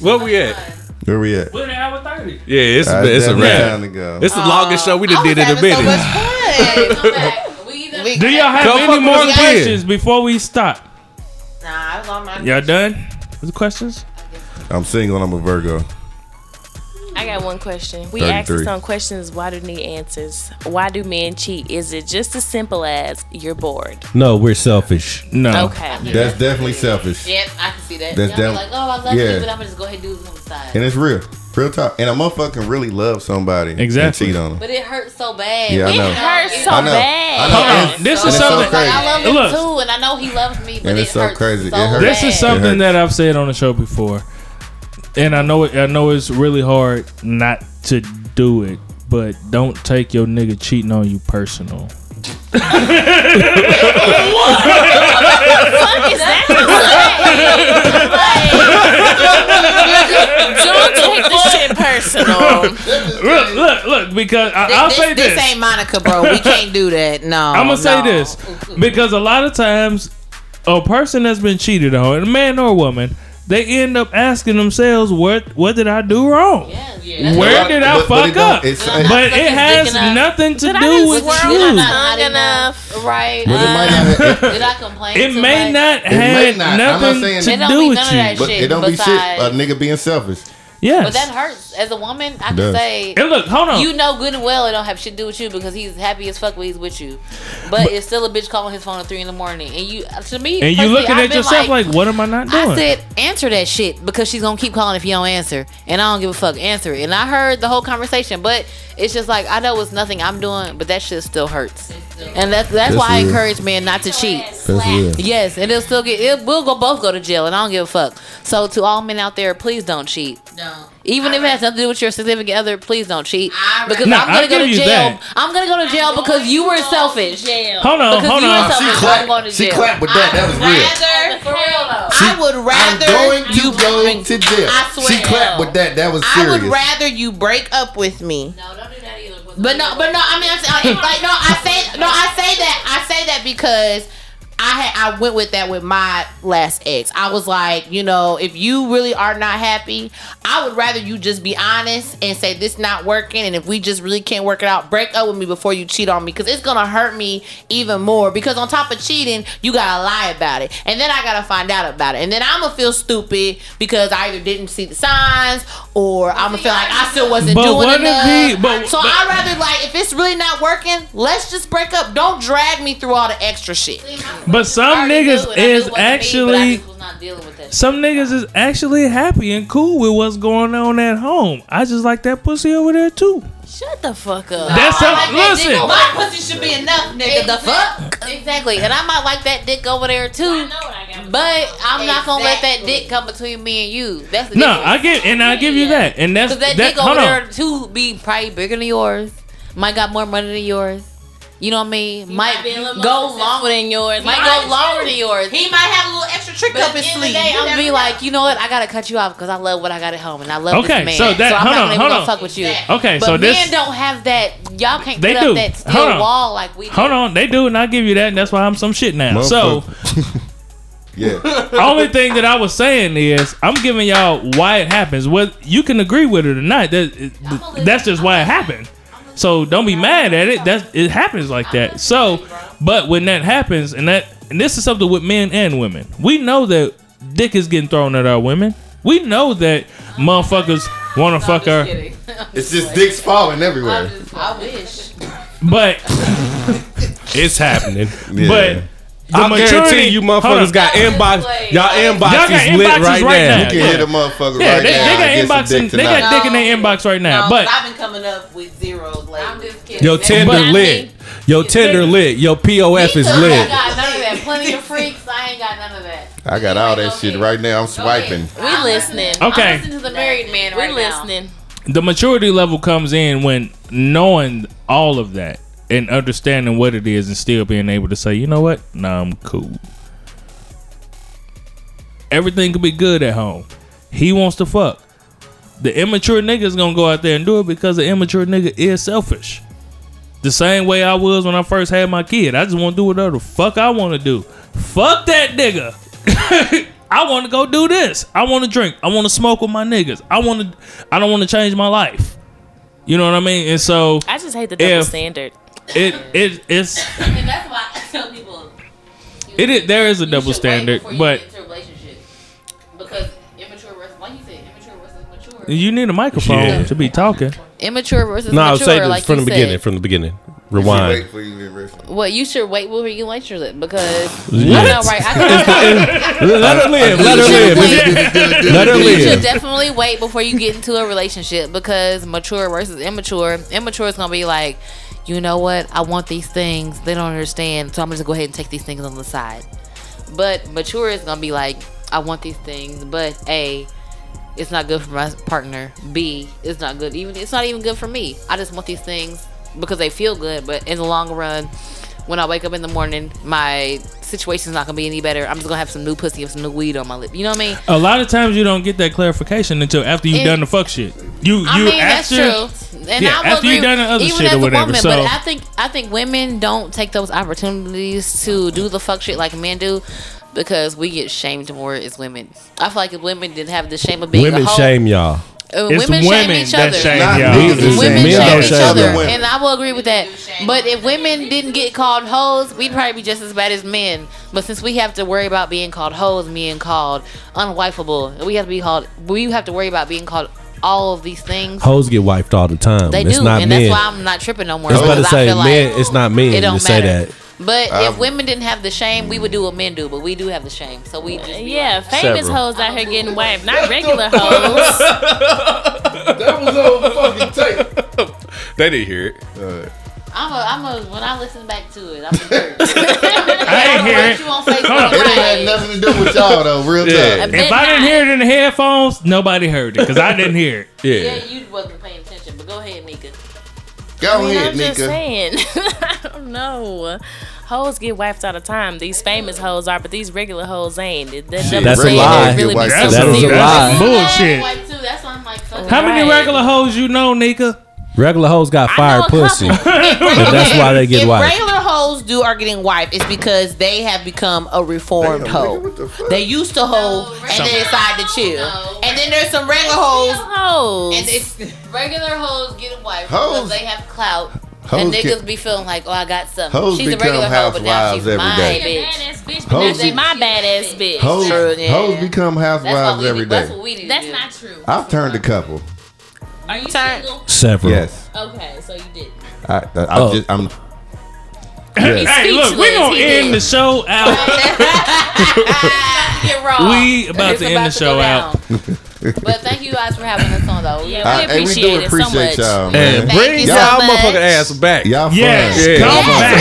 Where we at?
Where we at?
We're in hour thirty.
Yeah, it's
Uh,
All right,
it's a
definitely
wrap.
Time to go.
It's the longest show we done did in a
Having so
minute.
much fun.
come back? We either
We-
Do y'all have
Come
any
fuck
more
with us again.
questions before we stop?
Nah, I was on my.
Y'all done with the questions?
I'm single and I'm a Virgo.
I got one question. We
33.
asked some questions. Why do need answers? Why do men cheat? Is it just as simple as you're bored?
No, we're selfish.
No.
Okay.
That's definitely selfish.
Yep, I can see that.
That's
Y'all be
them-
like, oh, I love
yeah.
you, but I'm gonna just go ahead and do this on the side.
And it's real. Real talk. And a motherfucker can really love somebody
Exactly.
and cheat on them.
But it hurts so bad.
Yeah, I know.
It hurts
Oh,
so
I know.
bad.
I know.
Hold
It's-
on. This
and
is
it's so
something.
crazy.
I love him
Look.
too, and I know he loves me, but
And
it
it's so
hurts
crazy. It
So
hurts.
This is
bad.
something
hurts.
that I've said on the show before, and I know it. I know it's really hard not to do it, but don't take your nigga cheating on you personal.
Don't take this shit personal.
Look, look, look. Because I, I'll
this,
say this.
this ain't Monica, bro. We can't do that. No,
I'm gonna say
Oh, no.
this because a lot of times a person that's been cheated on, a man or a woman, they end up asking themselves, "What? What did I do wrong? Where did I
But- but it
fuck
don't-
up?"
It's,
Did I
But
suck
it
his
has
dick enough?
nothing to
I
do
just
with
swirl
Did I
you.
not hot
Long
enough? Right.
but it might not. It,
Did I complain?
It
too
may
much?
not
may
have
not. I'm not
nothing
saying
It
to
don't
do
be
with
none of
you.
that
but
shit
it don't be shit.
besides-
A nigga being selfish.
But that
Yes.
hurts. As a woman, I
does.
can say.
And look, hold on.
You know good and well it don't have shit to do with you because he's happy as fuck when he's with you, but, it's still a bitch calling his phone at three in the morning, and you to me
and you
personally,
looking
I've
at
been
yourself like, "What am I not doing?"
I said, answer that shit because she's gonna keep calling if you don't answer, and I don't give a fuck. Answer it, and I heard the whole conversation, but it's just like I know it's nothing I'm doing, but that shit still hurts, and that's that's why I
real.
encourage men not to cheat.
That's real.
Yes, and it'll still get it. We'll go both go to jail, and I don't give a fuck. So to all men out there, please don't cheat.
No.
Even if it has nothing to do with your significant other, please don't cheat.
I
Because
Nah,
I'm gonna
I
go
give
to
you
jail.
that.
I'm gonna go to jail because you were selfish.
hold on,
Because
hold
you
on.
were selfish. I'm going to
She
jail.
clapped with that. That was real.
Rather,
For real though.
I would
I'm
rather
going to
you
go to jail.
I swear.
She clapped with that. That was
I
serious.
would rather you break up with me
No, don't do that either.
But no, but no. I mean, I'm saying, uh, like no. I say no. I say that. I say that because I had I went with that with my last ex. I was like, you know, if you really are not happy, I would rather you just be honest and say this not working. And if we just really can't work it out, break up with me before you cheat on me because it's gonna hurt me even more. Because on top of cheating, you gotta lie about it, and then I gotta find out about it, and then I'm gonna feel stupid because I either didn't see the signs or I'm gonna feel like I still wasn't
But
doing
what if
enough.
he- but-
so
but-
I'd rather like if it's really not working, let's just break up. Don't drag me through all the extra shit.
But some niggas is actually
was not dealing with that.
some niggas is actually happy and cool with what's going on at home. I just like that pussy over there too.
Shut the fuck up.
That's
like
how,
Oh, that
listen.
nigga.
My pussy should be enough, nigga. The fuck?
Exactly, and I might like that dick over there too. But I'm not gonna let that dick come between me and you. That's the
No,
difference.
I give and I give you that, and that's
Cause that,
that.
dick
hold
over
on.
there too be probably bigger than yours. Might got more money than yours. You know what I mean? Might,
might be a little more
go
successful.
longer than yours. Might
might
go longer than yours.
He might have a little extra trick
But at
up
the
his
end of the
sleeve.
day,
You
I'm
never
be
know.
like, you know what? I gotta cut you off because I love what I got at home and I love
Okay,
this man.
so that-
I'm
hold
not
on,
gonna
hold
even
on.
fuck with you.
Okay,
but
so
men
this-
don't have that. Y'all can't
They
put
do.
up that steel
Hold on.
wall like we. do.
Hold on, they do, and I give you that, and that's why I'm some shit now. So,
Motherfucker. yeah,
only thing that I was saying is, I'm giving y'all why it happens. What you can agree with it or not, that that's just why it happened. So don't be mad at it. That's it happens like that. So, but when that happens, and that and this is something with men and women, we know that dick is getting thrown at our women. We know that motherfuckers want to fuck her.
it's just dicks falling everywhere.
I wish.
But
It's happening.
Yeah.
but the
I
maturity-
guarantee you,
hold on.
motherfuckers got inbox. Y'all inbox
Y'all got
is lit
inboxes
right,
right
now.
now.
you can
yeah.
hit a motherfucker
Yeah,
right
they, they
now. and
got
get some
inbox. In,
dick
they got
tonight.
dick in their inbox right now.
No,
but
I've been coming up with zeros lately.
Your Tinder lit. Your Tinder lit. Your POF is
I
lit.
got none of that. Plenty of freaks. I ain't got none of that.
I got all that shit right now. I'm swiping.
We listening.
okay,
Listen to the married man
We
right now.
listening.
the maturity level comes in when knowing all of that and understanding what it is and still being able to say, you know what? Nah, I'm cool. Everything could be good at home. He wants to fuck. The immature nigga is gonna go out there and do it because the immature nigga is selfish. The same way I was when I first had my kid. I just want to do whatever the fuck I want to do. Fuck that nigga. I want to go do this. I want to drink. I want to smoke with my niggas. I want to. I don't want to change my life. You know what I mean? And so
I just hate the double
If-
standard.
it it it's
And that's why I tell people
it, is there is a double
you should wait
standard,
before you
but
get into a relationship. because immature versus like you said, immature versus mature.
you need a microphone
Yeah.
to be talking.
Immature versus
No, I'll
mature,
say this
like
from
you
the
said.
beginning. From the beginning.
She
Rewind.
wait for you to wrestle.
Well, you should wait before you get it because
What?
I know, right? I can,
Let her live. Let her live.
should wait.
Let her
you should
live.
definitely wait before you get into a relationship because mature versus immature. Immature is gonna be like, you know what? I want these things. They don't understand, so I'm just gonna go ahead and take these things on the side. But mature is gonna be like, I want these things, but a, it's not good for my partner. B, it's not good. Even it's not even good for me. I just want these things because they feel good. But in the long run, when I wake up in the morning, my situation's not gonna be any better. I'm just gonna have some new pussy and some new weed on my lip. You know what I mean?
A lot of times you don't get that clarification until after you've
It-
done the fuck shit. You you
I mean,
after
that's true. And
Yeah,
I will
after you
agree,
done the other
even
shit
as
or
a
whatever,
Woman,
so-
But I think I think women don't take those opportunities to do the fuck shit like men do because we get shamed more as women. I feel like if women didn't have the shame of being
Women
a hoe,
shame y'all.
uh,
it's
women,
women,
shame each
that
other.
shame
Not
y'all.
niggas is
Women
shame.
Men
shame
don't
each
shame
other,
women.
and I will agree with that. But if women didn't get called hoes, we'd probably be just as bad as men. But since we have to worry about being called hoes, being called unwifeable, and we have to be called. We have to worry about being called all of these things.
Hoes get wiped all the time.
They
it's
do,
not
and
men.
that's why I'm not tripping no more.
I was about to
because I
say,
feel like
men, it's not men
it don't
to say
matter.
that.
But
I'm-
if women didn't have the shame, we would do what men do. But we do have the shame, so we just be
Yeah, famous
Several.
hoes out here getting wiped, not regular hoes.
That was on fucking tape.
They didn't hear it.
like, I'm a, I'm a. When I listen back to it, I'm a
I ain't hear it.
You won't say
Hold
something
on.
It ain't had
right.
nothing to do with y'all though. Real
Yeah.
talk.
If I didn't hear it in the headphones, nobody heard it because I didn't hear it.
Yeah.
Yeah, you wasn't paying attention. But go ahead, Nika.
Go
I'm
ahead,
just
Nika.
saying. I don't know. Hoes get wiped all the time. These famous hoes are, but these regular hoes ain't. It- That double
That's a
Regular
lie.
niggas get wiped
That's
out.
That is a
that's
lie.
Bullshit.
Like, too, that's why I'm like, fuck.
How many
Right.
regular hoes you know, Nika?
Regular hoes got
I know
fired
a
pussy.
couple. If
And that's why they get
if
wiped.
regular hoes do are getting wiped, it's because they have become a reformed
Damn, nigga,
hoe.
what the fuck?
They used to hoe and they decide to chill. And then there's some regular hoes.
hoes.
And it's,
Regular hoes get away
Hoes-
because they have clout.
Hoes
and niggas
get-
be feeling like, oh, I got something.
Hoes
she's a
become
regular hoe, but now
housewives
she's
every
my
day.
bitch.
badass bitch,
Hoes
but that's
be-
my badass bitch.
Hoes,
True, yeah.
hoes become
That's what
housewives
we
every
need. That's
day.
what we need. to
That's
do.
not true.
I've turned a couple.
Are you
Turn-
single?
Several.
Yes,
Oh.
Okay, so you did.
I, I, I
Oh.
just, I'm. Yes.
Hey, look, we're
Speechless,
gonna
he
end
did.
the show out.
Get raw.
We about
It's
to end
about
the
go
show out.
down. but thank you guys for having us on, though.
Yeah,
I,
we
and we
appreciate
do appreciate
it so much.
y'all, man.
And bring
you so
y'all
much.
motherfucking ass back.
Y'all
Yes,
fun.
Yeah.
come
Yeah.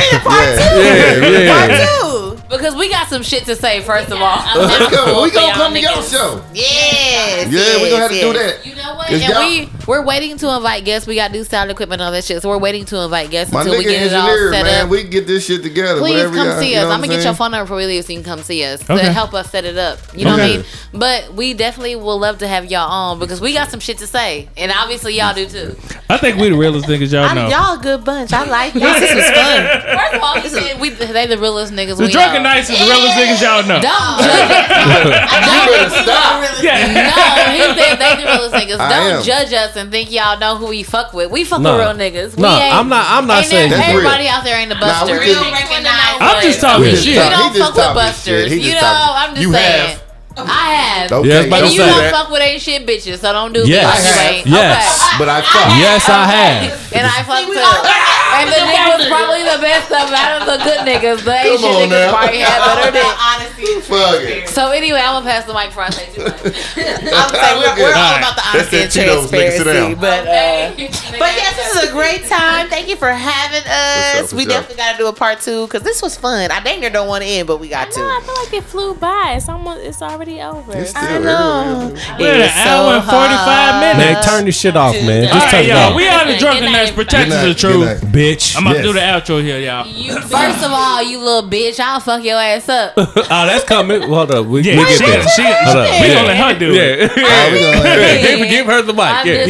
back.
Yeah, yeah.
Two.
Because we got some shit to say, first of all.
We gonna, we gonna
y'all
come to your
niggas.
show.
Yes.
Yeah, we gonna have to
yes,
do
yes.
that.
You know what?
It's
And
y'all-
we we're waiting to invite guests. We got new sound equipment and all that shit, so we're waiting to invite guests
My
until
nigga
we get it all
engineer,
set
man.
up.
We can get this shit together.
Please
whatever
come
y'all-
see
you
us.
know what
I'm gonna get your
saying?
phone number before we leave so you can come see us
Okay.
to help us set it up. You know
Okay.
what I mean? But we definitely will love to have y'all on because we got some shit to say, and obviously y'all do too.
I think we the realest niggas y'all know.
Y'all a good bunch. I like y'all.
This is fun. First of all, we said we they the realest niggas.
the
we
drunken
know.
nights is the realest niggas y'all know.
Don't judge us. Don't
Stop.
Yeah.
No, he said they the realest niggas.
I
Don't
am.
judge us and think y'all know who we fuck with. We fuck
Nah.
with real niggas.
Nah,
we ain't,
I'm not- I'm not
ain't
saying-
there-
That's real.
everybody out there ain't a buster.
we just-
recognize
I'm just talking
We
Yeah.
just
shit.
talk-
You don't
he just
fuck with
talking
busters.
shit. He
You
just talking-
know, I'm just
you
saying.
Have.
I have.
Okay.
Yeah, it's about
And
Don't
you
say
don't
that.
fuck with ain't shit bitches, so don't do
Yes.
me
I
like
have.
you ain't.
Yes.
But I fuck.
Yes, I have.
Okay. And I fuck too. And the niggas probably the best of out of the good niggas. The ain't
Come
shit
on
niggas
now.
probably had better than.
Fuck it.
So anyway, I'm gonna pass the mic for I say too much.
I'm saying we're, we're all about the
That's
honesty
that
and
Cheetos, nigga, sit
transparency.
down.
But uh,
but
But yes, this is a great time. Thank you for having
What's up,
us.
what's
We
up?
definitely got to do a part two because this was fun. I dang near don't want to end, but we got
No, I
to.
feel like it flew by. It's almost. It's already over.
It's still
I
early,
know.
man.
We're at an
It's so
hour and 45
hard.
minutes.
Uh,
Man, turn this shit off, man.
All
Just turn
right,
it
y'all.
off.
We out of
Good
drunking
night,
nights.
Good
Protect
night,
the
good
truth.
night.
Bitch.
I'm about
Yes.
to do the outro here, y'all.
First of all, you little bitch, I'll fuck your ass up.
oh, that's coming. Hold up. We,
Yeah,
we
she,
get there.
she,
Hold up.
we
Yeah.
gonna let her do it.
Yeah.
We gonna have-
give, give her the mic.
I'm
yeah.
just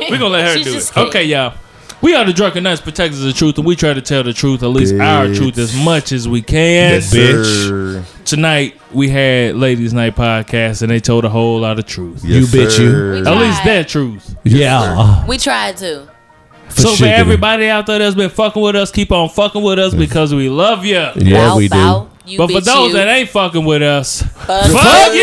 Yeah, we gonna let her
She's
do
just
it.
kidding.
Okay, y'all. We are the drunken nuts protectors of the truth, and we try to tell the truth, at least our
Bitch.
truth, as much as we can.
Yes, sir.
Tonight we had Ladies Night podcast, and they told a whole lot of truth.
Yes,
You bitch, you.
sir.
At least that truth.
yeah.
We tried to.
so for
sure.
everybody out there that's been fucking with us, keep on fucking with us because we love you.
Yeah,
Bow,
we do.
bow, You
But for
bitch,
those
you.
that ain't fucking with us,
Fuck
fuck you.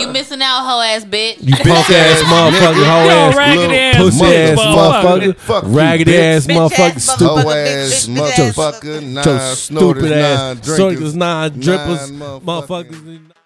you missing out, hoe ass bitch.
You punk ass motherfucker, hoe
Yo,
ass,
ragged
little
ass
pussy ass
motherfucker.
motherfucker,
Fuck you,
ragged
bitch.
ass motherfucker, stupid.
Hoe ass motherfucker, nine
So stupid
snorters, nine
ass,
drinkers,
circus nine drippers,
nine motherfuckers.
motherfuckers.